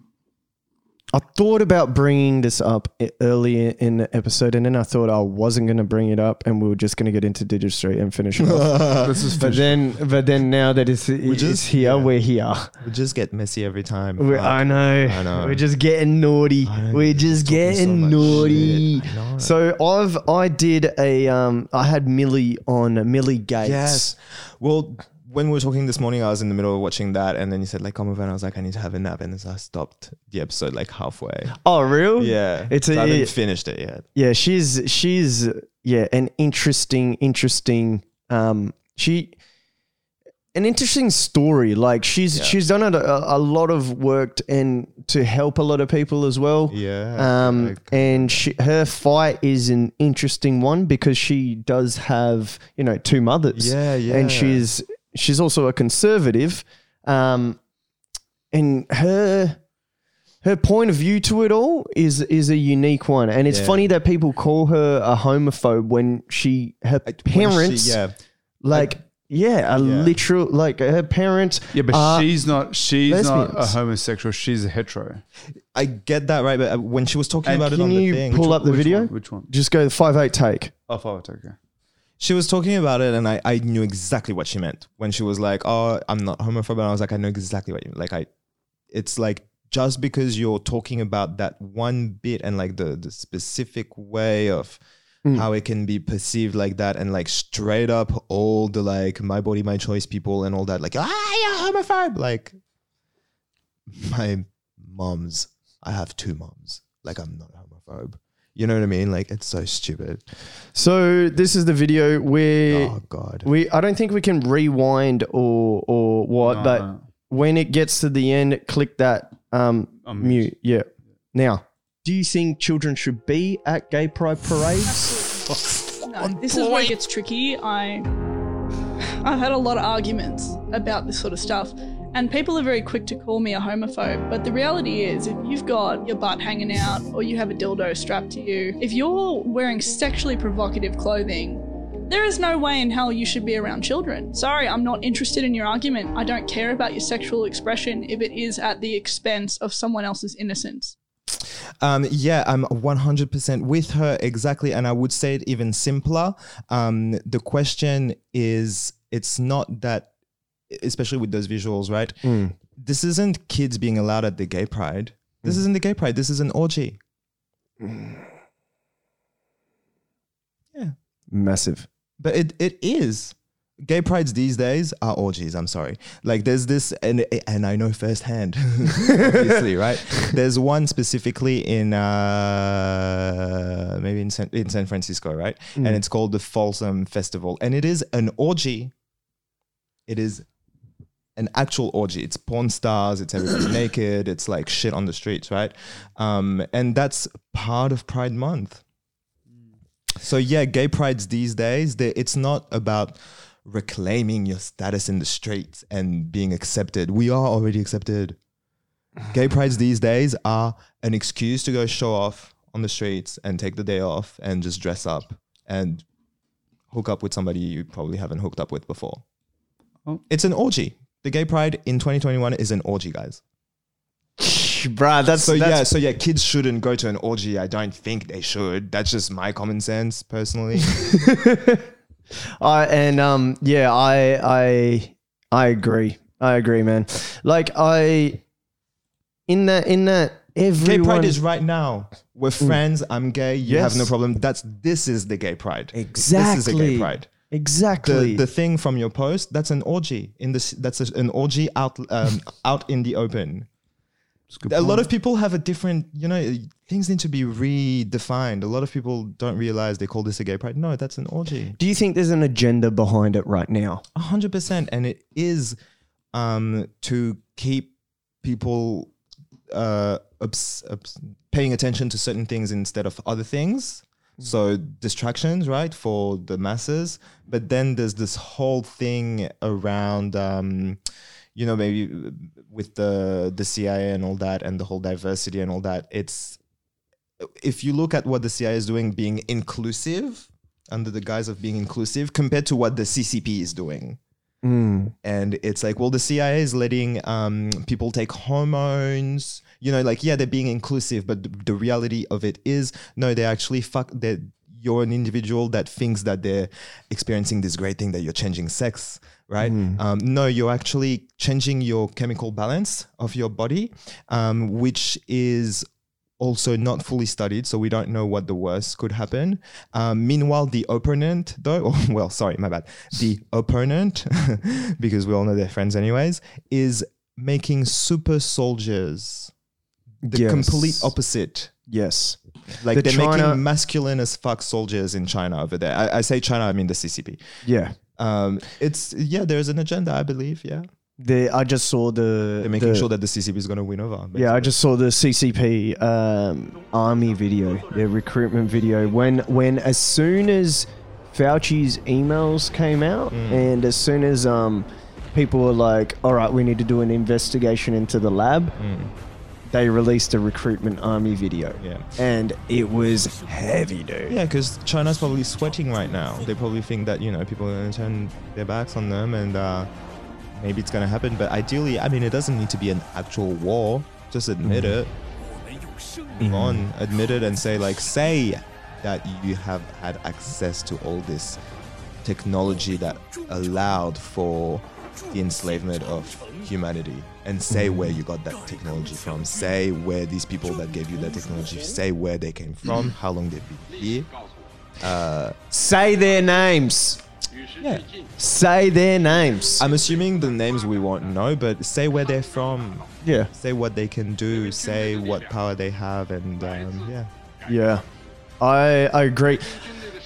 I thought about bringing this up i- early in the episode, and then I thought I wasn't going to bring it up, and we were just going to get into Digistry and finish it [LAUGHS] off. Uh, but then, but then now that it's, it's just- here, we're here. We just get messy every time. We're, Fuck. I, know, I know. We're just getting naughty. know. We're just Talking so getting much naughty. shit. I know. So I've I did a um I had Millie on Millie Gates. Yes. Well, when we were talking this morning, I was in the middle of watching that, and then you said like come over, and I was like I need to have a nap, and so I stopped the episode like halfway. Oh, real? Yeah, It's So a I haven't finished it yet. yeah she's she's yeah an interesting interesting um she an interesting story like she's she's done a, a, a lot of work and to help a lot of people as well Yeah. um like- and she, her fight is an interesting one because she does have you know two mothers Yeah, yeah. and she's she's also a conservative um and her her point of view to it all is is a unique one, and it's funny that people call her a homophobe when she her When she- parents yeah. like yeah Yeah. a literal like her parents Yeah, but are- she's not. She's not a Uh, lesbians. homosexual. She's a hetero. I get that right, but uh, when she was talking about it can on you the thing, pull up the Which video One? Which one? just go the five eight take Oh, Father Tucker. she was talking about it, and I, I knew exactly what she meant when she was like, "Oh, I'm not homophobic." And I was like, "I know exactly what you mean." Like I, it's like just because you're talking about that one bit and like the the specific way of how it can be perceived like that, and like straight up all the like my body, my choice people and all that, like ah, you're homophobe. Like my mom's, I have two moms. Like I'm not homophobe. You know what I mean? Like it's so stupid. so this is the video where Oh god. we I don't think we can rewind or or what but when it gets to the end click that um mute yeah now do you think children should be at gay pride parades. This is where it gets tricky. I I've had a lot of arguments about this sort of stuff, and people are very quick to call me a homophobe. But the reality is, if you've got your butt hanging out or you have a dildo strapped to you, if you're wearing sexually provocative clothing, there is no way in hell you should be around children. Sorry, I'm not interested in your argument. I don't care about your sexual expression if it is at the expense of someone else's innocence. Um, yeah, I'm 100% with her exactly, and I would say it even simpler. Um, the question is, it's not that especially with those visuals, right? This isn't kids being allowed at the gay pride. This isn't the gay pride. This is an orgy. Yeah, Massive. but it it is. Gay prides these days are orgies. I'm sorry. Like there's this, and and I know firsthand, [LAUGHS] obviously, right? There's one specifically in uh, maybe in San, in San Francisco, right? And it's called the Folsom Festival, and it is an orgy. It is an actual orgy. It's porn stars. It's everybody's naked. It's like shit on the streets, right? Um, and that's part of Pride Month. So yeah, gay prides these days, they, it's not about reclaiming your status in the streets and being accepted. We are already accepted. Gay prides these days are an excuse to go show off on the streets and take the day off and just dress up and hook up with somebody you probably haven't hooked up with before. It's an orgy. The gay pride in 2021 is an orgy, guys. Bruh, Uh, that's So that's yeah, so yeah, kids shouldn't go to an orgy. I don't think they should. That's just my common sense personally. I and um yeah, I I I agree. I agree, man. Like I in that in that gay everyone Mm. pride is right now. We're friends. I'm gay. You Yes. have no problem. That's this is the gay pride. exactly This is a gay pride. The, Exactly. the thing from your post that's an orgy in this that's a- an orgy out [LAUGHS] um, out in the open. A lot of people have a different, you know, things need to be redefined. A lot of people don't realize they call this a gay pride. No, that's an orgy. Do you think there's an agenda behind it right now? A hundred percent, and it is um, to keep people uh, obs- obs- paying attention to certain things instead of other things. So distractions, right, for the masses. But then there's this whole thing around, um, you know, maybe uh, with the the CIA and all that, and the whole diversity and all that. It's if you look at what the CIA is doing, being inclusive under the guise of being inclusive, compared to what the CCP is doing. And it's like, well, the CIA is letting um, people take hormones. You know, like yeah, they're being inclusive, but the, the reality of it is, no, they actually fuck. That you're an individual that thinks that they're experiencing this great thing that you're changing sex, right? Um, no, you're actually changing your chemical balance of your body, um, which is also not fully studied, so we don't know what the worst could happen. Um, meanwhile, the opponent, though, [LAUGHS] or, well, sorry, my bad, the opponent, [LAUGHS] because we all know they're friends anyways, is making super soldiers the Yes. complete opposite. Yes. Like The they're China- making masculine as fuck soldiers in China over there. I, I say China, I mean the CCP. Yeah. Um, it's yeah, there is an agenda, I believe. Yeah, The I just saw the they're making the- sure that the CCP is going to win over. basically. Yeah, I just saw the CCP um, army video, their recruitment video. When when as soon as Fauci's emails came out, Mm. and as soon as um, people were like, "All right, we need to do an investigation into the lab," they released a recruitment army video. Mm. Yeah. and it was heavy, dude. Yeah, because China's probably sweating right now. They probably think that you know people are going to turn their backs on them, and uh, maybe it's going to happen. But ideally, I mean, it doesn't need to be an actual war. Just admit it. Move on, admit it, and say like, say that you have had access to all this technology that allowed for the enslavement of humanity and say where you got that technology from say where these people that gave you that technology say where they came from how long they've been here Say their names. Yeah. Say their names. I'm assuming the names we won't know, but say where they're from, yeah, say what they can do, say what power they have, and um, yeah. yeah. I I agree.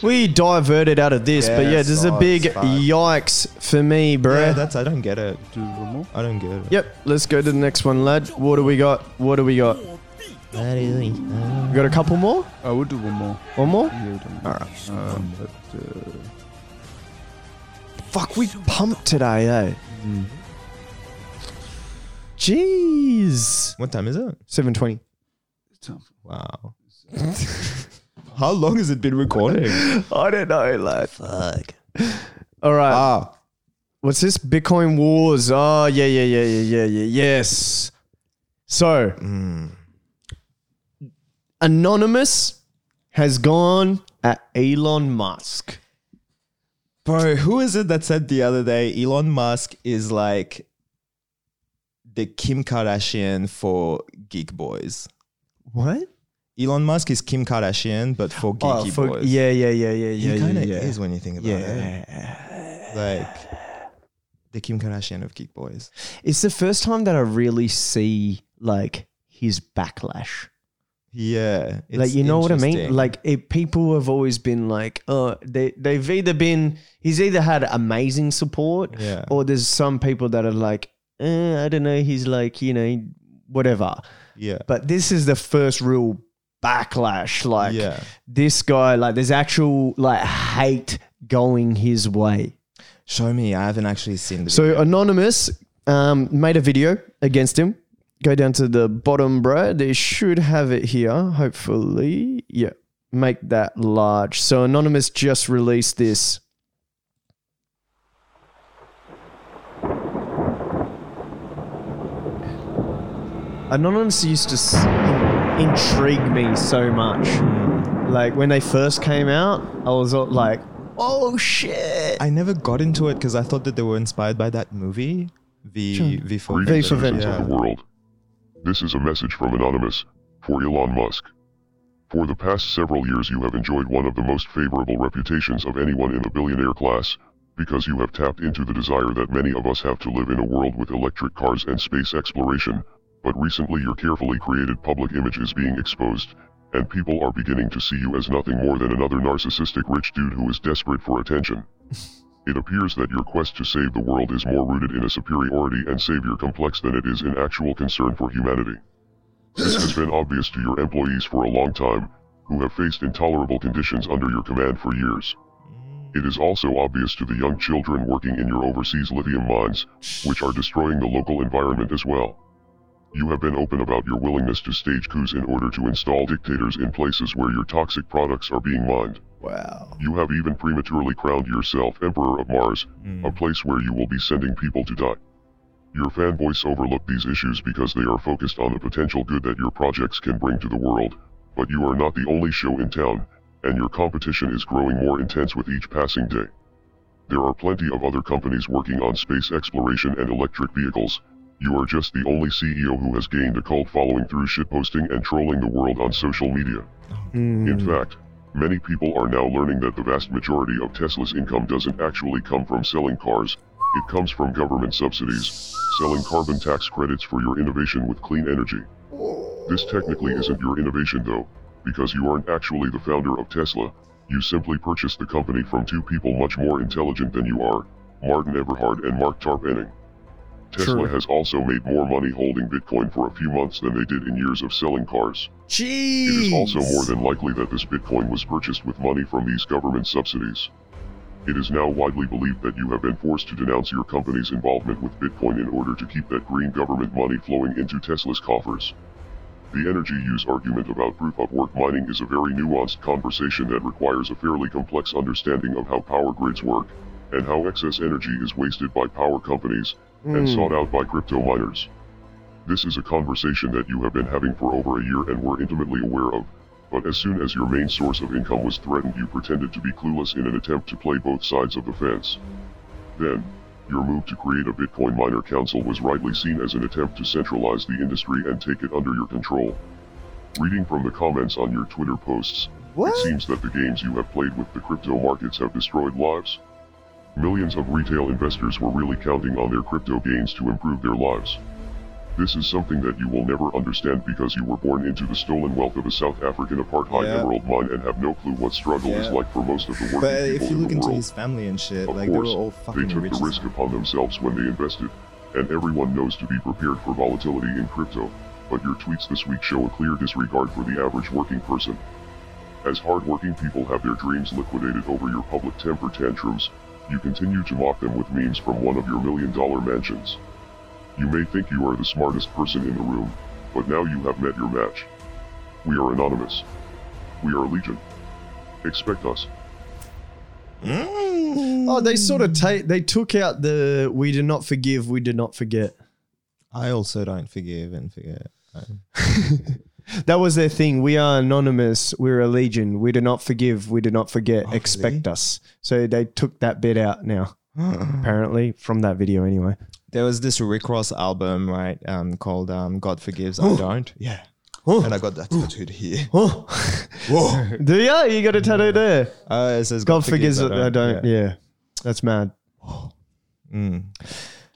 We diverted out of this, but yeah, Yes, this is a oh, big it's fucked. yikes for me, bro. Yeah, that's I don't get it. I don't get it. Yep, let's go to the next one, lad. What do we got? What do we got? We got a couple more? I would Oh, do one more. One more? Yeah, we'll do one more. Um, but, uh, Fuck, we pumped today, eh? Mm-hmm. Jeez. What time is it? 720. Wow. [LAUGHS] How long has it been recording? I don't know, lad. Fuck. [LAUGHS] All right. ah, What's this? Bitcoin wars. Oh, yeah, yeah, yeah, yeah, yeah, yeah. Yes. So, Hmm. Anonymous has gone at Elon Musk. Bro, who is it that said the other day Elon Musk is like the Kim Kardashian for geek boys? What? Elon Musk is Kim Kardashian, but for geeky Oh, for, boys. yeah, yeah, yeah, yeah, he yeah. kind of yeah, is when you think about yeah. it. yeah. Like the Kim Kardashian of geek boys. It's the first time that I really see like his backlash. Yeah, it's like you know what I mean? interesting. Like it, people have always been like, oh, they they've either been he's either had amazing support, Yeah. or there's some people that are like, eh, I don't know, he's like you know whatever. yeah, But this is the first real backlash. Like Yeah. this guy, like there's actual like hate going his way. show me. I haven't actually seen the. So anonymous um, made a video against him. Go down to the bottom, bro. They should have it here. Hopefully, yeah. Make that large. So anonymous just released this. Anonymous used to s- intrigue me so much. Like when they first came out, I was all like, "Oh shit!" I never got into it because I thought that they were inspired by that movie, V V for V for Vendetta. Vendetta. the world. This is a message from Anonymous, for Elon Musk. For the past several years, you have enjoyed one of the most favorable reputations of anyone in the billionaire class, because you have tapped into the desire that many of us have to live in a world with electric cars and space exploration, but recently your carefully created public image is being exposed, and people are beginning to see you as nothing more than another narcissistic rich dude who is desperate for attention. It appears that your quest to save the world is more rooted in a superiority and savior complex than it is in actual concern for humanity. This has been obvious to your employees for a long time, who have faced intolerable conditions under your command for years. It is also obvious to the young children working in your overseas lithium mines, which are destroying the local environment as well. You have been open about your willingness to stage coups in order to install dictators in places where your toxic products are being mined. You have even prematurely crowned yourself Emperor of Mars, a place where you will be sending people to die. Your fanboys overlook these issues because they are focused on the potential good that your projects can bring to the world, but you are not the only show in town, and your competition is growing more intense with each passing day. There are plenty of other companies working on space exploration and electric vehicles. You are just the only CEO who has gained a cult following through shitposting and trolling the world on social media. In fact, many people are now learning that the vast majority of Tesla's income doesn't actually come from selling cars, it comes from government subsidies, selling carbon tax credits for your innovation with clean energy. This technically isn't your innovation though, because you aren't actually the founder of Tesla, you simply purchased the company from two people much more intelligent than you are, Martin Everhard and Mark Tarpenning. Tesla has also made more money holding Bitcoin for a few months than they did in years of selling cars. It is also more than likely that this Bitcoin was purchased with money from these government subsidies. It is now widely believed that you have been forced to denounce your company's involvement with Bitcoin in order to keep that green government money flowing into Tesla's coffers. The energy use argument about proof of work mining is a very nuanced conversation that requires a fairly complex understanding of how power grids work, and how excess energy is wasted by power companies and sought out by crypto miners. This is a conversation that you have been having for over a year and were intimately aware of, but as soon as your main source of income was threatened, you pretended to be clueless in an attempt to play both sides of the fence. Then, your move to create a Bitcoin miner council was rightly seen as an attempt to centralize the industry and take it under your control. Reading from the comments on your Twitter posts, What? it seems that the games you have played with the crypto markets have destroyed lives. Millions of retail investors were really counting on their crypto gains to improve their lives. This is something that you will never understand because you were born into the stolen wealth of a South African apartheid Yeah. emerald mine and have no clue what struggle is Yeah. like for most of the working But people if you in look the into world. his family and shit, Of like they were course, all fucking took rich. the as risk upon themselves when they invested, and everyone knows to be prepared for volatility in crypto, but your tweets this week show a clear disregard for the average working person. As hardworking people have their dreams liquidated over your public temper tantrums, you continue to mock them with memes from one of your million dollar mansions. You may think you are the smartest person in the room, but now you have met your match. We are anonymous. We are legion. Expect us. Oh, they sort of take they took out the "We do not forgive, we do not forget." I also don't forgive and forget. That was their thing. We are anonymous. We're a legion. We do not forgive. We do not forget. Expect us. So they took that bit out [GASPS] now, apparently, from that video anyway. There was this Rick Ross album, right, um, called um, "God Forgives, I Don't." Yeah, and I got that tattooed here. Oh. Whoa! Do ya? You got a tattoo there. Uh, it says, God forgives it. I don't. Yeah. That's mad.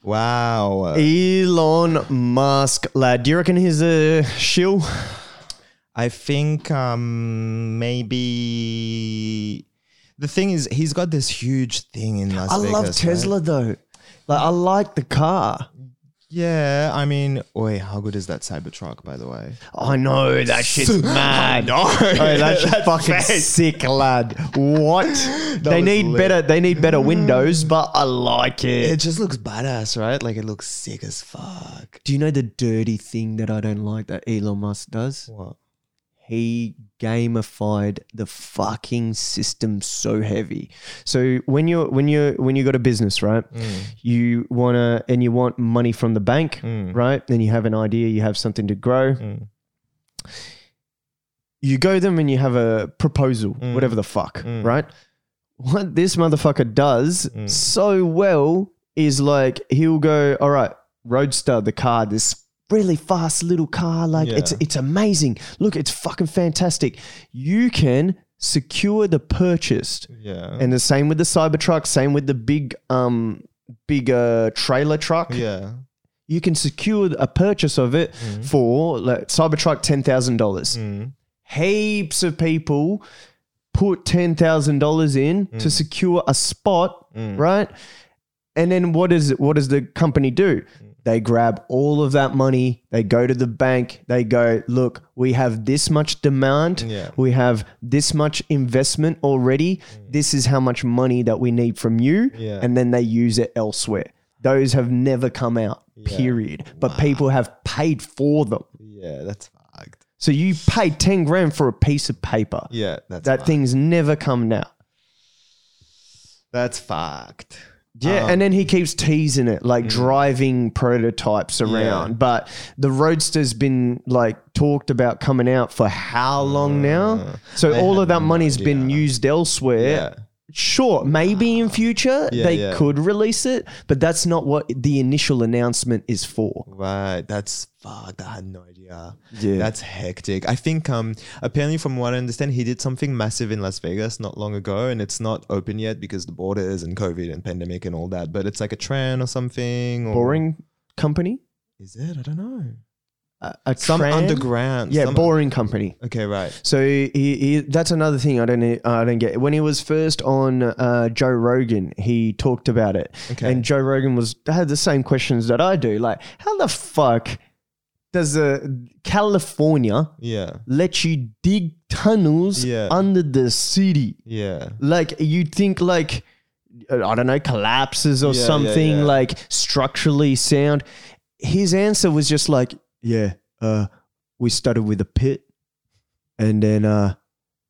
Wow. E- Elon Musk, lad. Do you reckon he's a shill? I think um, maybe the thing is he's got this huge thing in Las I Vegas. love right? Tesla, though. Like, I like the car. Yeah, I mean, oi, how good is that Cybertruck, by the way? I know that shit's mad. [LAUGHS] No, that shit's fucking sick, lad. [LAUGHS] What? they was need lit. better. They need better windows, but I like it. It just looks badass, right? Like it looks sick as fuck. Do you know the dirty thing that I don't like that Elon Musk does? What? He gamified the fucking system so heavy. So when you're when you are when you got a business, right? Mm. You wanna and you want money from the bank, Mm. right? Then you have an idea, you have something to grow. You go them and you have a proposal, whatever the fuck, right? What this motherfucker does so well is like he'll go, all right, Roadster, the car, this really fast little car, like it's it's amazing. Look, it's fucking fantastic. You can secure the purchase. Yeah. And the same with the Cybertruck, same with the big um big uh, trailer truck. Yeah. You can secure a purchase of it for like Cybertruck ten thousand dollars Mm. heaps of people put ten thousand dollars in to secure a spot, right? And then what is it? What does the company do? They grab all of that money. They go to the bank. They go, look, we have this much demand. Yeah. We have this much investment already. This is how much money that we need from you. Yeah. And then they use it elsewhere. Those have never come out, period. But people have paid for them. Yeah, that's fucked. So you paid 10 grand for a piece of paper. Yeah, that's that fucked. thing's never come now. That's fucked. Yeah, Um, and then he keeps teasing it, like Mm. driving prototypes around. But the Roadster's been like talked about coming out for how Mm. long now? So all of that money's been used elsewhere. Yeah. Sure, maybe in future Yeah, they yeah. could release it, but that's not what the initial announcement is for. Right, that's fucked. I had no idea. Yeah. that's hectic. I think um apparently from what I understand, he did something massive in Las Vegas not long ago, and it's not open yet because the borders and COVID and pandemic and all that. But it's like a tran or something. Or Boring company? Is it? I don't know. A, a Some tram? underground. Yeah, some- boring company. Okay, right. So he, he, that's another thing I don't I don't get. When he was first on uh, Joe Rogan, he talked about it, Okay. and Joe Rogan was had the same questions that I do. Like, how the fuck does uh, California Yeah, let you dig tunnels Yeah. under the city? yeah. Like, you think like uh, I don't know collapses or Yeah, yeah, something yeah. like structurally sound. His answer was just like, yeah, uh, we started with a pit and then uh,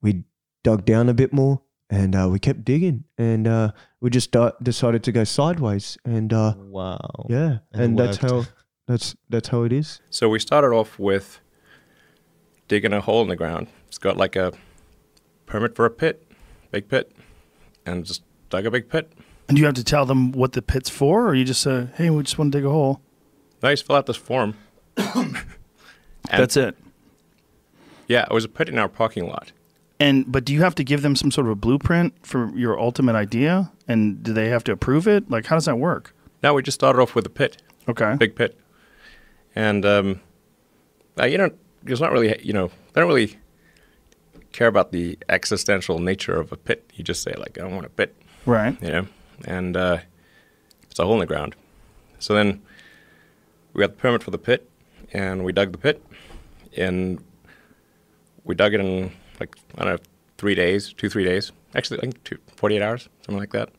we dug down a bit more and uh, we kept digging and uh, we just di- decided to go sideways and uh, Wow. yeah And and, it that's how worked. that's that's how it is So we started off with digging a hole in the ground. It's got like a permit for a pit, big pit, and just dug a big pit. And do you have to tell them what the pit's for, or you just say, "Hey, we just want to dig a hole." Now you just fill out this [COUGHS] form. And- That's it. Yeah, it was a pit in our parking lot. And but do you have to give them some sort of a blueprint for your ultimate idea? And do they have to approve it? Like, how does that work? Now we just started off with a pit, Okay. big pit, and um, uh, you don't. It's not really you know they don't really care about the existential nature of a pit. You just say like I want a pit. Right. you know, and uh, it's a hole in the ground. So then we got the permit for the pit, and we dug the pit, and we dug it in like I don't know three days, two three days, actually I think two, 48 hours, something like that.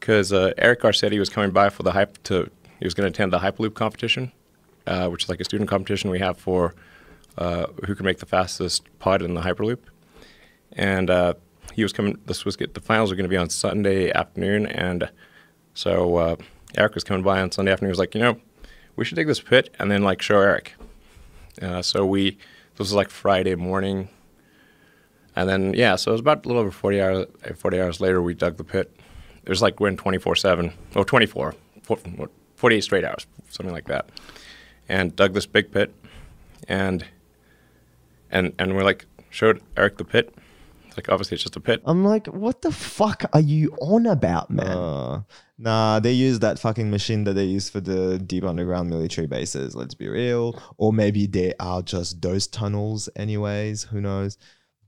Because uh, Eric Garcetti was coming by for the hype to he was going to attend the Hyperloop competition, uh, which is like a student competition we have for uh, who can make the fastest pod in the Hyperloop and uh, he was coming. This was get, the finals were going to be on Sunday afternoon, and so uh, Eric was coming by on Sunday afternoon. He was like, you know, we should take this pit and then like show Eric, Uh, so we, this was like Friday morning. And then, yeah, so it was about a little over 40 hours, 40 hours later, we dug the pit. It was like we're in 24 7, or 24, four- what, 48 straight hours, something like that. And dug this big pit. And, and, and we're like, showed Eric the pit. It's like, obviously, it's just a pit. I'm like, what the fuck are you on about, man? Uh, nah, they use that fucking machine that they use for the deep underground military bases. Let's be real. Or maybe they are just those tunnels, anyways. Who knows?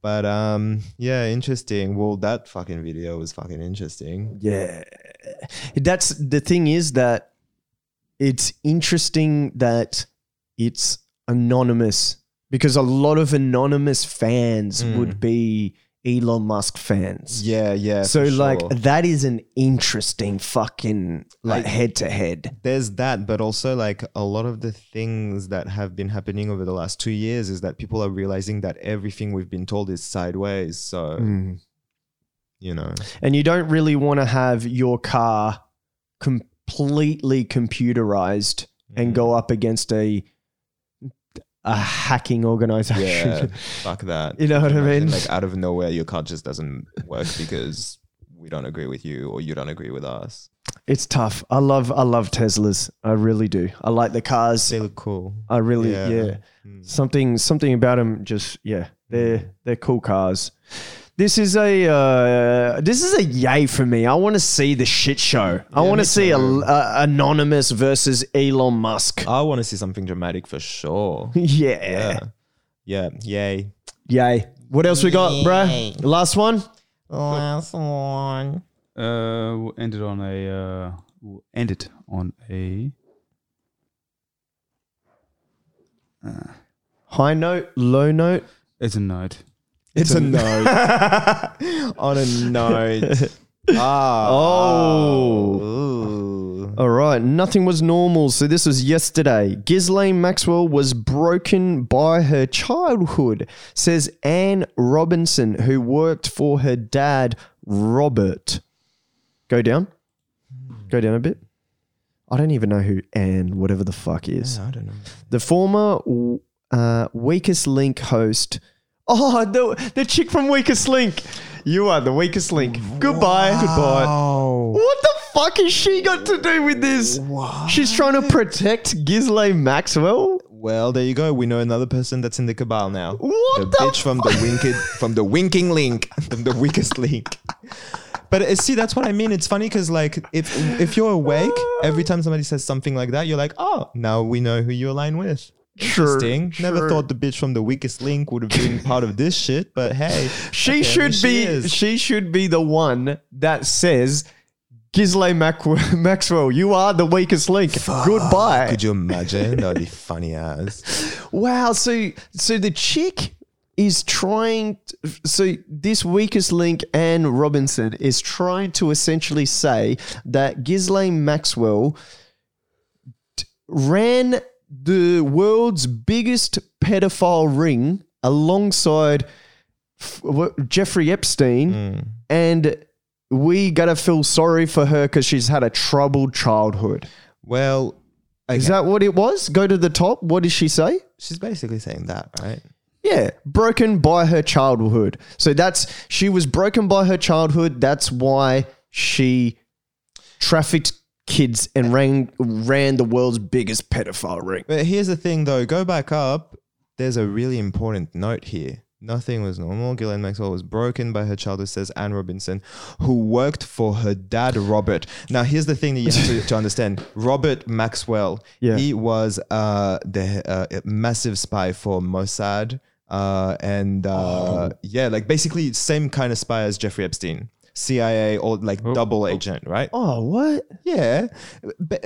But um, yeah, interesting. Well, that fucking video was fucking interesting. Yeah. That's the thing is that it's interesting that it's anonymous because a lot of anonymous fans Mm. would be Elon Musk fans. Yeah, yeah. so for like sure. that is an interesting fucking like I- head to head. there's that, but also like a lot of the things that have been happening over the last two years is that people are realizing that everything we've been told is sideways. So you know, And you don't really want to have your car completely computerized and Hmm. go up against a a hacking organization. [LAUGHS] [LAUGHS] yeah, fuck that. You know what I Imagine, mean? Like out of nowhere, your card just doesn't work because we don't agree with you or you don't agree with us. It's tough. I love I love Teslas. I really do. I like the cars. They look cool. I really Yeah. Hmm. yeah. Something something about them just yeah. They're they're cool cars. This is a uh, this is a yay for me. I want to see the shit show. I want to see a, a anonymous versus Elon Musk. I want to see something dramatic for sure. [LAUGHS] yeah. Ah. yeah, yay. Yay. What else we got, Yay. bruh? Last one? Last one. Uh, we'll end it on a. Uh, we'll end it on a. High note, low note. It's a note. It's a note. [LAUGHS] On a [LAUGHS] note. Ah. Oh. All right. Nothing was normal. So this was yesterday. Ghislaine Maxwell was broken by her childhood, says Anne Robinson, who worked for her dad, Robert. Go down. Go down a bit. I don't even know who Anne, whatever the fuck is. I don't know. The former uh, Weakest Link host. Oh, the, the chick from Weakest Link. You are the Weakest Link. Goodbye. Goodbye. What the fuck has she got to do with this? She's trying to protect Ghislaine Maxwell? Well, there you go. We know another person that's in the cabal now. What the, the bitch from the winked from the winking link, [LAUGHS] from the weakest link. But uh, see, that's what I mean. It's funny because like if if you're awake, every time somebody says something like that, you're like, oh, now we know who you align with. Sure, Interesting. Never sure. thought the bitch from the weakest link would have been part of this shit, but hey, [LAUGHS] She okay, should here be is. she should be the one that says Ghislaine Mac- [LAUGHS] Maxwell, you are the weakest link. Goodbye. Could you imagine? That'd be funny as. Wow. So so the chick is trying. t- so this weakest link, Anne Robinson, is trying to essentially say that Ghislaine Maxwell t- ran the world's biggest pedophile ring alongside f- what- Jeffrey Epstein, and we gotta feel sorry for her because she's had a troubled childhood. Well, Is that what it was? Go to the top. What does she say? she's basically saying that, right? Yeah, broken by her childhood. So that's she was broken by her childhood. That's why she trafficked kids and ran ran the world's biggest pedophile ring. But here's the thing, though. Go back up. There's a really important note here. Nothing was normal. Gillian Maxwell was broken by her childhood, says Anne Robinson, who worked for her dad, Robert. Now, here's the thing that you have to, to [LAUGHS] understand Robert Maxwell, Yeah. he was uh, the uh, a massive spy for Mossad. Uh, and Oh. uh, yeah, like basically, same kind of spy as Jeffrey Epstein, CIA or like double agent, right? Oh, what? Yeah. But,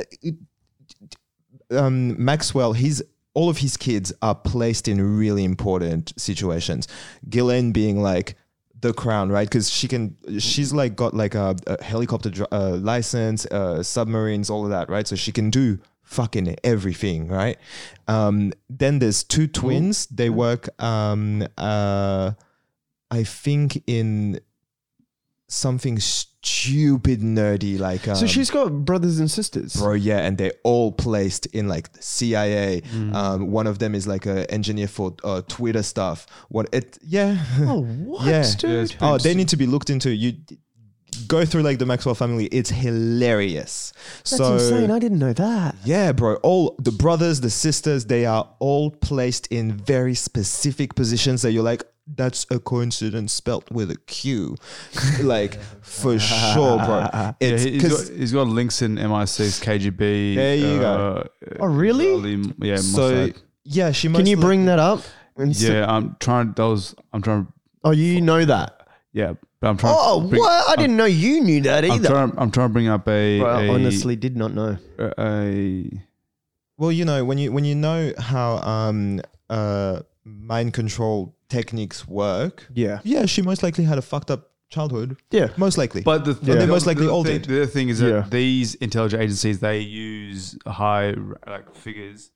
um, Maxwell, he's all of his kids are placed in really important situations. Gillian being like the crown, right? Because she can, she's like got like a, a helicopter dr- uh, license, uh, submarines, all of that, right? So she can do fucking everything, right? Um, then there's two twins. They work, um, uh, I think, in something stupid nerdy like. Um, so she's got brothers and sisters. Bro, yeah, and they're all placed in like the CIA. Mm. Um, one of them is like an engineer for uh, Twitter stuff. What it? Yeah. Oh, [LAUGHS] what, yeah. dude? oh, they need to be looked into. You go through like the Maxwell family. It's hilarious. That's so insane. I didn't know that. yeah, bro. All the brothers, the sisters, they are all placed in very specific positions that you're like, that's a coincidence spelt with a Q. [LAUGHS] like, [LAUGHS] for sure, bro. It's yeah, he- he's, 'cause- got, he's got links in MI6, KGB. There you uh, go. Oh, really? Ali- yeah, so, Mossad. yeah, she Can must you bring that up? And s- yeah, I'm trying. That was I'm trying. Oh, you know that. Yeah, but I'm trying. Oh, to bring, what? I didn't know you knew that I'm either. trying. I'm trying to bring up a, Bro, I a- honestly did not know. a- a- Well, you know, when you when you know how um uh mind control techniques work, Yeah. yeah, she most likely had a fucked up childhood. Yeah. Most likely. But the, Yeah. They most likely the, all thing, did. the other thing is that Yeah. these intelligence agencies they use high like figures,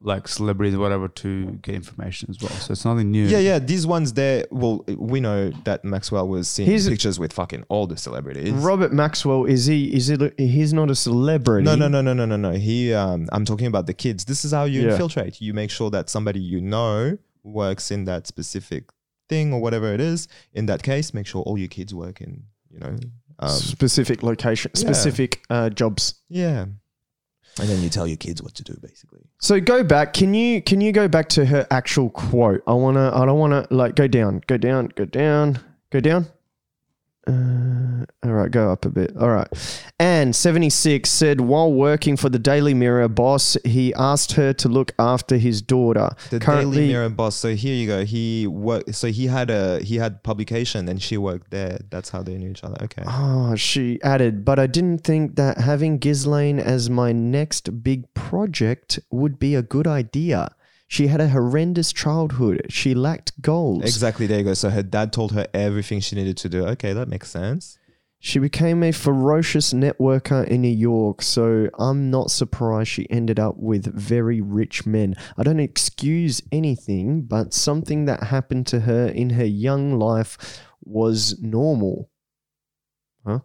like celebrities or whatever, to get information as well. So it's nothing new. yeah, yeah, these ones there. Well, we know that Maxwell was seeing He's- pictures with fucking all the celebrities. Robert Maxwell is he? Is it? He's not a celebrity. no, no, no, no, no, no, no. He, um, I'm talking about the kids. This is how you Yeah. infiltrate. You make sure that somebody you know works in that specific thing or whatever it is. In that case, make sure all your kids work in, you know, um, specific location, Yeah. specific uh, jobs. yeah. And then you tell your kids what to do, basically. So go back. Can you can you go back to her actual quote? I wanna. I don't wanna like go down, go down, go down, go down. Uh, all right, go up a bit. All right. And seventy six said while working for the Daily Mirror boss, he asked her to look after his daughter. The Daily Mirror boss. So here you go. He worked. So he had a he had publication, and she worked there. That's how they knew each other. Okay. Oh, she added, but I didn't think that having Ghislaine as my next big project would be a good idea. She had a horrendous childhood. She lacked goals. Exactly. There you go. So her dad told her everything she needed to do. Okay, that makes sense. She became a ferocious networker in New York, so I'm not surprised she ended up with very rich men. I don't excuse anything, but something that happened to her in her young life was normal. Huh?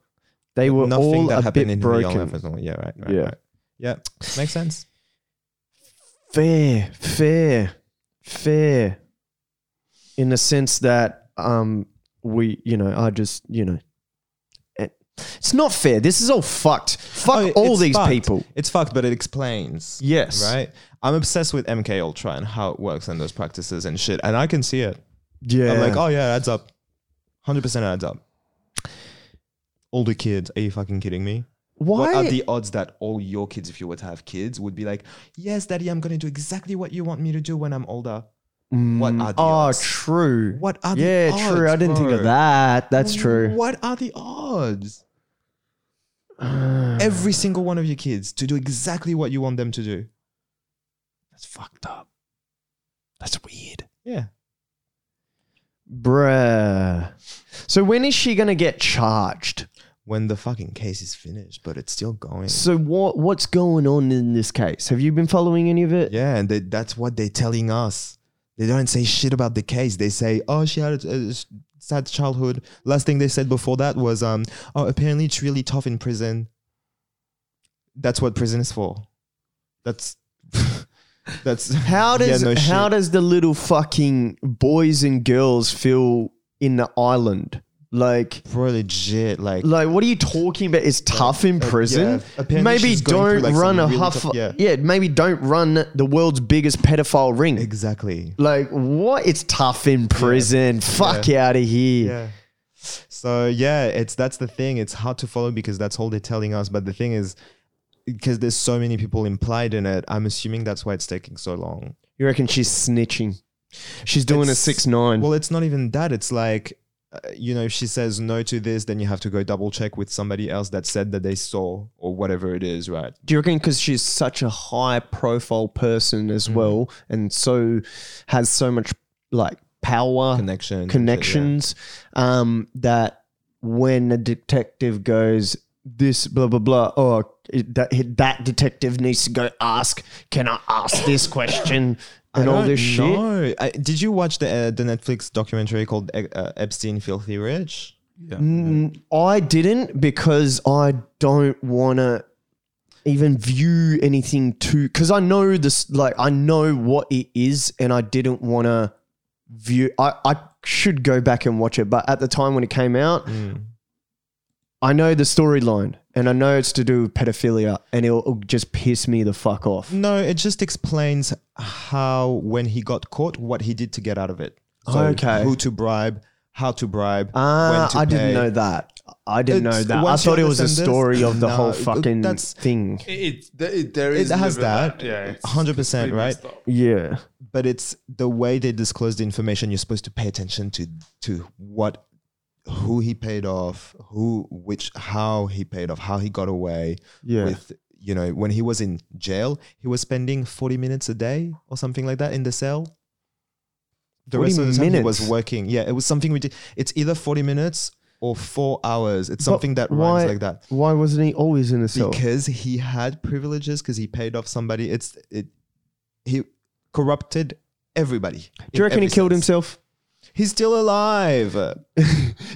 They were Nothing all that a happened bit in her young broken. life is normal. Yeah. Right. right Yeah. Right. Yeah. Makes sense. fair, fair, fair, in the sense that um, we, you know, I just, you know, it- it's not fair. This is all fucked. [LAUGHS] Fuck Oh, all it's these fucked. people. It's fucked, but it explains. Yes. Right. I'm obsessed with MK Ultra and how it works and those practices and shit, and I can see it. Yeah. I'm like, oh yeah, it adds up. Hundred percent adds up. Older kids, are you fucking kidding me? why? What are the odds that all your kids, if you were to have kids, would be like, yes, daddy, I'm going to do exactly what you want me to do when I'm older? What are the oh, odds? true. What are the yeah, true. odds, I didn't think of bro? that. That's true. What are the odds? Every single one of your kids to do exactly what you want them to do. That's fucked up. That's weird. Yeah. Bruh. So when is she gonna get charged? When the fucking case is finished, but it's still going. So what what's going on in this case? Have you been following any of it? Yeah, and they, that's what they're telling us. They don't say shit about the case. They say, oh, she had a, a s- sad childhood. Last thing they said before that was, um, oh, apparently it's really tough in prison. That's what prison is for. That's [LAUGHS] that's [LAUGHS] How does yeah, no how shit. does the little fucking boys and girls feel in the island? Like bro legit like. like what are you talking about? It's tough in yeah, prison. apparently maybe she's going don't through, like, run some a really huff. tough- yeah. yeah. maybe don't run the world's biggest pedophile ring. Exactly. Like what? It's tough in prison. Fuck out of here. Yeah. So yeah, it's that's the thing. It's hard to follow because that's all they're telling us. But the thing is, because there's so many people implied in it, I'm assuming that's why it's taking so long. You reckon she's snitching? She's doing a It's- six nine. Well, it's not even that. It's like, uh, you know, if she says no to this, then you have to go double check with somebody else that said that they saw or whatever it is, right? Do you reckon because she's such a high profile person Mm. as well, and so has so much like power Connection. and shit, yeah. connections um, that when a detective goes this blah blah blah or it- that that detective needs to go ask can i ask this question I and all don't this shit know. I, did you watch the uh, the Netflix documentary called E- uh, Epstein uh, Filthy Rich? Mm, I didn't because I don't want to even view anything too because I know this like I know what it is and I didn't want to view I, I should go back and watch it but at the time when it came out Mm. I know the storyline and I know it's to do with pedophilia and it'll, it'll just piss me the fuck off No, it just explains how when he got caught, what he did to get out of it. Okay. Who to bribe, how to bribe. ah when to I didn't pay. know that I didn't It's- know that I once you thought it was a understand this- story of the No, whole it- fucking that's- thing It, it, it there It is a has little bit of that. Yeah, it's- hundred percent, pretty right? messed up. yeah But it's the way they disclose the information. You're supposed to pay attention to to what, who he paid off, who, which, how he paid off, how he got away. Yeah. With you know, when he was in jail, he was spending forty minutes a day or something like that in the cell. The 40 rest of the time he was minutes? working. Yeah, it was something we did. It's either forty minutes or four hours. It's But something that why- rhymes like that why wasn't he always in a cell because he had privileges because he paid off somebody it's it he corrupted everybody do you reckon he killed himself he's still alive do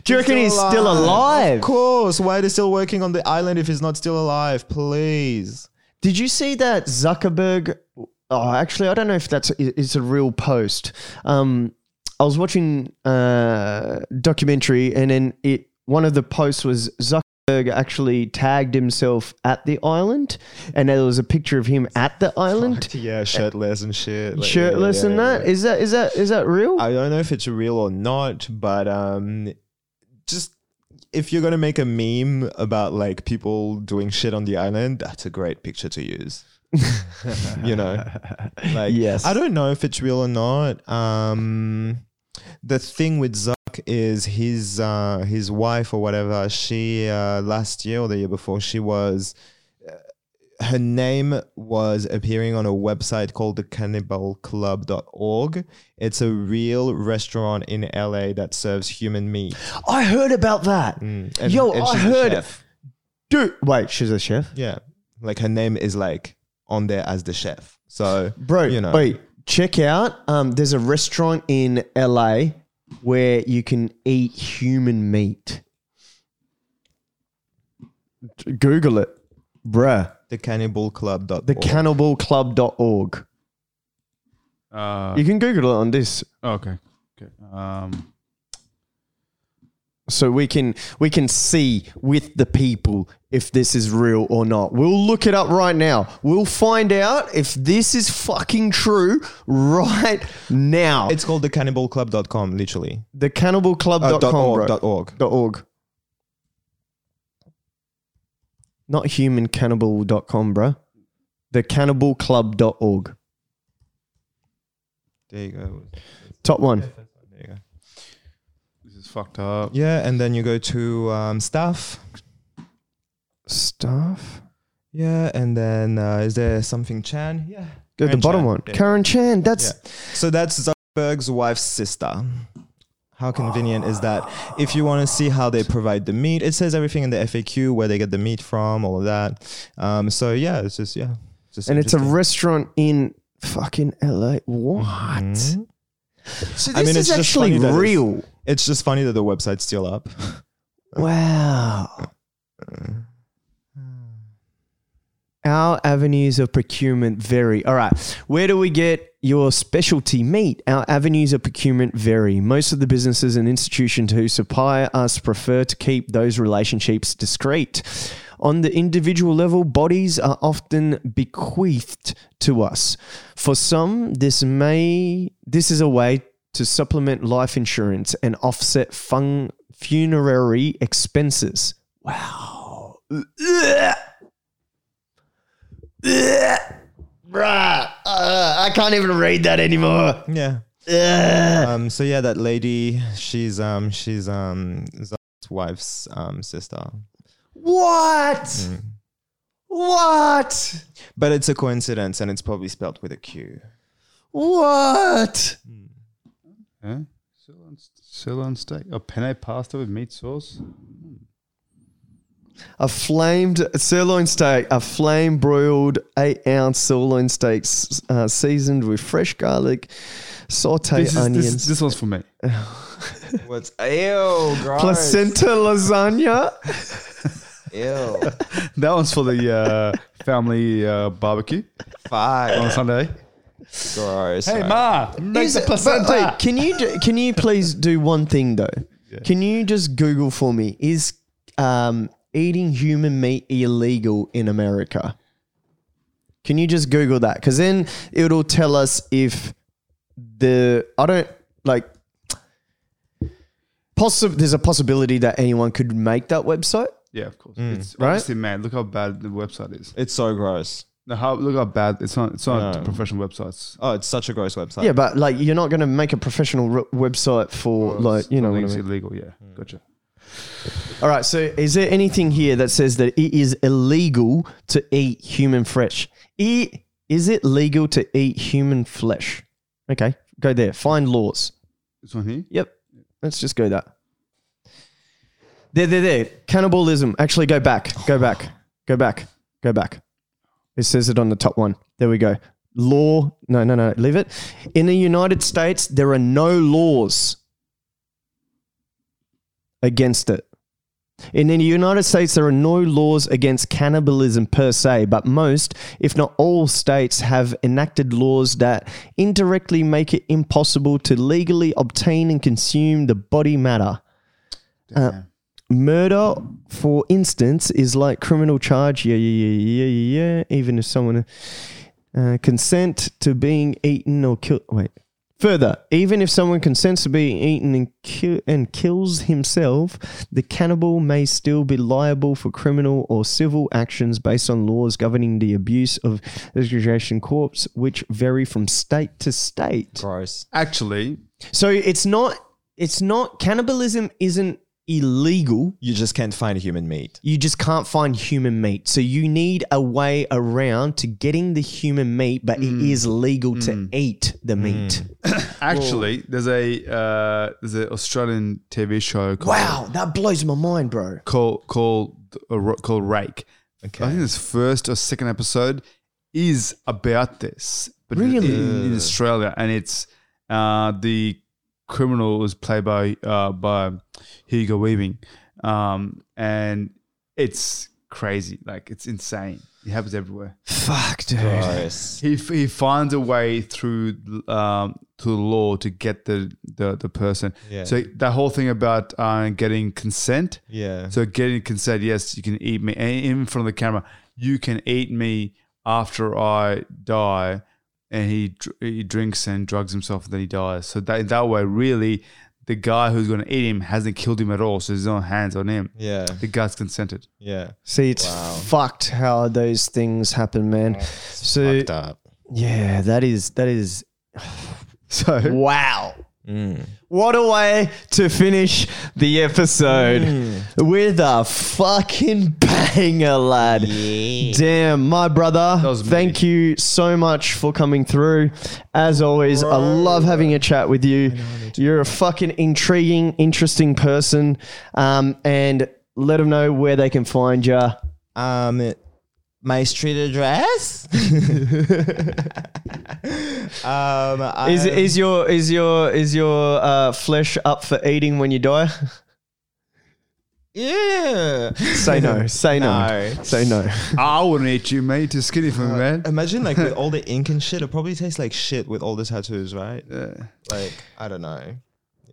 Do you reckon he's still alive? of course why are they still working on the island if he's not still alive please Did you see that Zuckerberg? Oh, actually, I don't know if that's it's a real post. Um, I was watching a documentary, and then it one of the posts was Zuckerberg actually tagged himself at the island, and there was a picture of him at the island, yeah shirtless and shit like, yeah, shirtless, yeah, and yeah. that is that is that is that real? I don't know if it's real or not, but um, just if you're gonna make a meme about like people doing shit on the island, that's a great picture to use. you [LAUGHS] know, like Yes. I don't know if it's real or not. Um, the thing with Zuck is his uh, his wife or whatever. She uh, last year or the year before, she was uh, her name was appearing on a website called the cannibalclub.org. It's a real restaurant in LA that serves human meat. I heard about that, Mm, And- yo. and I she's a heard, chef. dude. Wait, she's a chef. Yeah. Like her name is like on there as the chef. So, bro. you know, wait, check out. Um, there's a restaurant in LA where you can eat human meat. Google it, bruh. the cannibalclub.org. The cannibalclub.org. Uh, You can Google it on this, okay. Okay. Um, so we can we can see with the people if this is real or not. We'll look it up right now. We'll find out if this is fucking true [LAUGHS] right now. It's called the cannibalclub.com, literally. the cannibalclub.com. Uh, dot org, bro. dot org. dot org. Not humancannibal.com, bro. The cannibalclub.org. There you go. Top one. There you go. this is fucked up. Yeah. And then you go to um, staff. Stuff. Yeah. And then uh, is there something Chan? Yeah. Go to the Karen bottom Chan. one. Yeah. Karen Chan. That's Yeah. So that's Zuckerberg's wife's sister. How convenient is that? If you want to see how they provide the meat, it says everything in the FAQ where they get the meat from, all of that. Um, so yeah, it's just yeah, just and it's a interesting. restaurant in fucking LA. What? Mhm. So this I mean, it's is just actually funny that it's- real. It's just funny that the website's still up. Wow. Our avenues of procurement vary. All right. Where do we get your specialty meat? Our avenues of procurement vary. Most of the businesses and institutions who supply us prefer to keep those relationships discreet. On the individual level, bodies are often bequeathed to us. For some, this may this is a way to supplement life insurance and offset fun, funerary expenses. Wow. Ugh. Ugh. Bruh, uh, I can't even read that anymore. yeah. Ugh. Um, so yeah, that lady, she's um, she's um, Zuckerberg's wife's um, sister. Mm. What? What? But it's a coincidence, and it's probably spelled with a Q. What? Yeah. Still on, still on steak. A penne pasta with meat sauce. A flamed sirloin steak, a flame broiled eight ounce sirloin steak s- uh, seasoned with fresh garlic, saute This, is, onions. this, this one's for me. What's ew? Gross. Placenta lasagna. Ew. that one's for the uh, family uh, barbecue. Five on Sunday. Gross. Hey Ma, make Is it- the but placenta. wait, can you ju- can you please do one thing though? Can you just Google for me? Is um, eating human meat illegal in America? Can you just Google that? Because then it'll tell us if the I don't like. Possi- there's a possibility that anyone could make that website. Yeah, of course. Mm. It's Right? obviously mad. Look how bad the website is. It's so gross. No, how, look how bad it's on. It's on No. professional websites. Oh, it's such a gross Uh, website. Yeah, but like you're not going to make a professional re- website for like you know what I It's mean. illegal. Yeah, gotcha. All right. So, is there anything here that says that it is illegal to eat human flesh? E- is it legal to eat human flesh? Okay, go there. Find laws. This one here. Yep. Let's just go that. There, there, there. Cannibalism. Actually, go back. Go back. Go back. Go back. It says it on the top one. There we go. Law. No, no, no. Leave it. In the United States, there are no laws against it. In the United States, there are no laws against cannibalism per se, but most, if not all, states have enacted laws that indirectly make it impossible to legally obtain and consume the body matter. Uh, murder, for instance, is like criminal charge. Yeah, yeah, yeah, yeah, yeah, yeah. Even if someone uh, consent to being eaten or killed. Wait. Further, even if someone consents to being eaten and, ki- and kills himself, the cannibal may still be liable for criminal or civil actions based on laws governing the abuse of execution corpse, which vary from state to state. Gross. Actually, So it's not it's not cannibalism isn't illegal. You just can't find human meat. You just can't find human meat. So you need a way around to getting the human meat, but it is legal to eat the Mm. meat. actually, there's a uh, there's an Australian TV show called Wow, that blows my mind, bro. called called, uh, Ro- called Rake. Okay. I think this first or second episode is about this, but in- Really? in, in Australia, and it's uh, the criminal was played by uh, by Hugo Weaving, um, and it's crazy, like it's insane. It happens everywhere. Fuck, dude. Gross. He, he finds a way through um, to the law to get the the, the person. Yeah. So that whole thing about uh, getting consent. Yeah. So getting consent, yes, you can eat me and in front of the camera. You can eat me after I die, and he dr- he drinks and drugs himself, and then he dies. So that that way, really, the guy who's going to eat him hasn't killed him at all. So there's no hands on him. Yeah. The guy's consented. Yeah. See, it's fucked how those things happen, man. so Fucked up. yeah, that is that is [SIGHS] So wow. What a way to finish the episode with a fucking banger, lad. Damn, my brother. was me. Thank you so much for coming through. As always, I love having a chat with you. You're a fucking intriguing, interesting person. Um, and let them know where they can find you. Um, my street address. um, I, Is, is your is your is your uh, flesh up for eating when you die? [LAUGHS] yeah. Say [LAUGHS] no. Say no. No. Say no. I wouldn't eat you, mate. Too skinny Uh, for me, man. Imagine like with all the ink and shit, it probably tastes like shit with all the tattoos, right? Yeah. Like I don't know.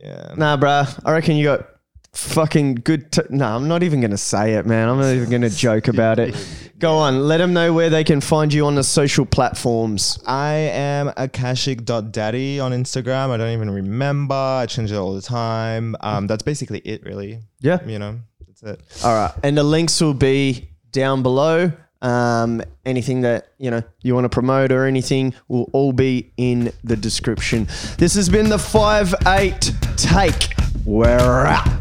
Yeah. Nah, bruh. I reckon you got fucking good. T- nah, I'm not even going to say it, man. I'm not even going to joke about it. Go on. Let them know where they can find you on the social platforms. I am akashic.daddy on Instagram. I don't even remember. I change it all the time. Um, that's basically it, really. Yeah. You know, that's it. All right. And the links will be down below. Um, anything that you know you want to promote or anything will all be in the description. This has been the five eight take. We're out.